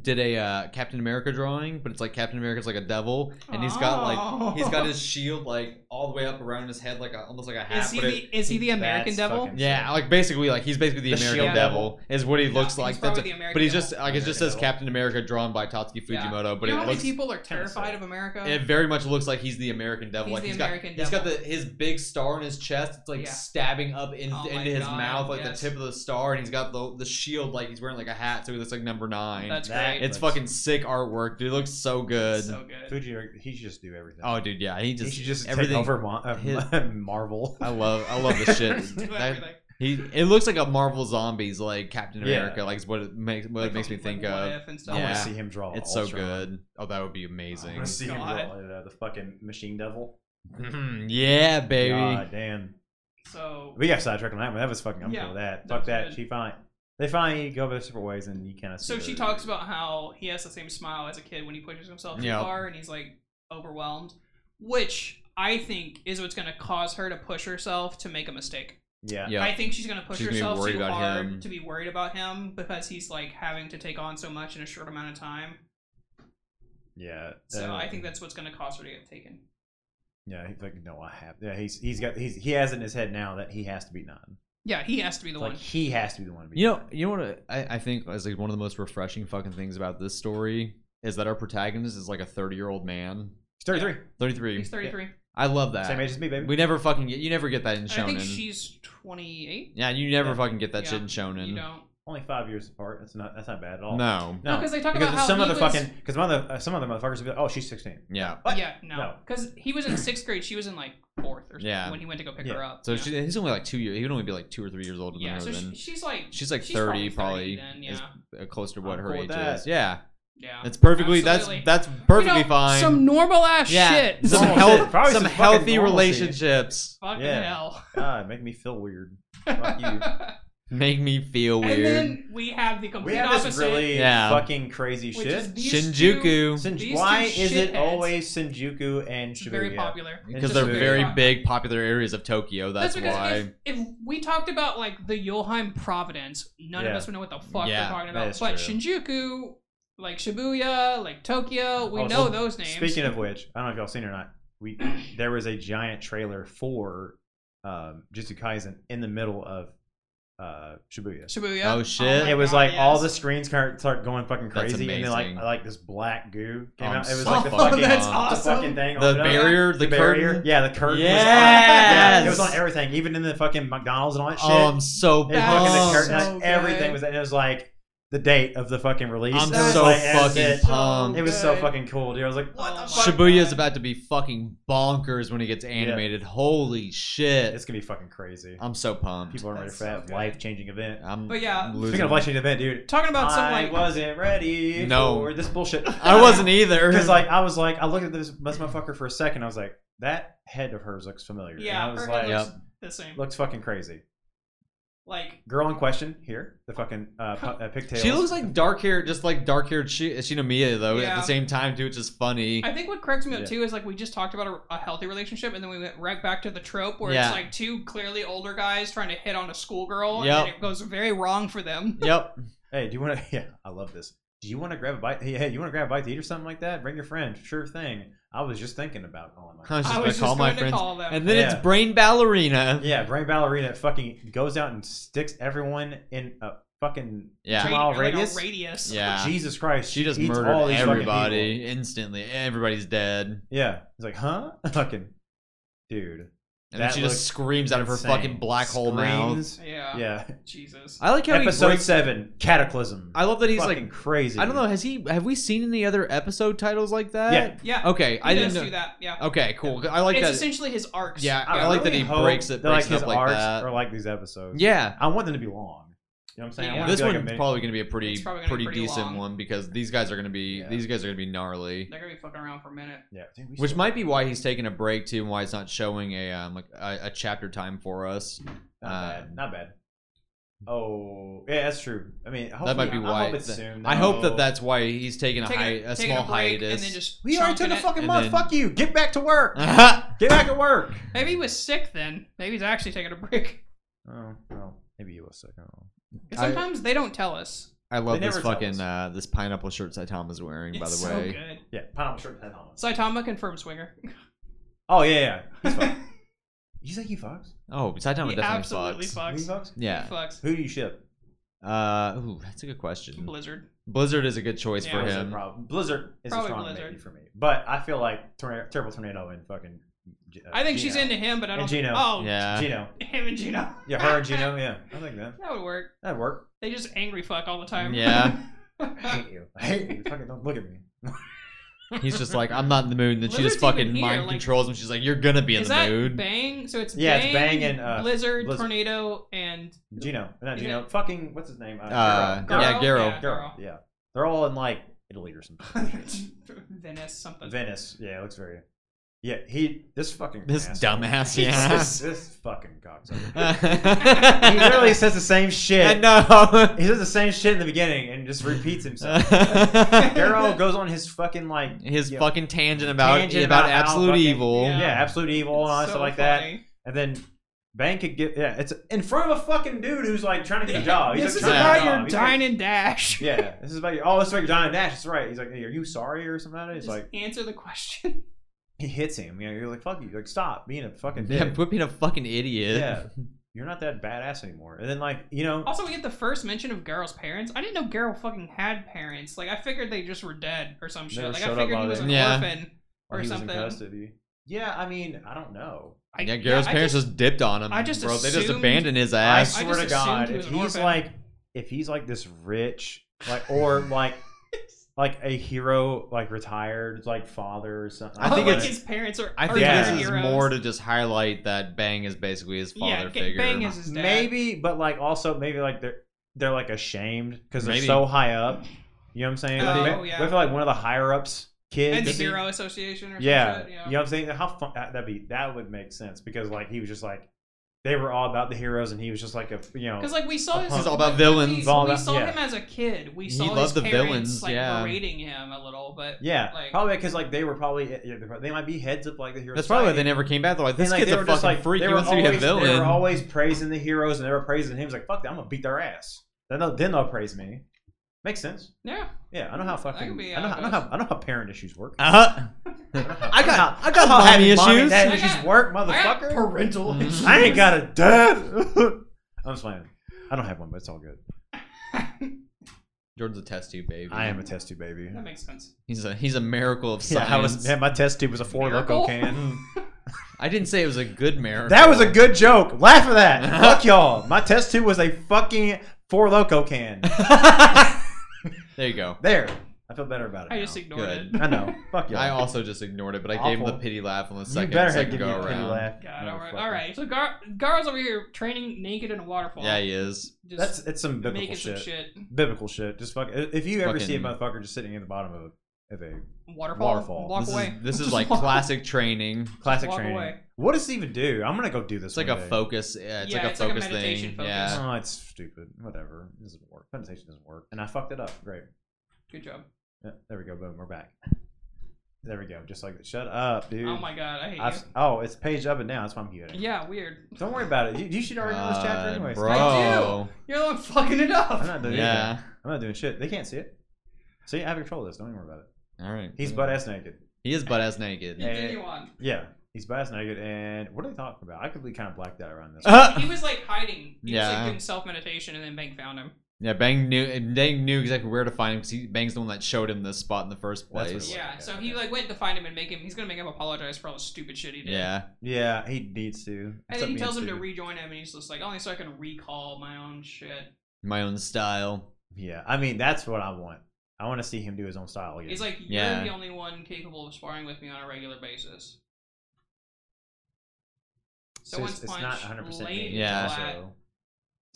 Speaker 1: did a uh, Captain America drawing, but it's like Captain America's like a devil, and he's got like he's got his shield like all the way up around his head, like a, almost like a hat.
Speaker 4: Oh. Is he
Speaker 1: but it-
Speaker 4: the is he the American
Speaker 2: That's
Speaker 4: Devil?
Speaker 2: fucking-
Speaker 1: yeah, like basically, like he's basically the,
Speaker 2: The
Speaker 1: American
Speaker 2: shield
Speaker 1: devil, is what he
Speaker 4: Yeah,
Speaker 1: looks
Speaker 4: he's
Speaker 1: like.
Speaker 4: probably
Speaker 1: That's
Speaker 4: the
Speaker 1: it.
Speaker 4: American
Speaker 1: but he's just
Speaker 4: devil.
Speaker 1: like it just
Speaker 2: American
Speaker 1: says
Speaker 2: devil.
Speaker 1: Captain America drawn by Tatsuki
Speaker 4: Yeah.
Speaker 1: Fujimoto, but
Speaker 4: you
Speaker 1: it
Speaker 4: know how
Speaker 1: looks
Speaker 4: many people are
Speaker 2: kinda
Speaker 4: terrified
Speaker 2: sad.
Speaker 4: of America?
Speaker 1: it very much looks like he's the American devil.
Speaker 4: He's
Speaker 1: like
Speaker 4: the
Speaker 1: he's
Speaker 4: American
Speaker 1: got he's got the his big star in his chest. It's like
Speaker 4: Yeah.
Speaker 1: stabbing up in,
Speaker 4: Oh my
Speaker 1: into his
Speaker 4: God,
Speaker 1: mouth, like
Speaker 4: yes.
Speaker 1: the tip of the star, and he's got the the shield. Like he's wearing like a hat, so he looks like number nine.
Speaker 4: That's
Speaker 2: That-
Speaker 4: great.
Speaker 1: it's fucking sick artwork, dude. It looks so good.
Speaker 4: so good.
Speaker 2: Fuji, he should just do everything.
Speaker 1: oh, dude, yeah, he just
Speaker 2: he should just
Speaker 1: everything.
Speaker 2: take over Mon- uh,
Speaker 1: his-
Speaker 2: Marvel.
Speaker 1: I love I love the shit.
Speaker 4: Just do
Speaker 1: That-
Speaker 4: everything.
Speaker 1: he it looks like a Marvel zombies like Captain
Speaker 2: Yeah.
Speaker 1: America, like is what it makes what
Speaker 4: Like,
Speaker 1: it makes me
Speaker 4: like,
Speaker 1: think
Speaker 4: what
Speaker 1: of.
Speaker 4: if and
Speaker 2: I
Speaker 4: stuff.
Speaker 2: want
Speaker 1: Yeah.
Speaker 2: to see him draw.
Speaker 1: It's so
Speaker 2: Ultron.
Speaker 1: good. Oh, that would be
Speaker 2: I
Speaker 1: amazing.
Speaker 2: want to see him
Speaker 4: God.
Speaker 2: draw uh, the fucking machine devil.
Speaker 1: yeah, baby.
Speaker 2: God damn.
Speaker 4: So
Speaker 2: We got sidetracked on that one. That was fucking. I'm
Speaker 4: Yeah,
Speaker 2: cool with that.
Speaker 4: that
Speaker 2: Fuck
Speaker 4: was
Speaker 2: that.
Speaker 4: good.
Speaker 2: She finally. They finally go their separate ways, and you kind of.
Speaker 4: so she talks about how he has the same smile as a kid when he pushes himself too
Speaker 1: Yeah.
Speaker 4: far and he's like overwhelmed, which I think is what's going to cause her to push herself to make a mistake.
Speaker 2: Yeah.
Speaker 1: Yeah.
Speaker 4: I think she's going to push
Speaker 1: She's gonna be
Speaker 4: herself
Speaker 1: worried
Speaker 4: too
Speaker 1: about
Speaker 4: hard
Speaker 1: him.
Speaker 4: to be worried about him because he's like having to take on so much in a short amount of time.
Speaker 2: Yeah.
Speaker 4: So
Speaker 2: uh,
Speaker 4: I think that's what's going to cause her to get taken.
Speaker 2: Yeah. He's like, no, I have. Yeah. He's he's got he's he has it in his head now that he has to be nine.
Speaker 4: Yeah, he has to be the
Speaker 2: It's
Speaker 4: one.
Speaker 2: like he has to be the one to be.
Speaker 1: You know,
Speaker 2: nine.
Speaker 1: you know what I, I think is like one of the most refreshing fucking things about this story is that our protagonist is like a thirty year old man,
Speaker 2: He's 33.
Speaker 1: thirty three.
Speaker 4: He's 33.
Speaker 1: I love that.
Speaker 2: Same age as me, baby.
Speaker 1: We never fucking get you never get that in
Speaker 4: And I
Speaker 1: shonen.
Speaker 4: think she's 28.
Speaker 1: yeah, you never
Speaker 2: Yeah.
Speaker 1: fucking get that
Speaker 4: Yeah.
Speaker 1: shit in shonen.
Speaker 4: You don't.
Speaker 2: Only five years apart. That's not that's not bad at all.
Speaker 1: No.
Speaker 2: No.
Speaker 4: because they talk
Speaker 2: Because
Speaker 4: about how
Speaker 2: some
Speaker 4: he
Speaker 2: other
Speaker 4: was-
Speaker 2: fucking because mother uh, some other motherfuckers would be like, oh, she's 16.
Speaker 1: Yeah.
Speaker 2: What?
Speaker 4: Yeah, no.
Speaker 2: No.
Speaker 4: Because he was in sixth grade. She was in like fourth or something
Speaker 1: Yeah.
Speaker 4: when he went to go pick
Speaker 2: Yeah.
Speaker 4: her up.
Speaker 1: So
Speaker 4: yeah.
Speaker 1: She, he's only like two years. He would only be like two or three years older
Speaker 4: Yeah, so
Speaker 1: than her.
Speaker 4: she,
Speaker 1: then.
Speaker 4: she's like
Speaker 1: She's like
Speaker 4: she's
Speaker 1: 30, probably.
Speaker 4: then,
Speaker 1: is
Speaker 4: yeah,
Speaker 1: uh, close to what
Speaker 2: I'm
Speaker 1: her
Speaker 2: cool
Speaker 1: age
Speaker 2: with that.
Speaker 1: is. Yeah.
Speaker 4: yeah.
Speaker 1: That's perfectly.
Speaker 4: Absolutely.
Speaker 1: That's that's perfectly
Speaker 4: You know,
Speaker 1: fine.
Speaker 4: Some normal ass
Speaker 1: yeah.
Speaker 4: shit.
Speaker 1: Some
Speaker 2: Normal shit.
Speaker 1: health,
Speaker 2: Probably
Speaker 1: some
Speaker 2: some fucking
Speaker 1: healthy
Speaker 2: normalcy.
Speaker 1: relationships
Speaker 4: Fucking
Speaker 2: Yeah.
Speaker 4: hell.
Speaker 2: God, make me feel weird. Fuck you.
Speaker 1: make me feel weird.
Speaker 4: and then we have the complete
Speaker 2: We have
Speaker 4: opposite.
Speaker 2: this really
Speaker 1: Yeah.
Speaker 2: fucking crazy
Speaker 4: which is
Speaker 2: shit.
Speaker 4: these two-
Speaker 1: Shinjuku,
Speaker 2: Sin-
Speaker 4: these
Speaker 2: why
Speaker 4: two
Speaker 2: is it
Speaker 4: shitheads-
Speaker 2: always Shinjuku and
Speaker 4: It's
Speaker 2: Shibuya?
Speaker 4: very popular.
Speaker 1: because
Speaker 2: It's
Speaker 1: they're
Speaker 2: just
Speaker 1: very
Speaker 4: very-
Speaker 1: big, popular areas of Tokyo. That's,
Speaker 4: because
Speaker 1: why.
Speaker 4: If, if we talked about like the Yolheim Providence, none of
Speaker 2: Yeah.
Speaker 4: us would know what the fuck
Speaker 1: Yeah,
Speaker 4: we're talking
Speaker 2: that
Speaker 4: about.
Speaker 2: is true.
Speaker 4: But Shinjuku, like Shibuya, like Tokyo, we
Speaker 2: Oh,
Speaker 4: know
Speaker 2: so
Speaker 4: those names.
Speaker 2: Speaking of which, I don't know if y'all seen it or not. We there was a giant trailer for um, Jujutsu Kaisen in the middle of uh, Shibuya.
Speaker 4: Shibuya.
Speaker 1: Oh, shit.
Speaker 4: my
Speaker 2: it was
Speaker 4: God,
Speaker 2: like all
Speaker 4: yes.
Speaker 2: the screens start start going fucking
Speaker 1: That's
Speaker 2: crazy, and then like
Speaker 1: amazing.
Speaker 2: like this black goo came
Speaker 1: I'm
Speaker 2: out. It was
Speaker 1: so
Speaker 2: like the
Speaker 1: fucking
Speaker 2: fucking,
Speaker 1: that's
Speaker 2: the
Speaker 4: awesome.
Speaker 2: fucking thing.
Speaker 1: the
Speaker 2: opened up.
Speaker 1: barrier, the,
Speaker 2: the barrier.
Speaker 1: curtain.
Speaker 2: Yeah, the curtain. Was on.
Speaker 1: Yes!
Speaker 2: Yeah, it was on everything, even in the fucking McDonald's and all that shit.
Speaker 1: Oh, I'm so
Speaker 2: It fucking the
Speaker 1: pumped.
Speaker 2: curtain,
Speaker 4: so
Speaker 2: like, everything
Speaker 4: good.
Speaker 2: was. And it was like the date of the fucking release.
Speaker 1: I'm
Speaker 2: It was
Speaker 1: so
Speaker 2: like, and that's
Speaker 1: fucking
Speaker 2: it.
Speaker 1: pumped.
Speaker 2: It was so
Speaker 4: good.
Speaker 2: fucking cool, dude. I was like, what
Speaker 4: Oh
Speaker 2: the
Speaker 4: my-
Speaker 2: fuck?
Speaker 1: Shibuya is about to be fucking bonkers when he gets animated. Holy shit!
Speaker 2: It's gonna be fucking crazy.
Speaker 1: I'm so pumped.
Speaker 2: People aren't ready
Speaker 4: That's
Speaker 2: for
Speaker 4: so
Speaker 2: that
Speaker 4: good.
Speaker 2: life changing event.
Speaker 1: I'm
Speaker 4: But yeah,
Speaker 1: I'm
Speaker 2: Speaking
Speaker 1: losing.
Speaker 2: of life changing event, dude,
Speaker 4: Talking about some
Speaker 2: I
Speaker 4: like
Speaker 2: wasn't ready
Speaker 1: No.
Speaker 2: for this bullshit.
Speaker 1: I wasn't either.
Speaker 2: because like I was like I looked at this, this motherfucker for a second. I was like, that head of hers looks familiar.
Speaker 4: Yeah,
Speaker 2: and I was
Speaker 4: her
Speaker 2: like,
Speaker 4: head
Speaker 1: Yep.
Speaker 4: looks the same.
Speaker 2: looks fucking crazy.
Speaker 4: Like
Speaker 2: Girl in question here, the fucking uh, pu- uh, pigtails.
Speaker 1: She looks like dark haired, just like dark haired Sh- Shinomiya though. At
Speaker 4: Yeah.
Speaker 1: the same time, too, which is funny.
Speaker 4: I think what cracks me up
Speaker 2: Yeah.
Speaker 4: too is like we just talked about a, a healthy relationship, and then we went right back to the trope where
Speaker 1: Yeah.
Speaker 4: it's like two clearly older guys trying to hit on a schoolgirl,
Speaker 1: Yep.
Speaker 4: and then it goes very wrong for them.
Speaker 1: yep.
Speaker 2: Hey, do you want to? Yeah, I love this. Do you want to grab a bite? Hey, hey, you want to grab a bite to eat or something like that? Bring your friend. Sure thing. I was just thinking about calling my.
Speaker 1: I was just
Speaker 4: I
Speaker 1: gonna
Speaker 4: was
Speaker 1: call
Speaker 4: just
Speaker 1: my
Speaker 4: going to
Speaker 1: friends.
Speaker 4: call them.
Speaker 1: And then
Speaker 2: Yeah.
Speaker 1: it's Brain Ballerina.
Speaker 2: Yeah, Brain Ballerina fucking goes out and sticks everyone in a fucking
Speaker 1: Yeah.
Speaker 4: Radi-
Speaker 2: mile
Speaker 4: like a
Speaker 2: radius.
Speaker 4: radius.
Speaker 1: Yeah.
Speaker 2: Jesus Christ,
Speaker 1: She just
Speaker 2: eats all
Speaker 1: murdered
Speaker 2: these fucking people.
Speaker 1: everybody instantly. Everybody's dead.
Speaker 2: Yeah, it's like, huh? Fucking dude.
Speaker 1: And then
Speaker 2: That
Speaker 1: she
Speaker 2: looks
Speaker 1: just screams out of her
Speaker 2: insane.
Speaker 1: fucking black hole mouth.
Speaker 2: Screams.
Speaker 4: Yeah.
Speaker 2: Yeah.
Speaker 4: Jesus.
Speaker 1: I like how
Speaker 2: Episode
Speaker 1: he breaks.
Speaker 2: seven, Cataclysm.
Speaker 1: I love that he's
Speaker 2: fucking
Speaker 1: like.
Speaker 2: crazy.
Speaker 1: I don't know. Has he? Have we seen any other episode titles like that?
Speaker 4: yeah.
Speaker 1: Okay, I
Speaker 4: he
Speaker 1: didn't
Speaker 4: does
Speaker 1: know.
Speaker 4: do that. Yeah.
Speaker 1: Okay, cool. I like
Speaker 4: it's
Speaker 1: that.
Speaker 4: essentially his arcs.
Speaker 1: Yeah, I like that he
Speaker 2: hope
Speaker 1: breaks it-
Speaker 2: that,
Speaker 1: breaks it
Speaker 2: like
Speaker 1: up
Speaker 2: his
Speaker 1: like
Speaker 2: arcs
Speaker 1: that.
Speaker 2: Or like these episodes.
Speaker 1: yeah,
Speaker 2: I want them to be long. You know what I'm saying? I
Speaker 4: Yeah.
Speaker 2: wanna
Speaker 1: This
Speaker 2: be like a
Speaker 1: one's
Speaker 2: mini-
Speaker 1: probably going to be a pretty
Speaker 4: It's probably gonna
Speaker 1: pretty
Speaker 4: be pretty
Speaker 1: decent
Speaker 4: long.
Speaker 1: one because these guys are going to be
Speaker 6: Yeah.
Speaker 1: these guys are going to be gnarly.
Speaker 4: They're gonna be fucking around for a minute.
Speaker 6: Yeah. dude, we
Speaker 1: Which
Speaker 6: still-
Speaker 1: might be why he's taking a break too, and why it's not showing a um like a, a chapter time for us.
Speaker 2: Not
Speaker 1: Uh,
Speaker 2: bad. Not bad. Oh, yeah, that's true. I mean, hopefully,
Speaker 1: that might be
Speaker 2: I-
Speaker 1: why.
Speaker 2: I hope it's
Speaker 1: that-
Speaker 2: soon.
Speaker 1: I hope that
Speaker 2: though.
Speaker 1: that's why he's taking a,
Speaker 4: Taking
Speaker 1: hi- a
Speaker 4: taking
Speaker 1: small
Speaker 4: break
Speaker 1: hiatus.
Speaker 4: And then just
Speaker 2: We already took
Speaker 4: chunking
Speaker 2: a
Speaker 4: it.
Speaker 2: fucking
Speaker 1: and
Speaker 2: month.
Speaker 1: then-
Speaker 2: Fuck you. Get back to work.
Speaker 1: I
Speaker 2: Get back to work.
Speaker 4: Maybe he was sick then. Maybe he's actually taking a break.
Speaker 2: Oh, well, maybe you will suck. I don't know.
Speaker 4: 'Cause
Speaker 1: I-
Speaker 4: Sometimes they don't tell us.
Speaker 1: love
Speaker 2: They
Speaker 1: this
Speaker 2: never tell
Speaker 1: fucking
Speaker 2: us.
Speaker 1: uh, this pineapple shirt Saitama's wearing.
Speaker 4: It's
Speaker 1: by the
Speaker 4: so
Speaker 1: way,
Speaker 4: good.
Speaker 2: Yeah, pineapple shirt, head on.
Speaker 4: Saitama confirmed swinger.
Speaker 2: Oh yeah, yeah. He's fucked. you say he fucks?
Speaker 1: oh Saitama
Speaker 4: he
Speaker 1: definitely
Speaker 4: absolutely
Speaker 1: fucks.
Speaker 2: He
Speaker 4: fucks.
Speaker 2: fucks.
Speaker 1: Yeah.
Speaker 4: He fucks.
Speaker 2: Who do you ship?
Speaker 1: Uh, ooh, that's a good
Speaker 2: Mm-hmm.
Speaker 1: question.
Speaker 4: Blizzard.
Speaker 1: Blizzard is a good choice
Speaker 4: Yeah,
Speaker 1: for
Speaker 2: Blizzard,
Speaker 1: him.
Speaker 2: prob- Blizzard is
Speaker 4: Probably
Speaker 2: a strong
Speaker 4: Blizzard.
Speaker 2: maybe for me, but I feel like tornado, terrible tornado and fucking. G- uh,
Speaker 4: I think she's
Speaker 2: Gino.
Speaker 4: into him, but I
Speaker 2: And
Speaker 4: don't.
Speaker 2: Gino.
Speaker 4: Oh,
Speaker 1: Yeah.
Speaker 2: Gino.
Speaker 4: him and Gino.
Speaker 2: Yeah, her and Gino. Yeah, I think that
Speaker 4: That would work.
Speaker 2: that'd work.
Speaker 4: They just angry fuck all the time.
Speaker 1: Yeah.
Speaker 2: I hate you. I hate you. Fucking don't look at me.
Speaker 1: He's just like, I'm not in the mood. And then she just
Speaker 4: Oh, Blizzard's
Speaker 1: fucking
Speaker 4: even here,
Speaker 1: mind
Speaker 4: like-
Speaker 1: controls him. She's like, You're gonna be in
Speaker 4: Is
Speaker 1: the
Speaker 4: that
Speaker 1: mood.
Speaker 4: Bang? So it's
Speaker 2: Yeah,
Speaker 4: Bang,
Speaker 2: it's Bang and, uh,
Speaker 4: Blizzard,
Speaker 2: Blizzard.
Speaker 4: Tornado, and
Speaker 2: Gino, not
Speaker 4: Is
Speaker 2: Gino.
Speaker 4: it-
Speaker 2: Fucking what's his name?
Speaker 1: Uh,
Speaker 2: Garo.
Speaker 1: yeah, Garo.
Speaker 2: Garo. Garo. Yeah, they're all in like Italy or something.
Speaker 4: Venice something.
Speaker 2: Venice. Yeah, it looks very. Yeah, he. This fucking.
Speaker 1: This
Speaker 2: asshole.
Speaker 1: dumbass,
Speaker 2: This,
Speaker 1: yeah.
Speaker 2: this fucking cocksucker. he
Speaker 1: he
Speaker 2: literally says the same
Speaker 1: I
Speaker 2: shit.
Speaker 1: know.
Speaker 2: He says the same shit in the beginning and just repeats himself. Darrow goes on his fucking like
Speaker 1: His
Speaker 2: Yeah.
Speaker 1: fucking tangent about
Speaker 2: Tangent
Speaker 1: about,
Speaker 2: about how
Speaker 1: absolute
Speaker 2: fucking-
Speaker 1: evil.
Speaker 2: yeah,
Speaker 4: Yeah.
Speaker 2: absolute evil and all that
Speaker 4: So
Speaker 2: stuff like that.
Speaker 4: funny.
Speaker 2: And then Bang could get yeah, it's in front of a fucking dude who's like trying to get a job. He's
Speaker 4: this is
Speaker 2: like,
Speaker 1: trying
Speaker 2: trying
Speaker 4: about
Speaker 2: to get a
Speaker 4: your
Speaker 2: job. He's like,
Speaker 4: dine and dash.
Speaker 2: yeah, this is about your. Oh, this is about your Diamond Dash. That's right. He's like, hey, are you sorry or something? He's
Speaker 4: Just
Speaker 2: like,
Speaker 4: answer the question.
Speaker 2: he hits him. You know, you're like, fuck you. Like, stop being a fucking
Speaker 1: Yeah,
Speaker 2: dick.
Speaker 1: quit being a fucking idiot.
Speaker 2: Yeah. You're not that badass anymore. And then like, you know,
Speaker 4: Also, we get the first mention of Garrow's parents. I didn't know Garrow fucking had parents. Like, I figured they just were dead or some shit.
Speaker 2: Never
Speaker 4: like,
Speaker 2: showed
Speaker 4: I
Speaker 2: up
Speaker 4: figured
Speaker 2: by
Speaker 4: he was
Speaker 2: then.
Speaker 4: an
Speaker 1: Yeah.
Speaker 4: orphan
Speaker 2: or he
Speaker 4: or
Speaker 2: was in
Speaker 4: something.
Speaker 2: custody. Yeah, I mean, I don't know.
Speaker 4: I,
Speaker 1: yeah, Garrow's
Speaker 4: I
Speaker 1: parents
Speaker 4: just-
Speaker 1: just, dipped on him.
Speaker 4: I just
Speaker 1: bro, they just
Speaker 4: assumed-
Speaker 1: abandoned his
Speaker 2: I
Speaker 1: ass.
Speaker 4: I
Speaker 2: swear to
Speaker 4: just assumed
Speaker 2: God,
Speaker 4: he
Speaker 2: if
Speaker 4: was an
Speaker 2: he's
Speaker 4: orphan.
Speaker 2: like, if he's like this rich, like, or like, like a hero, like retired, like father or something.
Speaker 1: I
Speaker 4: Oh,
Speaker 1: think
Speaker 4: like
Speaker 1: it's-
Speaker 4: his parents are.
Speaker 1: I
Speaker 4: are
Speaker 1: think
Speaker 2: Yeah.
Speaker 1: this is
Speaker 4: heroes.
Speaker 1: more to just highlight that Bang is basically his father
Speaker 4: yeah,
Speaker 1: figure.
Speaker 4: Bang is his dad.
Speaker 2: maybe, but like also maybe like they're they're like ashamed because they're
Speaker 1: Maybe.
Speaker 2: so high up. You know what I'm saying?
Speaker 4: Oh,
Speaker 2: Like,
Speaker 4: yeah.
Speaker 2: What if like one of the higher ups kids?
Speaker 4: and
Speaker 2: could be-
Speaker 4: Zero Association or some
Speaker 2: Yeah.
Speaker 4: shit,
Speaker 2: You know what I'm saying? How fun that- that'd be? That would make sense because like he was just like they were all about the heroes and he was just like a you know
Speaker 4: Because like we saw his,
Speaker 2: This is
Speaker 1: all about
Speaker 4: we-
Speaker 1: villains.
Speaker 4: We,
Speaker 2: It's all
Speaker 4: we
Speaker 2: about-
Speaker 4: saw
Speaker 2: yeah.
Speaker 4: him as a kid. We
Speaker 1: Uh-huh. He
Speaker 4: saw his
Speaker 1: loved the
Speaker 4: parents,
Speaker 1: villains,
Speaker 4: like
Speaker 1: yeah.
Speaker 4: berating him a little, but
Speaker 2: yeah
Speaker 4: like-
Speaker 2: probably because like they were probably eh, yeah, they're prob- they might be heads of like the heroes.
Speaker 1: That's probably why they
Speaker 2: society.
Speaker 1: never came back. They're like,
Speaker 2: And,
Speaker 1: this
Speaker 2: like,
Speaker 1: kid's
Speaker 2: they
Speaker 1: a
Speaker 2: were just,
Speaker 1: fucking
Speaker 2: like,
Speaker 1: freak.
Speaker 2: They
Speaker 1: He
Speaker 2: were
Speaker 1: wants to be a
Speaker 2: always- They
Speaker 1: villain.
Speaker 2: were always praising the heroes, and they were praising him. He's like, "Fuck that! I'm gonna beat their ass." Then they'll, then they'll praise me. Makes sense.
Speaker 4: yeah,
Speaker 2: Yeah, I know how
Speaker 4: That
Speaker 2: fucking.
Speaker 4: could be
Speaker 2: I, know,
Speaker 4: how
Speaker 2: I
Speaker 4: it
Speaker 2: know
Speaker 4: goes.
Speaker 2: how I know how parent issues work.
Speaker 1: Uh-huh. I got I got mommy
Speaker 2: having mom and
Speaker 1: issues.
Speaker 2: dad
Speaker 4: I
Speaker 2: issues
Speaker 4: got-
Speaker 2: work,
Speaker 4: I got
Speaker 2: motherfucker.
Speaker 4: parental.
Speaker 1: Mhm.
Speaker 4: issues.
Speaker 2: I ain't got a dad. I'm just playing. I don't have one, but it's all good.
Speaker 1: Jordan's a test tube baby.
Speaker 2: I am a test tube baby.
Speaker 4: that makes sense.
Speaker 1: He's a he's a miracle of
Speaker 2: Yeah,
Speaker 1: science.
Speaker 2: I was. Yeah, my test tube was a four loco
Speaker 4: Miracle?
Speaker 2: can.
Speaker 1: I didn't say it was a good miracle.
Speaker 2: That was a good joke. Laugh at that. Fuck y'all. My test tube was a fucking four loco can.
Speaker 1: there you go.
Speaker 2: There. I feel better about it.
Speaker 4: I
Speaker 2: now.
Speaker 4: just ignored
Speaker 1: Good.
Speaker 4: it.
Speaker 2: I know. Fuck y'all.
Speaker 1: I also just ignored it, but I gave him the
Speaker 2: Awful.
Speaker 1: pity laugh on the
Speaker 2: you
Speaker 1: second,
Speaker 2: better have
Speaker 1: second
Speaker 2: given
Speaker 1: go
Speaker 2: me a pity
Speaker 1: around.
Speaker 2: laugh.
Speaker 4: God, all right,
Speaker 2: Motherfucker.
Speaker 4: all right. So Gar- Gar's over here training naked in a waterfall.
Speaker 1: Yeah, he is.
Speaker 4: just
Speaker 2: That's it's some biblical
Speaker 4: making
Speaker 2: shit.
Speaker 4: some shit.
Speaker 2: Biblical shit. Just fuck. If you ever see a
Speaker 1: Fucking-
Speaker 2: motherfucker just sitting in the bottom of a, of a
Speaker 4: Waterfall.
Speaker 2: Waterfall.
Speaker 4: Walk
Speaker 1: this
Speaker 4: away.
Speaker 1: is this is
Speaker 4: Just
Speaker 1: like
Speaker 4: walk-
Speaker 1: classic training.
Speaker 2: classic
Speaker 4: walk
Speaker 2: training,
Speaker 4: away.
Speaker 2: what does this even do? I'm gonna go do
Speaker 1: It's
Speaker 2: this.
Speaker 1: like
Speaker 2: one
Speaker 1: a
Speaker 2: day.
Speaker 1: focus. Yeah, it's
Speaker 4: Yeah,
Speaker 1: like a
Speaker 4: it's like a
Speaker 1: focus
Speaker 4: meditation
Speaker 1: thing.
Speaker 4: focus.
Speaker 1: Yeah.
Speaker 2: Oh, it's stupid. Whatever. It doesn't work. Meditation doesn't work. And I fucked it up. Great.
Speaker 4: Good job. Oh
Speaker 2: Yeah, there we go. Boom. We're back. There we go. Just like that. Shut up, dude.
Speaker 4: Oh my god, I hate
Speaker 2: I've, oh, it's page up and down. That's why I'm muted.
Speaker 4: you. Yeah, weird.
Speaker 2: Don't worry about it. You, you should already know this chapter
Speaker 1: God,
Speaker 2: anyway.
Speaker 1: Uh, bro.
Speaker 4: You're the one fucking it up.
Speaker 2: I'm not doing yeah.
Speaker 1: Yeah.
Speaker 2: I'm not doing shit. They can't see it. See, I have control of this. Don't even worry about it.
Speaker 1: All right.
Speaker 2: He's butt ass naked.
Speaker 1: He is butt ass naked.
Speaker 2: Yeah.
Speaker 4: Continue on.
Speaker 2: Yeah, he's butt ass naked. And what are they talking about? I completely kind of blacked out around
Speaker 1: Uh.
Speaker 2: this.
Speaker 4: He was like hiding. He was
Speaker 1: Yeah.
Speaker 4: like doing self meditation, and then Bank found him.
Speaker 1: Yeah, Bang knew and Bang knew exactly where to find him because he Bang's the one that showed him this spot in the first
Speaker 2: That's what
Speaker 1: place.
Speaker 2: it
Speaker 4: Yeah,
Speaker 2: Okay,
Speaker 4: so
Speaker 2: okay.
Speaker 4: he like went to find him and make him. He's gonna make him apologize for all the stupid shit he did.
Speaker 1: Yeah.
Speaker 2: yeah, he needs to.
Speaker 4: And then he tells him to rejoin him, and he's just like, only so I can recall my own shit.
Speaker 1: My own style.
Speaker 2: Yeah, I mean that's what I want. I want to see him do his own style again.
Speaker 4: He's like, you're
Speaker 1: Yeah.
Speaker 4: the only one capable of sparring with me on a regular basis.
Speaker 2: So it's,
Speaker 4: Someone's
Speaker 2: it's
Speaker 4: punch
Speaker 2: not 100. percent
Speaker 4: laid
Speaker 1: Yeah.
Speaker 4: flat.
Speaker 2: So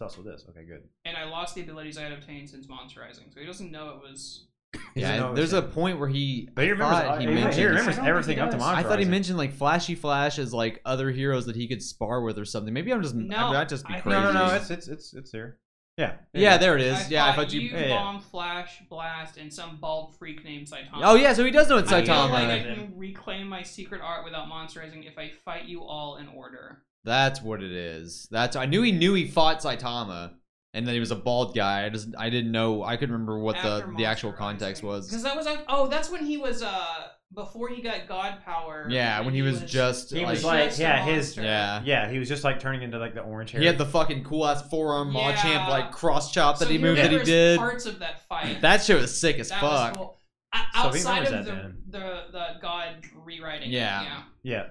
Speaker 2: It's also this. Okay, good.
Speaker 4: and I lost the abilities I had obtained since Monster Rising, so he doesn't know it was.
Speaker 2: He doesn't
Speaker 1: Yeah,
Speaker 2: know it
Speaker 1: and
Speaker 2: was
Speaker 1: there's a
Speaker 2: him.
Speaker 1: point where he.
Speaker 2: But he
Speaker 1: thought
Speaker 2: remembers.
Speaker 1: he
Speaker 2: He, he
Speaker 1: mentioned-
Speaker 2: remembers
Speaker 6: I don't think he
Speaker 2: everything up to
Speaker 6: does.
Speaker 2: Monster
Speaker 1: I thought he
Speaker 2: Rising.
Speaker 1: mentioned like Flashy Flash as like other heroes that he could spar with or something. Maybe I'm just
Speaker 4: No,
Speaker 1: I might just be
Speaker 4: I think-
Speaker 1: crazy.
Speaker 2: No, no, no.
Speaker 4: Crazy.
Speaker 2: It's it's it's it's here. Yeah.
Speaker 1: yeah, there it is.
Speaker 4: I
Speaker 1: yeah, I
Speaker 4: thought
Speaker 1: thought you.
Speaker 4: you
Speaker 2: yeah, yeah.
Speaker 4: bomb, flash, blast, and some bald freak named Saitama.
Speaker 1: Oh yeah, so he does know it's
Speaker 4: I feel
Speaker 1: Saitama.
Speaker 4: like
Speaker 2: Yeah.
Speaker 4: I can reclaim my secret art without monsterizing if I fight you all in order.
Speaker 1: That's what it is. That's I knew he knew he fought Saitama, and then he was a bald guy. I just I didn't know. I couldn't remember what the the actual context
Speaker 4: Because
Speaker 1: was.
Speaker 4: that was out- oh, that's when he was uh before he got god power.
Speaker 1: Yeah, when he was just
Speaker 2: He
Speaker 1: like,
Speaker 2: was like,
Speaker 4: just a
Speaker 2: yeah, his-
Speaker 4: monster.
Speaker 1: yeah.
Speaker 2: Yeah, he was just like turning into like the orange hair.
Speaker 1: He had the fucking cool ass forearm
Speaker 4: Yeah.
Speaker 1: Machamp like cross chop that
Speaker 4: So
Speaker 1: he moved that he
Speaker 4: remembers
Speaker 1: did.
Speaker 4: Parts of that fight.
Speaker 1: That shit was sick as
Speaker 4: That was
Speaker 1: fuck.
Speaker 4: cool. O-
Speaker 2: So he
Speaker 4: Outside
Speaker 2: remembers
Speaker 4: of
Speaker 2: that
Speaker 4: the,
Speaker 2: then.
Speaker 4: the the god rewriting,
Speaker 1: Yeah.
Speaker 4: yeah.
Speaker 2: yeah.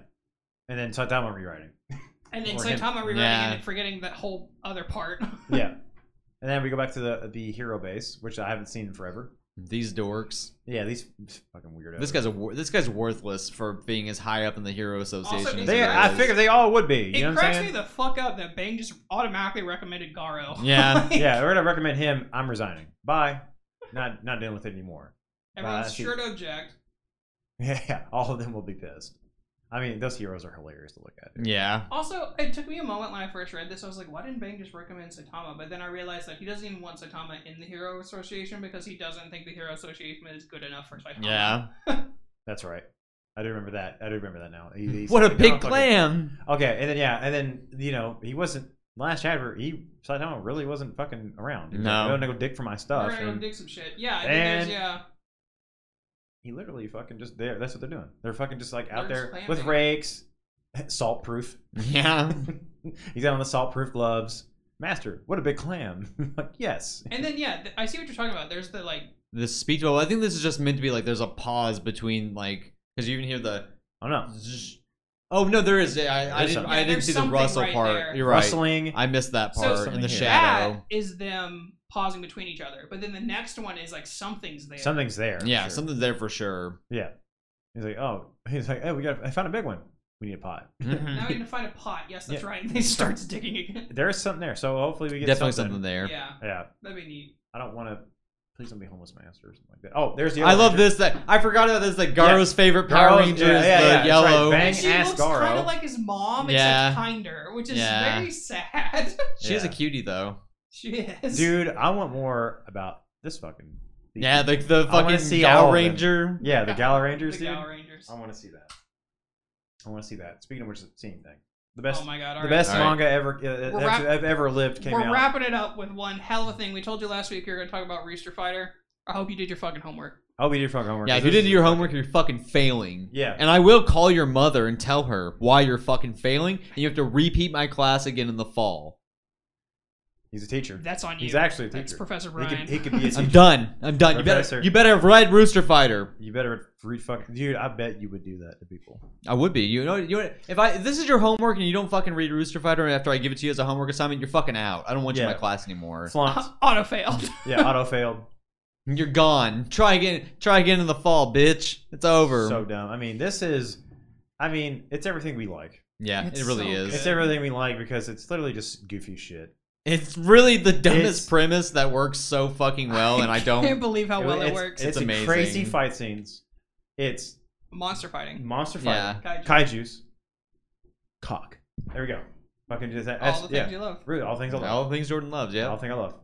Speaker 2: And then Saitama rewriting.
Speaker 4: and then
Speaker 2: Or him.
Speaker 4: Saitama rewriting
Speaker 1: Yeah.
Speaker 4: it and forgetting that whole other part.
Speaker 2: Yeah. And then we go back to the the hero base, which I haven't seen in forever.
Speaker 1: These dorks.
Speaker 2: Yeah, these fucking weirdos.
Speaker 1: This guy's a wor- this guy's worthless for being as high up in the hero association.
Speaker 4: Also,
Speaker 1: as
Speaker 2: They,
Speaker 1: he
Speaker 2: I
Speaker 1: is.
Speaker 2: figured they all would be. You know
Speaker 4: it
Speaker 2: what I'm
Speaker 4: cracks
Speaker 2: saying?
Speaker 4: me the fuck up that Bang just automatically recommended Garo.
Speaker 1: Yeah.
Speaker 2: yeah, we're gonna recommend him. I'm resigning. Bye. Not not dealing with it anymore.
Speaker 4: Everyone's
Speaker 2: I see.
Speaker 4: sure to object.
Speaker 2: Yeah, all of them will be pissed. I mean, those heroes are hilarious to look at.
Speaker 1: Yeah.
Speaker 4: Also, it took me a moment when I first read this. I was like, why didn't Bang just recommend Saitama? But then I realized that he doesn't even want Saitama in the Hero Association because he doesn't think the Hero Association is good enough for Saitama.
Speaker 1: Yeah.
Speaker 2: That's right. I do remember that. I do remember that now. He- he's
Speaker 1: What a
Speaker 2: like, "Oh,
Speaker 1: big
Speaker 2: fuck it."
Speaker 1: clam.
Speaker 2: Okay, and then yeah, and then you know he wasn't last chapter. He Saitama really wasn't fucking around. He was
Speaker 1: No.
Speaker 2: like, I'm gonna go dig for my
Speaker 4: We're
Speaker 2: stuff.
Speaker 4: gonna go
Speaker 2: And
Speaker 4: dig some shit. Yeah, I think
Speaker 2: Oh, And
Speaker 4: there's, yeah.
Speaker 2: he literally fucking just there. That's what they're doing. They're fucking just like out
Speaker 4: They're
Speaker 2: there
Speaker 4: just
Speaker 2: with
Speaker 4: clamming.
Speaker 2: rakes, salt proof.
Speaker 1: Yeah.
Speaker 2: He's out on the salt proof gloves. Master, what a big clam! like yes,
Speaker 4: And then, yeah, th- I see what you're talking about. There's the, like,
Speaker 1: the speech bubble. I think this is just meant to be like there's a pause between like because you even hear the.
Speaker 2: I don't know.
Speaker 1: zzz. Oh no, there is. I, I
Speaker 2: There's
Speaker 1: didn't.
Speaker 2: something.
Speaker 1: I
Speaker 4: Yeah,
Speaker 1: didn't
Speaker 4: there's
Speaker 1: see the
Speaker 4: something
Speaker 1: Russell
Speaker 4: right
Speaker 1: part.
Speaker 4: there.
Speaker 1: You're right.
Speaker 2: Rustling.
Speaker 1: I missed that
Speaker 4: So
Speaker 1: part in
Speaker 2: something
Speaker 1: the
Speaker 2: here.
Speaker 1: shadow.
Speaker 4: that is them pausing between each other. But then the next one is, like, something's there.
Speaker 2: Something's there.
Speaker 1: yeah,
Speaker 2: Sure.
Speaker 1: something's there for sure.
Speaker 2: He's like, oh, he's like, hey, we got. I found a big one. We need a pot.
Speaker 4: Now we need to find a pot. Yes, that's
Speaker 2: Yeah.
Speaker 4: right. And he starts digging again.
Speaker 2: There is something there. So hopefully we get
Speaker 1: Definitely
Speaker 2: something.
Speaker 1: something there.
Speaker 4: Yeah,
Speaker 2: Yeah.
Speaker 4: that'd be neat.
Speaker 2: I don't want to. Please don't be homeless, master, or something like that. Oh, there's the. Other
Speaker 1: I love
Speaker 2: picture.
Speaker 1: this. That I forgot about this. That Garo's favorite Power
Speaker 2: Garo's-
Speaker 1: Ranger
Speaker 2: yeah,
Speaker 1: is
Speaker 2: yeah, yeah,
Speaker 1: the
Speaker 2: that's
Speaker 1: yellow.
Speaker 2: right. Bang
Speaker 4: she
Speaker 2: ass
Speaker 4: looks
Speaker 2: Garo.
Speaker 4: kind of like his mom,
Speaker 1: Yeah.
Speaker 4: except kinder, which is
Speaker 1: Yeah.
Speaker 4: very sad.
Speaker 1: She is a
Speaker 2: Yeah.
Speaker 1: cutie though.
Speaker 4: she is.
Speaker 2: Dude, I want more about this fucking.
Speaker 1: Yeah, the the
Speaker 2: I wanna
Speaker 1: fucking
Speaker 2: see all
Speaker 1: Gal
Speaker 2: of them.
Speaker 1: Ranger.
Speaker 2: yeah, the Gal Rangers,
Speaker 4: the
Speaker 2: dude. Oh,
Speaker 4: Gal Rangers.
Speaker 2: I want to see that. I want to see that. Speaking of which, the same thing. The best.
Speaker 4: oh my god! all
Speaker 2: the
Speaker 4: right.
Speaker 2: best
Speaker 1: All right.
Speaker 2: manga ever uh,
Speaker 4: We're
Speaker 2: uh,
Speaker 4: wrap-
Speaker 2: I've ever lived came
Speaker 4: We're
Speaker 2: out.
Speaker 4: wrapping it up with one hell of a thing. We told you last week you were going to talk about Rooster Fighter. I hope you did your fucking homework.
Speaker 2: oh, we did fucking homework.
Speaker 1: Yeah, if
Speaker 2: 'cause
Speaker 1: you
Speaker 2: this
Speaker 1: didn't do
Speaker 2: is-
Speaker 1: your homework, you're fucking failing.
Speaker 2: Yeah.
Speaker 1: And I will call your mother and tell her why you're fucking failing, and you have to repeat my class again in the fall.
Speaker 2: He's a teacher.
Speaker 4: That's on you.
Speaker 2: He's actually a
Speaker 4: That's
Speaker 2: teacher.
Speaker 4: Professor
Speaker 2: He
Speaker 4: Brian.
Speaker 2: could, he could be a teacher.
Speaker 1: I'm done. I'm done. You better,
Speaker 2: Professor.
Speaker 1: you better have read Rooster Fighter.
Speaker 2: You better read fucking dude. I bet you would do that to people.
Speaker 1: I would be. You know, you know- if I if this is your homework and you don't fucking read Rooster Fighter after I give it to you as a homework assignment, you're fucking out. I don't want you in
Speaker 2: Yeah.
Speaker 1: my class anymore.
Speaker 2: Flaunt.
Speaker 4: Auto failed.
Speaker 2: yeah, auto failed.
Speaker 1: You're gone. Try again. Try again in the fall, bitch. It's over.
Speaker 2: So dumb. I mean, this is. I mean, it's everything we like.
Speaker 1: yeah,
Speaker 4: It's
Speaker 1: it really
Speaker 4: so
Speaker 1: is.
Speaker 2: It's
Speaker 4: good.
Speaker 2: everything we like because it's literally just goofy shit.
Speaker 1: It's really the dumbest
Speaker 2: It's-
Speaker 1: premise that works so fucking well, and I
Speaker 4: can't
Speaker 1: don't.
Speaker 4: believe how well
Speaker 2: it's,
Speaker 4: it works.
Speaker 1: It's
Speaker 2: It's,
Speaker 1: amazing.
Speaker 2: crazy fight scenes. It's
Speaker 4: Monster fighting.
Speaker 2: monster
Speaker 1: Yeah.
Speaker 2: fighting.
Speaker 4: Kaiju.
Speaker 2: Kaiju's. Cock. There we go. Fucking do that. That's,
Speaker 4: All the
Speaker 2: yeah.
Speaker 4: things you love.
Speaker 2: Really, all things I love.
Speaker 1: All the things Jordan loves.
Speaker 2: All
Speaker 1: Yeah.
Speaker 2: things I love.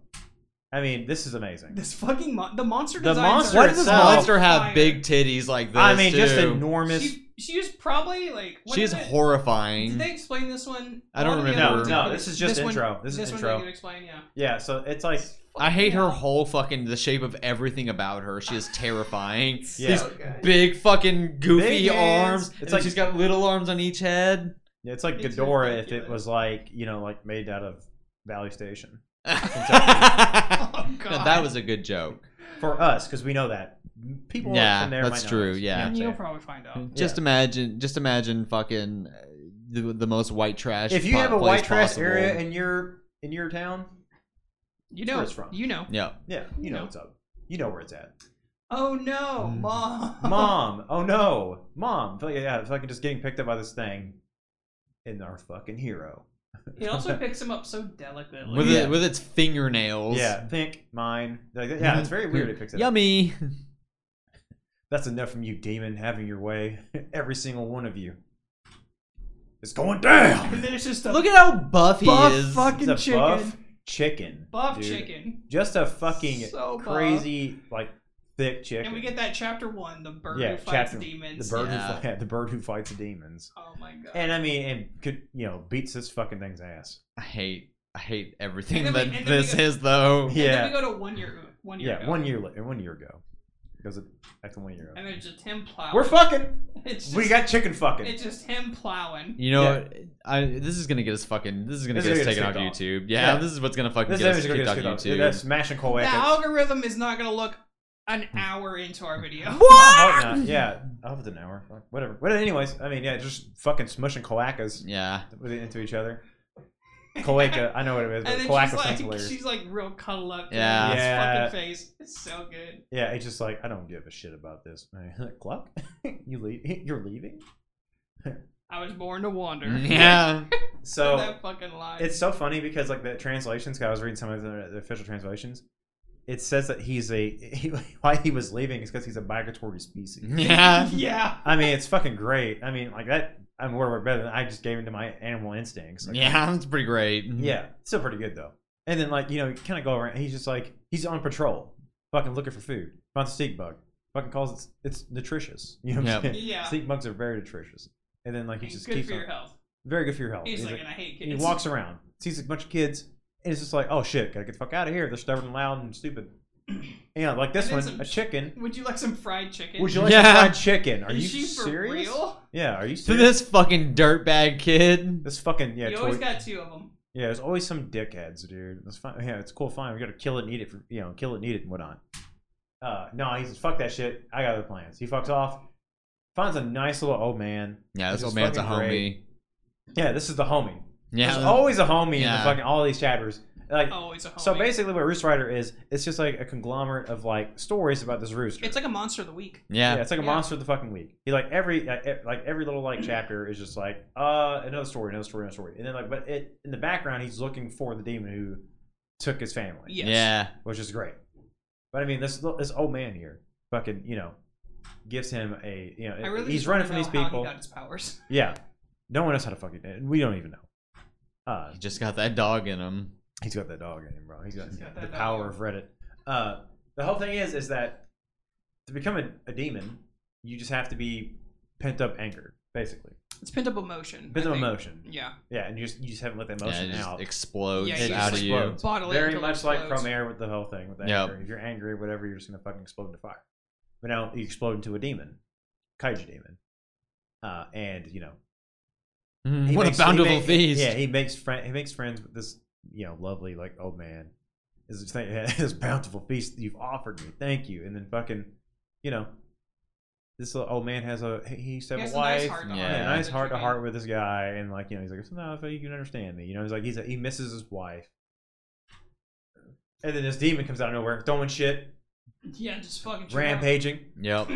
Speaker 2: I mean, this is amazing.
Speaker 4: This fucking mon- the monster
Speaker 2: The
Speaker 4: designs
Speaker 2: monster
Speaker 4: are
Speaker 1: Why does this
Speaker 2: itself-
Speaker 1: monster
Speaker 4: fire.
Speaker 1: have big titties like this?
Speaker 2: I mean, just
Speaker 1: too?
Speaker 2: enormous.
Speaker 4: She, she was probably like. what
Speaker 1: She's
Speaker 4: is it?
Speaker 1: horrifying.
Speaker 4: Did they explain this one?
Speaker 1: I don't
Speaker 4: One of the
Speaker 1: remember.
Speaker 4: other ones they
Speaker 1: No,
Speaker 4: couldn't-
Speaker 2: this is just
Speaker 4: one-
Speaker 2: intro. This is intro.
Speaker 4: one they could explain, yeah.
Speaker 2: yeah, so it's like
Speaker 1: I hate her
Speaker 4: Yeah.
Speaker 1: whole fucking the shape of everything about her. She is terrifying.
Speaker 2: Yeah.
Speaker 1: These big fucking goofy
Speaker 2: Big
Speaker 1: arms.
Speaker 2: hands. It's
Speaker 1: It's
Speaker 2: like-
Speaker 1: like she's got little arms on each head.
Speaker 2: yeah, it's like
Speaker 4: It's
Speaker 2: Ghidorah if it
Speaker 4: ridiculous.
Speaker 2: was like you know like made out of Valley Station
Speaker 1: Now,
Speaker 4: Oh, God.
Speaker 1: that was a good joke.
Speaker 2: for us because we know that people
Speaker 1: Yeah,
Speaker 2: from there
Speaker 1: that's
Speaker 2: might
Speaker 1: true,
Speaker 2: Not,
Speaker 1: yeah.
Speaker 4: And
Speaker 2: You know
Speaker 4: you'll
Speaker 2: what I'm saying?
Speaker 4: probably find out.
Speaker 1: Just
Speaker 2: Yeah.
Speaker 1: imagine, just imagine fucking uh, the, the most white trash.
Speaker 2: if you
Speaker 1: po-
Speaker 2: have a
Speaker 1: place
Speaker 2: white trash
Speaker 1: possible.
Speaker 2: area in your in your town,
Speaker 4: You
Speaker 2: That's
Speaker 4: know,
Speaker 2: where it's from.
Speaker 4: you know.
Speaker 1: yeah,
Speaker 2: yeah, you
Speaker 4: You
Speaker 2: know
Speaker 4: know.
Speaker 2: what's up. You know where it's at.
Speaker 4: Oh no,
Speaker 1: Mm.
Speaker 4: mom.
Speaker 2: Hmm. Mom, oh no, mom. It's like, Yeah, it's like just getting picked up by this thing, and our fucking hero
Speaker 4: He also picks him up so delicately.
Speaker 1: with
Speaker 2: Yeah.
Speaker 1: it, with its fingernails. Mm.
Speaker 2: Yeah, think mine. Like, yeah, it's very weird. It picks it. up.
Speaker 1: Yummy.
Speaker 2: That's enough from you, demon. Having your way, every single one of you. It's going down.
Speaker 4: And then it's just a
Speaker 1: Look at how buff he
Speaker 2: Buff
Speaker 1: is.
Speaker 2: It's a buff chicken.
Speaker 4: buff
Speaker 2: dude.
Speaker 4: chicken.
Speaker 2: Just a fucking
Speaker 4: So buff.
Speaker 2: crazy, like thick chicken.
Speaker 4: And we get that chapter one, the bird
Speaker 2: Yeah,
Speaker 4: who fights
Speaker 2: chapter- the
Speaker 4: demons.
Speaker 2: bird
Speaker 1: yeah.
Speaker 2: who fi- the bird who fights the demons.
Speaker 4: Oh my god.
Speaker 2: And I mean, and could you know beats this fucking thing's ass.
Speaker 1: I hate I hate everything
Speaker 4: And then we-
Speaker 1: that
Speaker 4: and then we
Speaker 1: this
Speaker 4: go-
Speaker 1: is though.
Speaker 2: Yeah.
Speaker 4: And then we go to one year. One year.
Speaker 2: Yeah,
Speaker 4: ago.
Speaker 2: one year later, one year ago, because it back to one year ago.
Speaker 4: And there's just him plowing.
Speaker 2: We're fucking.
Speaker 4: It's just,
Speaker 2: we got chicken fucking.
Speaker 4: It's just him plowing.
Speaker 1: You know,
Speaker 2: Yeah.
Speaker 1: what? I this is gonna get us fucking. This is gonna
Speaker 2: This
Speaker 1: get
Speaker 2: is
Speaker 1: us
Speaker 2: gonna
Speaker 1: taken off
Speaker 2: get us kicked
Speaker 1: YouTube. Yeah,
Speaker 2: Yeah.
Speaker 1: this is what's gonna fucking
Speaker 2: this
Speaker 1: get us
Speaker 2: is
Speaker 1: kicked
Speaker 2: gonna
Speaker 1: off
Speaker 2: get us
Speaker 1: YouTube.
Speaker 2: kicked off. That's smashing
Speaker 4: The
Speaker 2: coed.
Speaker 4: algorithm is not gonna look an hour into our video.
Speaker 2: Oh, I hope not. Yeah, I hope it's an hour. Fuck, Whatever. But anyways, I mean, yeah, just fucking smushing cloacas
Speaker 1: Yeah,
Speaker 2: with- into each other. Cloaca, I know what it is,
Speaker 4: And
Speaker 2: but
Speaker 4: then
Speaker 2: cloaca
Speaker 4: she's
Speaker 2: sounds
Speaker 4: like,
Speaker 2: hilarious.
Speaker 4: she's like real cuddle up. to
Speaker 1: Yeah.
Speaker 4: His
Speaker 2: Yeah.
Speaker 4: fucking face. It's so good.
Speaker 2: Yeah, it's just like I don't give a shit about this. Like, Clock, you leave? You're leaving?
Speaker 4: I was born to wander.
Speaker 1: Mm, yeah.
Speaker 2: So
Speaker 4: that fucking line.
Speaker 2: it's so funny because like the translations. 'cause I was reading some of the, the official translations. It says that he's a he, why he was leaving is because he's a migratory species.
Speaker 4: Mm-hmm.
Speaker 1: yeah.
Speaker 4: yeah.
Speaker 2: I mean, it's fucking great. I mean, like that. I'm mean, we're better than I just gave into my animal instincts. Like,
Speaker 1: Yeah, that's pretty great.
Speaker 2: yeah, it's still pretty good though. And then like you know, you kind of go around. He's just like he's on patrol, fucking looking for food. Finds a stink bug. Fucking calls it. It's nutritious. You know what I'm
Speaker 1: Yep.
Speaker 2: saying?
Speaker 4: Yeah.
Speaker 2: Stink bugs are very nutritious. And then like he just
Speaker 4: good
Speaker 2: keeps
Speaker 4: for
Speaker 2: on,
Speaker 4: your health.
Speaker 2: very good for your health.
Speaker 4: He's,
Speaker 2: He's
Speaker 4: like,
Speaker 2: like-
Speaker 4: and I hate
Speaker 2: and
Speaker 4: kids.
Speaker 2: he walks around, sees a bunch of kids, and it's just like, oh shit, gotta get the fuck out of here. They're stubborn, and loud, and stupid. Yeah, like this
Speaker 4: And
Speaker 2: one,
Speaker 4: then some-
Speaker 2: a chicken.
Speaker 4: Would you like some fried chicken?
Speaker 2: Would you like
Speaker 1: Yeah.
Speaker 2: some fried chicken? Are
Speaker 4: Is
Speaker 2: you
Speaker 4: she
Speaker 2: serious?
Speaker 4: for real?
Speaker 2: Yeah, are you
Speaker 1: To
Speaker 2: serious?
Speaker 1: this fucking dirtbag kid.
Speaker 2: This fucking yeah,
Speaker 4: you
Speaker 2: toy,
Speaker 4: always got two of them.
Speaker 2: yeah. There's always some dickheads, dude. That's fine. Yeah, it's cool. Fine, we gotta kill it, and eat it for you know, kill it, and eat it, and whatnot. Uh, no, he says fuck that shit. I got other plans. He fucks off, finds a nice little old man.
Speaker 1: Yeah, this
Speaker 2: This
Speaker 1: old
Speaker 2: is
Speaker 1: man's a homie.
Speaker 2: fucking great. Yeah, this is the homie.
Speaker 1: Yeah.
Speaker 2: There's always a homie in
Speaker 1: Yeah.
Speaker 2: the fucking all these chapters. Like,
Speaker 4: Oh, it's a homie.
Speaker 2: so basically, what Rooster Rider is, it's just like a conglomerate of like stories about this rooster.
Speaker 4: it's like a monster of the week.
Speaker 2: yeah,
Speaker 1: yeah.
Speaker 2: it's like a
Speaker 4: Yeah.
Speaker 2: monster of the fucking week. He like every like, e- like every little like chapter is just like uh another story, another story, another story, and then like but it in the background he's looking for the demon who took his family,
Speaker 4: Yes.
Speaker 1: Yeah.
Speaker 2: which is great. But I mean this little- this old man here, fucking you know, gives him a you know
Speaker 4: I really
Speaker 2: he's
Speaker 4: just
Speaker 2: running
Speaker 4: wanna
Speaker 2: from these
Speaker 4: know how
Speaker 2: people.
Speaker 4: He got his powers.
Speaker 2: yeah, no one knows how to fucking we don't even know. Uh,
Speaker 1: He just got that dog in him.
Speaker 2: He's got that dog in him, bro. He's got,
Speaker 4: He's got
Speaker 2: the
Speaker 4: that dog.
Speaker 2: power of Reddit. Uh, the whole thing is, is that to become a, a demon, you just have to be pent up anger, basically.
Speaker 4: It's pent up emotion.
Speaker 2: Pent
Speaker 4: I
Speaker 2: up
Speaker 4: think.
Speaker 2: emotion.
Speaker 4: Yeah.
Speaker 2: Yeah, and you just you just haven't let that
Speaker 1: Yeah,
Speaker 2: emotion
Speaker 1: it just
Speaker 2: out.
Speaker 1: explodes
Speaker 4: Yeah,
Speaker 2: it
Speaker 4: it
Speaker 1: out
Speaker 2: just
Speaker 1: of you.
Speaker 2: explodes.
Speaker 4: Bodily
Speaker 2: Very
Speaker 4: until it
Speaker 2: much like
Speaker 4: explodes.
Speaker 2: from air with the whole thing with the
Speaker 1: Yep.
Speaker 2: anger. If you're angry or whatever, you're just gonna fucking explode into fire. But now you explode into a demon, kaiju demon, uh, and you know
Speaker 1: Mm,
Speaker 2: he
Speaker 1: what
Speaker 2: makes-
Speaker 1: a
Speaker 2: he
Speaker 1: bountiful
Speaker 2: make-
Speaker 1: feast.
Speaker 2: Yeah, he makes friend. He makes friends with this, you know, lovely like old man. This is thing, this bountiful feast that you've offered me. Thank you. And then fucking, you know, this little old man has a he- he used to
Speaker 4: He
Speaker 2: have
Speaker 4: has
Speaker 2: a
Speaker 4: a nice
Speaker 2: wife.
Speaker 4: heart
Speaker 1: to
Speaker 2: yeah,
Speaker 1: heart.
Speaker 2: nice
Speaker 4: Yeah.
Speaker 2: heart to heart with this guy, and like you know, he's like, no, I feel you can understand me. You know, he's like, he's he misses his wife. And then this demon comes out of nowhere, throwing shit,
Speaker 4: Yeah, just fucking chill out.
Speaker 2: rampaging.
Speaker 1: Yep.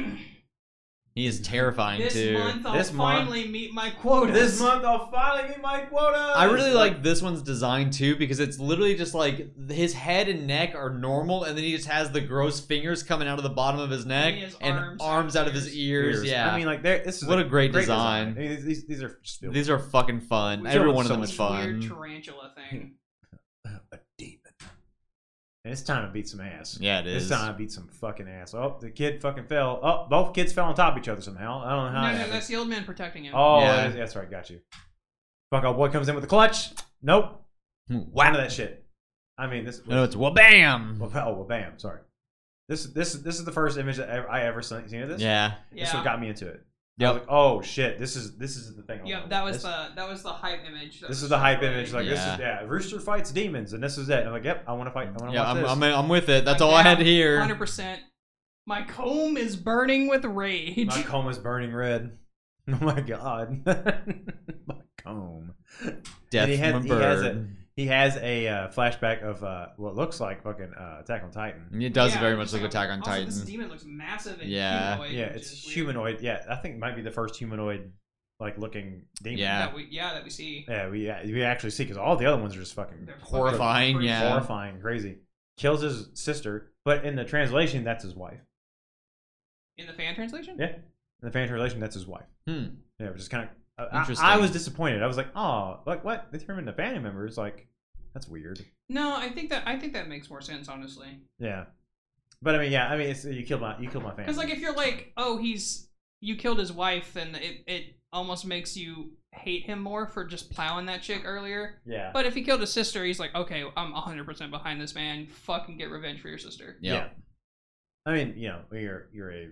Speaker 1: He is terrifying
Speaker 4: This
Speaker 1: too.
Speaker 4: month I'll
Speaker 2: This month-
Speaker 4: finally meet my quota.
Speaker 2: This month I'll finally meet my quota.
Speaker 1: I really like this one's design too because it's literally just like his head and neck are normal, and then he just has the gross fingers coming out of the bottom of his neck
Speaker 4: he has
Speaker 1: and
Speaker 4: arms
Speaker 1: arms, out of his ears. Yeah,
Speaker 2: I mean, like, there- this is
Speaker 1: What a great design.
Speaker 2: I mean, these, these are just
Speaker 1: these are fucking fun.
Speaker 2: We're
Speaker 1: Every
Speaker 2: doing
Speaker 1: one of
Speaker 2: so
Speaker 1: them
Speaker 2: much
Speaker 1: is
Speaker 4: This Weird
Speaker 1: fun.
Speaker 4: tarantula thing.
Speaker 2: a demon. And it's time to beat some ass.
Speaker 1: Yeah, it
Speaker 2: It's
Speaker 1: is.
Speaker 2: time to beat some fucking ass. Oh, the kid fucking fell. Oh, both kids fell on top of each other somehow. I don't know
Speaker 4: No,
Speaker 2: how.
Speaker 4: no,
Speaker 2: that happened.
Speaker 4: that's the old man protecting him.
Speaker 2: oh,
Speaker 1: Yeah.
Speaker 2: that is- that's right. Got you. Fuck, old boy comes in with a clutch. Nope. None of
Speaker 1: Wow.
Speaker 2: that shit. I mean, this.
Speaker 1: No, it's wabam.
Speaker 2: well, oh, well, bam. Sorry. This this this is the first image that I I ever seen seen of this.
Speaker 1: Yeah.
Speaker 4: yeah.
Speaker 2: This what got me into it. I
Speaker 1: Yep.
Speaker 2: was like, oh shit, this is this is the thing. I
Speaker 4: yeah,
Speaker 2: want.
Speaker 4: that was
Speaker 2: This-
Speaker 4: the that was the hype image. that
Speaker 2: This
Speaker 4: was
Speaker 2: is the hype
Speaker 4: circulating.
Speaker 2: image. Like this is yeah, Rooster fights demons, and this is it. I'm like, yep, I want to fight. I want to
Speaker 1: Yeah,
Speaker 2: watch
Speaker 1: I'm,
Speaker 2: this.
Speaker 1: I'm, I'm with it. That's
Speaker 4: Like,
Speaker 1: all I
Speaker 4: yeah,
Speaker 1: had to hear.
Speaker 4: 100%. My comb is burning with rage.
Speaker 2: My comb is burning red. Oh my god, my comb.
Speaker 1: Death
Speaker 2: And he had-
Speaker 1: from a
Speaker 2: he has a-
Speaker 1: bird.
Speaker 2: He has a uh, flashback of uh, what looks like fucking uh, Attack on Titan.
Speaker 1: It, does
Speaker 4: Yeah, "Oh,
Speaker 1: very
Speaker 4: I'm
Speaker 1: much
Speaker 4: just
Speaker 1: look Attack on
Speaker 4: also,
Speaker 1: Titan.
Speaker 4: This demon looks massive and
Speaker 1: Yeah.
Speaker 4: humanoid.
Speaker 2: Yeah,
Speaker 4: which
Speaker 2: it's
Speaker 4: is weird.
Speaker 2: humanoid. Yeah, I think it might be the first humanoid like looking demon.
Speaker 1: Yeah.
Speaker 4: That we, yeah, that we see.
Speaker 2: Yeah, we uh, we actually see because all the other ones are just fucking
Speaker 4: They're fucking
Speaker 1: Horrifying,
Speaker 4: freaky.
Speaker 1: yeah.
Speaker 2: horrifying, crazy. Kills his sister, but in the translation, that's his wife.
Speaker 4: In the fan translation?
Speaker 2: Yeah. In the fan translation, that's his wife.
Speaker 1: Hmm.
Speaker 2: Yeah, which is kind of
Speaker 1: Interesting.
Speaker 2: interesting. I, was disappointed. I was like, oh, like what? They threw him into family members. Like, that's weird.
Speaker 4: No, I think that I think that makes more sense, honestly.
Speaker 2: Yeah, but I mean, yeah, I mean, it's, you killed my you killed my family.
Speaker 4: Because like if you're like, oh, he's you killed his wife, then it it almost makes you hate him more for just plowing that chick earlier.
Speaker 2: yeah,
Speaker 4: But if he killed his sister, he's like, okay, I'm 100% behind this man. Fucking get revenge for your sister.
Speaker 1: Yeah.
Speaker 2: I mean, you know, when you're you're a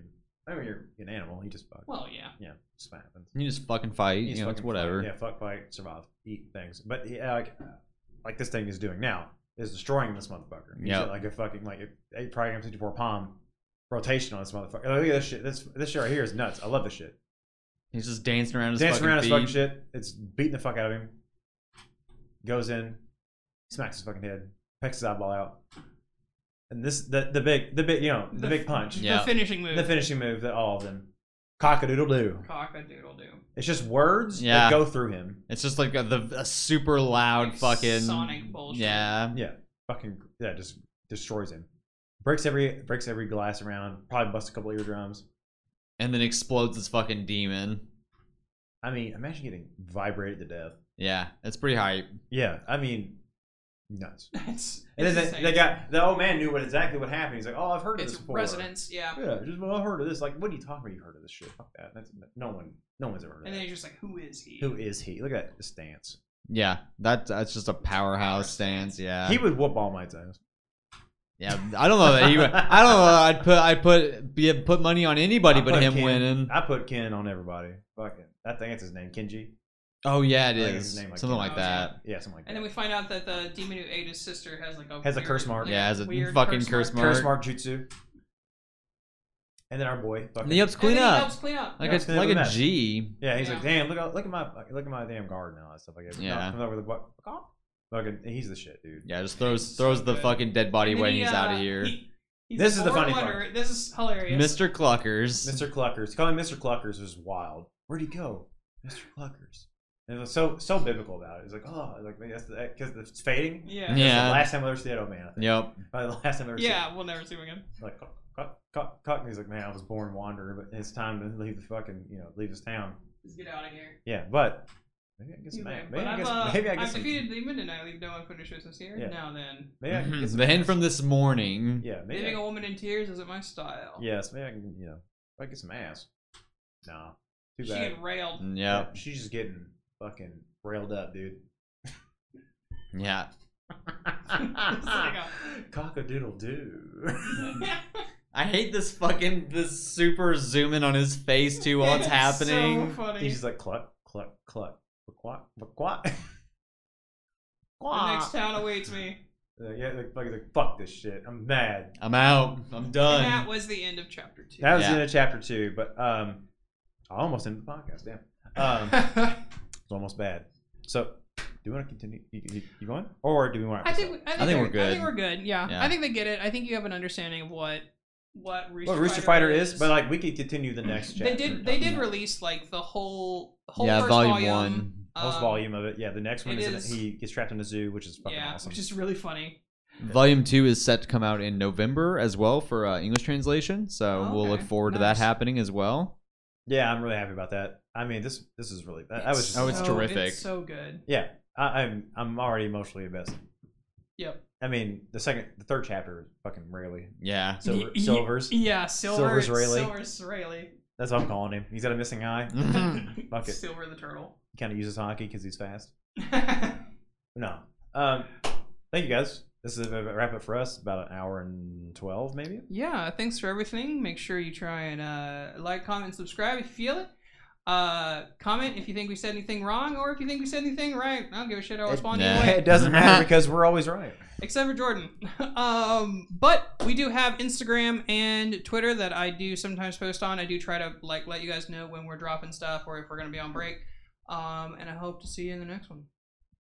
Speaker 2: I mean, you're an animal. You just fuck.
Speaker 4: Well, yeah.
Speaker 2: yeah, just what happens.
Speaker 1: You just fucking fight.
Speaker 2: You just
Speaker 1: you know, it's
Speaker 2: fucking fight.
Speaker 1: whatever.
Speaker 2: Yeah, fuck, fight, survive, eat things. But yeah, like, like this thing is doing now is destroying this motherfucker. He's
Speaker 1: Yeah.
Speaker 2: like a fucking like a a probably sixty four palm rotation on this motherfucker. Like, look at this shit. This this shit right here is nuts. I love this shit.
Speaker 1: He's just dancing around his
Speaker 2: Dancing
Speaker 1: fucking
Speaker 2: around his
Speaker 1: feet.
Speaker 2: fucking shit. It's beating the fuck out of him. Goes in, smacks his fucking head, pecks his eyeball out. And this the the big the big you know the,
Speaker 4: The
Speaker 2: big
Speaker 4: f-
Speaker 2: punch.
Speaker 1: Yeah.
Speaker 4: The finishing move.
Speaker 2: The finishing move that all of them cock a doodle doo.
Speaker 4: Cock a doodle do.
Speaker 2: It's just words
Speaker 1: Yeah.
Speaker 2: that go through him.
Speaker 1: It's just like a, the a super loud
Speaker 4: Like
Speaker 1: fucking
Speaker 4: sonic bullshit.
Speaker 1: Yeah.
Speaker 2: Yeah, fucking yeah, just destroys him. Breaks every breaks every glass around. Probably busts a couple eardrums.
Speaker 1: And then explodes his fucking demon.
Speaker 2: I mean, imagine getting vibrated to death.
Speaker 1: Yeah, it's pretty hype.
Speaker 2: Yeah, I mean, nuts.
Speaker 4: It's,
Speaker 2: And then
Speaker 4: it's
Speaker 2: they,
Speaker 4: insane.
Speaker 2: they got the old man knew what exactly what happened. He's like, "Oh, I've heard of
Speaker 4: It's
Speaker 2: this before."
Speaker 4: resonance, yeah.
Speaker 2: Yeah, just well, I heard of this. Like, what are you talking about? You heard of this shit? Fuck that. That's no one. No one's ever heard of
Speaker 4: And then
Speaker 2: that.
Speaker 4: you're just like, who is he?
Speaker 2: Who is he? Look at his stance.
Speaker 1: Yeah, that that's just a powerhouse stance. Yeah,
Speaker 2: he would whoop All Might's ass.
Speaker 1: yeah. I don't know that he. would- I don't know. that I'd put I put be, put money on anybody
Speaker 2: I
Speaker 1: but
Speaker 2: put
Speaker 1: him
Speaker 2: Ken-
Speaker 1: winning.
Speaker 2: I put Ken on everybody. Fucking, I think it's his name, Kenji.
Speaker 1: oh yeah, it
Speaker 2: I think it's
Speaker 1: is
Speaker 2: his name, like,
Speaker 1: something
Speaker 2: Ken-
Speaker 1: like
Speaker 4: Oh,
Speaker 1: that.
Speaker 2: Yeah, something like
Speaker 4: And
Speaker 2: that.
Speaker 4: then we find out that the demon who ate his sister has like a
Speaker 2: Has a
Speaker 4: weird-
Speaker 2: curse mark.
Speaker 4: like,
Speaker 1: Yeah, has a
Speaker 4: weird
Speaker 1: fucking curse mark.
Speaker 2: Curse Mark Jutsu. And then our boy. Fucking,
Speaker 1: And he helps
Speaker 4: And then
Speaker 1: clean
Speaker 4: he
Speaker 1: up
Speaker 4: helps clean up.
Speaker 1: like
Speaker 2: helps
Speaker 1: a
Speaker 2: clean up
Speaker 1: like
Speaker 2: the
Speaker 1: a
Speaker 2: mess.
Speaker 1: G.
Speaker 2: yeah, he's
Speaker 4: Yeah.
Speaker 2: like, damn, look at look at my look at my damn garden now and stuff like that.
Speaker 1: Yeah.
Speaker 2: Comes over the bu- "Caw." Fucking, he's the shit, dude.
Speaker 1: Yeah, just throws
Speaker 4: So
Speaker 1: throws the
Speaker 4: good.
Speaker 1: fucking dead body
Speaker 4: And
Speaker 1: away
Speaker 4: then
Speaker 1: and
Speaker 4: he,
Speaker 1: he's out
Speaker 4: uh,
Speaker 1: of here.
Speaker 4: he- he's
Speaker 2: This is the
Speaker 4: born
Speaker 2: funny part.
Speaker 4: wonder- This is hilarious.
Speaker 1: Mr. Cluckers.
Speaker 2: Mr. Cluckers. Calling Mr. Cluckers was wild. Where'd he go? Mr. Cluckers. And it was so so biblical about it. It's like, oh, like man, that's because it's fading.
Speaker 4: Yeah.
Speaker 2: That's
Speaker 1: Yeah.
Speaker 2: the last time I ever see that old man. I think.
Speaker 1: Yep.
Speaker 2: Probably the last time I ever.
Speaker 4: Yeah, we'll never see him again.
Speaker 2: See him. Like, "Cock, cock, cock, cock." And He's like, man, I was born wanderer, but it's time to leave the fucking, you know, leave this town.
Speaker 4: Just get out of here.
Speaker 2: Yeah, but maybe I guess
Speaker 4: He's
Speaker 2: maybe,
Speaker 4: like,
Speaker 2: maybe
Speaker 4: but
Speaker 2: I
Speaker 4: I've,
Speaker 2: guess
Speaker 4: uh,
Speaker 2: maybe I
Speaker 4: I've
Speaker 2: guess
Speaker 4: defeated the demon and I leave no unfinished business here.
Speaker 2: Yeah.
Speaker 4: Now then,
Speaker 2: maybe I can
Speaker 1: Mhm.
Speaker 2: get some
Speaker 1: The hen from
Speaker 2: ass.
Speaker 1: this morning.
Speaker 2: yeah maybe
Speaker 4: leaving
Speaker 2: I,
Speaker 4: a woman in tears isn't my style.
Speaker 2: yes maybe I can you know if I get some ass. Nah, too
Speaker 4: she
Speaker 2: bad. Mm.
Speaker 4: get railed.
Speaker 1: Yep.
Speaker 2: she's just getting fucking railed up, dude.
Speaker 1: Yeah.
Speaker 2: Cock a doodle doo.
Speaker 1: I hate this fucking this super zoom in on his face too while it's
Speaker 4: It's
Speaker 1: happening.
Speaker 4: So funny.
Speaker 2: He's just like cluck cluck cluck quack quack
Speaker 4: the
Speaker 2: quack.
Speaker 4: next town awaits me.
Speaker 2: Uh, yeah, like, like, like fuck this shit. I'm mad.
Speaker 1: I'm out. I'm
Speaker 4: And that
Speaker 1: done.
Speaker 4: was the end of chapter two.
Speaker 2: That was
Speaker 1: Yeah.
Speaker 2: the end of chapter two, but um, I almost ended the podcast. Damn,
Speaker 1: Uh,
Speaker 2: um, it's almost bad. So, do you want to continue? You, you, you going, or do we want? To
Speaker 4: I think, we- I think
Speaker 1: I think we're
Speaker 4: they're- I
Speaker 1: good.
Speaker 4: think we're good. Yeah.
Speaker 1: Yeah.
Speaker 4: I think they get it. I think you have an understanding of what what Rooster,
Speaker 2: well, Rooster Fighter is, but like we could continue the next chapter.
Speaker 4: they did they did release like the whole whole
Speaker 1: yeah,
Speaker 4: first
Speaker 1: volume, one.
Speaker 2: Most
Speaker 4: um,
Speaker 2: volume of it. Yeah, the next one
Speaker 4: it
Speaker 2: is, in-
Speaker 4: is-
Speaker 2: he gets trapped in a zoo, which is fucking
Speaker 4: Yeah,
Speaker 2: awesome.
Speaker 4: which is really funny.
Speaker 1: Volume two is set to come out in November as well for uh, English translation. So
Speaker 4: Oh,
Speaker 1: we'll
Speaker 4: okay.
Speaker 1: look forward to that
Speaker 4: Nice.
Speaker 1: happening as well.
Speaker 2: yeah, I'm really happy about that. I mean, this this is really. I, I was. Just,
Speaker 1: Oh, it's
Speaker 4: so-
Speaker 1: terrific.
Speaker 4: It's so good.
Speaker 2: yeah, I, I'm I'm already emotionally invested.
Speaker 4: Yep.
Speaker 2: I mean, the second, the third chapter is fucking really
Speaker 1: Yeah.
Speaker 2: Silver,
Speaker 4: Ye-
Speaker 2: silvers.
Speaker 4: Yeah, Silver
Speaker 2: Silver's Rayleigh.
Speaker 4: Silver's Rayleigh.
Speaker 2: That's what I'm calling him. He's got a missing eye.
Speaker 4: Mm-hmm. Mm.
Speaker 2: Fuck it.
Speaker 4: Silver the turtle.
Speaker 2: He kind of uses hockey because he's fast. No. Um, thank you guys. This is a wrap up for us. About an hour and twelve, maybe.
Speaker 4: yeah, thanks for everything. Make sure you try and uh, like, comment, subscribe if you feel it. Uh, comment if you think we said anything wrong or if you think we said anything right. I don't give a
Speaker 2: Eh,
Speaker 4: shit. I'll respond
Speaker 1: Nah.
Speaker 4: either way.
Speaker 2: It doesn't matter because we're always right.
Speaker 4: except for Jordan. um, but we do have Instagram and Twitter that I do sometimes post on. I do try to like let you guys know when we're dropping stuff or if we're gonna be on break. Um, and I hope to see you in the next one.